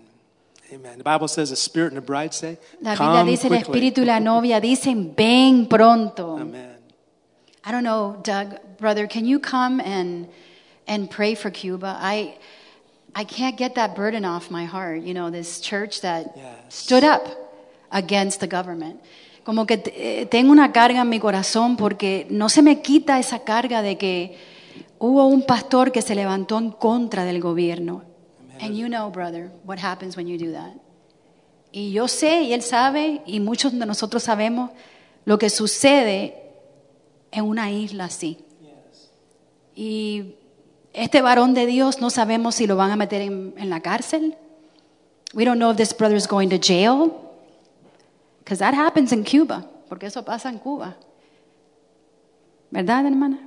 Speaker 1: Amen. The Bible says the spirit and the bride say,
Speaker 2: La Biblia
Speaker 1: "Come
Speaker 2: dice, el
Speaker 1: quickly."
Speaker 2: espíritu y la novia dicen, ven pronto.
Speaker 1: Amen.
Speaker 2: I don't know, Doug, brother, can you come and and pray for Cuba? I I can't get that burden off my heart. You know, this church that
Speaker 1: Yes.
Speaker 2: stood up against the government. Como que eh, tengo una carga en mi corazón porque no se me quita esa carga de que hubo un pastor que se levantó en contra del gobierno. And you know, brother, what happens when you do that. Y yo sé, y él sabe, y muchos de nosotros sabemos lo que sucede en una isla así. Y este varón de Dios no sabemos si lo van a meter en, en la cárcel. We don't know if this brother is going to jail. Because that happens in Cuba. Porque eso pasa en Cuba. ¿Verdad, hermana?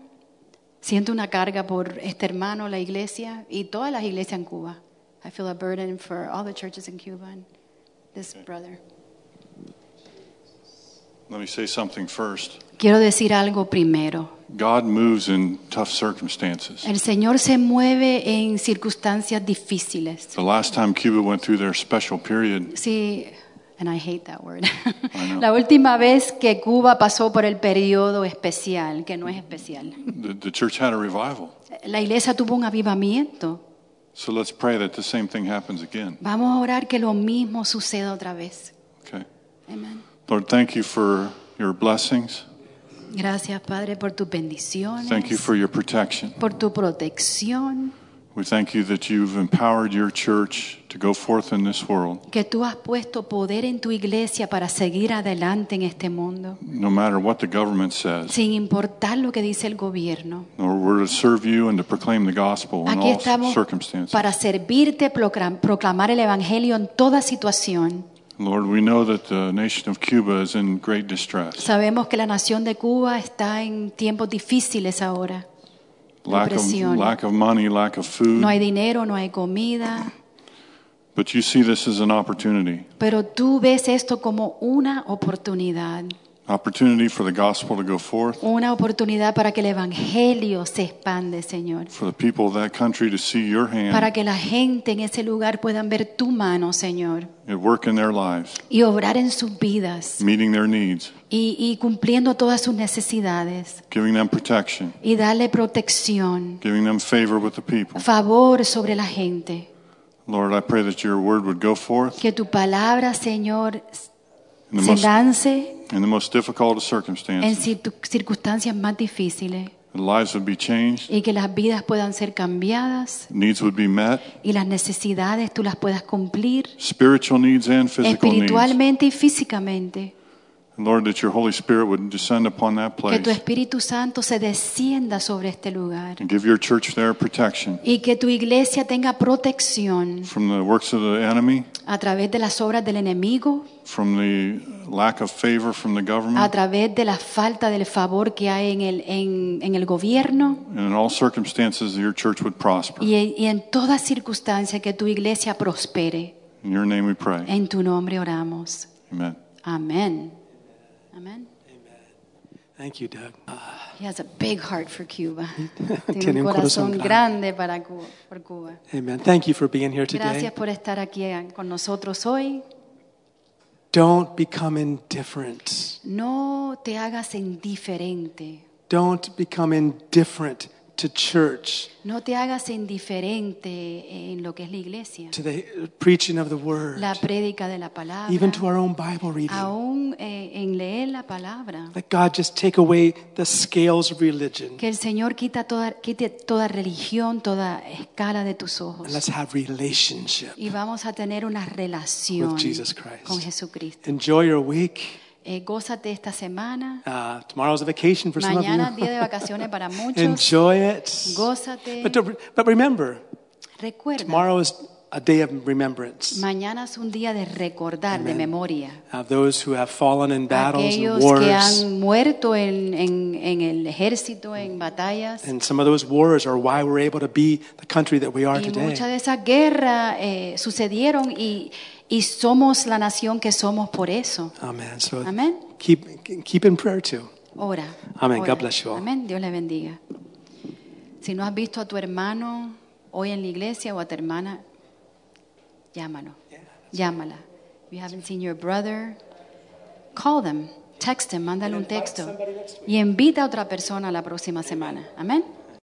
Speaker 2: Siento una carga por este hermano, la iglesia y todas las iglesias en Cuba. I feel a burden for all the churches in Cuba and this brother.
Speaker 4: Let me say something first.
Speaker 2: Quiero decir algo primero.
Speaker 4: God moves in tough circumstances.
Speaker 2: El Señor se mueve en circunstancias difíciles.
Speaker 4: The last time Cuba went through their special period,
Speaker 2: Sí, and I hate that word.
Speaker 4: I know.
Speaker 2: La última vez que Cuba pasó por el periodo especial, que no es especial,
Speaker 4: the, the church had a revival.
Speaker 2: la iglesia tuvo un avivamiento.
Speaker 4: So let's pray that the same thing happens again.
Speaker 2: Vamos a orar que lo mismo suceda otra vez.
Speaker 4: Okay.
Speaker 2: Amén.
Speaker 4: Lord, thank you for your blessings.
Speaker 2: Gracias, Padre, por tus bendiciones,
Speaker 4: Thank you for your protection.
Speaker 2: por tu protección,
Speaker 4: We thank you that you've empowered your church to go forth in this world,
Speaker 2: que tú has puesto poder en tu iglesia para seguir adelante en este mundo,
Speaker 4: no matter what the government says.
Speaker 2: sin importar lo que dice el gobierno.
Speaker 4: Lord, we're to serve you and to proclaim the gospel in
Speaker 2: Aquí
Speaker 4: all
Speaker 2: estamos
Speaker 4: circumstances.
Speaker 2: para servirte, proclam- proclamar el Evangelio en toda situación.
Speaker 4: Lord, we know that the nation of Cuba is in great distress.
Speaker 2: Sabemos que la nación de Cuba está en tiempos difíciles ahora.
Speaker 4: Lack of,
Speaker 2: Opresión.
Speaker 4: lack of money, lack of food.
Speaker 2: No hay dinero, no hay comida,
Speaker 4: But you see this as an opportunity
Speaker 2: pero tú ves esto como una oportunidad,
Speaker 4: opportunity for the gospel to go forth,
Speaker 2: una oportunidad para que el Evangelio se expande, Señor,
Speaker 4: for the people of that country to see your
Speaker 2: para
Speaker 4: hand
Speaker 2: que la gente en ese lugar puedan ver tu mano, Señor,
Speaker 4: at work in their lives,
Speaker 2: y obrar en sus vidas
Speaker 4: meeting their needs,
Speaker 2: y, y cumpliendo todas sus necesidades
Speaker 4: giving them protection,
Speaker 2: y darle protección,
Speaker 4: giving them favor with the people.
Speaker 2: favor sobre la gente.
Speaker 4: Lord, I pray that your word would go forth
Speaker 2: Que tu palabra, Señor,
Speaker 4: in the
Speaker 2: se
Speaker 4: most,
Speaker 2: lance
Speaker 4: in the most difficult of
Speaker 2: en
Speaker 4: circumstances.
Speaker 2: circu- circunstancias más difíciles
Speaker 4: That lives would be changed,
Speaker 2: y que las vidas puedan ser cambiadas
Speaker 4: needs would be met,
Speaker 2: y las necesidades tú las puedas cumplir
Speaker 4: spiritual needs and physical needs.
Speaker 2: espiritualmente y físicamente.
Speaker 4: And Lord, that your Holy Spirit would descend upon that
Speaker 2: Que tu
Speaker 4: place
Speaker 2: Espíritu Santo se descienda sobre este lugar
Speaker 4: and give your church there protection
Speaker 2: y que tu iglesia tenga protección
Speaker 4: from the works of the enemy,
Speaker 2: a través de las obras del enemigo,
Speaker 4: from the lack of favor from the
Speaker 2: a
Speaker 4: government,
Speaker 2: través de la falta del favor que hay en el, en, en el gobierno
Speaker 4: and in all circumstances, your church would prosper.
Speaker 2: y en- y en toda circunstancia que tu iglesia prospere.
Speaker 4: In your name we pray.
Speaker 2: En tu nombre oramos.
Speaker 4: Amen.
Speaker 2: Amén. Amén.
Speaker 1: Thank you, Doug. Ah,
Speaker 2: He has a big heart for Cuba.
Speaker 1: Tiene un corazón
Speaker 2: grande para Cuba, por Cuba.
Speaker 1: Amen. Thank you for being here today.
Speaker 2: Gracias por estar aquí eh, con nosotros hoy.
Speaker 1: Don't become indifferent.
Speaker 2: No te hagas indiferente.
Speaker 1: Don't become indifferent to church,
Speaker 2: No te hagas indiferente eh, en lo que es la iglesia,
Speaker 1: to the preaching of the word,
Speaker 2: la prédica de la palabra,
Speaker 1: even to our own Bible reading.
Speaker 2: aún eh, en leer la palabra.
Speaker 1: Let God just take away the scales of religion
Speaker 2: Que el Señor quita toda, quite toda religión, toda escala de tus ojos.
Speaker 1: and let's have relationship.
Speaker 2: y vamos a tener una relación
Speaker 1: With Jesus Christ.
Speaker 2: con Jesucristo.
Speaker 1: Enjoy your week.
Speaker 2: Eh, gózate esta semana.
Speaker 1: Uh, tomorrow's a vacation for some of
Speaker 2: Mañana día de
Speaker 1: you.
Speaker 2: vacaciones para muchos.
Speaker 1: Enjoy it.
Speaker 2: Gózate.
Speaker 1: But, to- but remember,
Speaker 2: Recuerda,
Speaker 1: tomorrow is a day of remembrance
Speaker 2: Mañana es un día de recordar, de memoria.
Speaker 1: of those who have fallen in battles and
Speaker 2: Aquellos que
Speaker 1: wars.
Speaker 2: han muerto en, en- en el ejército, en batallas.
Speaker 1: And some of those wars are why we're able to be the country that we are
Speaker 2: Y muchas
Speaker 1: today.
Speaker 2: de esas guerras eh, sucedieron y, y somos la nación que somos por eso.
Speaker 1: Amen. So
Speaker 2: Amen.
Speaker 1: keep keep in prayer too.
Speaker 2: Ora.
Speaker 1: Amén.
Speaker 2: ora.
Speaker 1: God bless you all.
Speaker 2: Amén. Dios le bendiga. Si no has visto a tu hermano hoy en la iglesia o a tu hermana, llámalo. Llámala. If you haven't seen your brother, call them. Text them. Mándale un texto. Y invita a otra persona la próxima semana. Amén.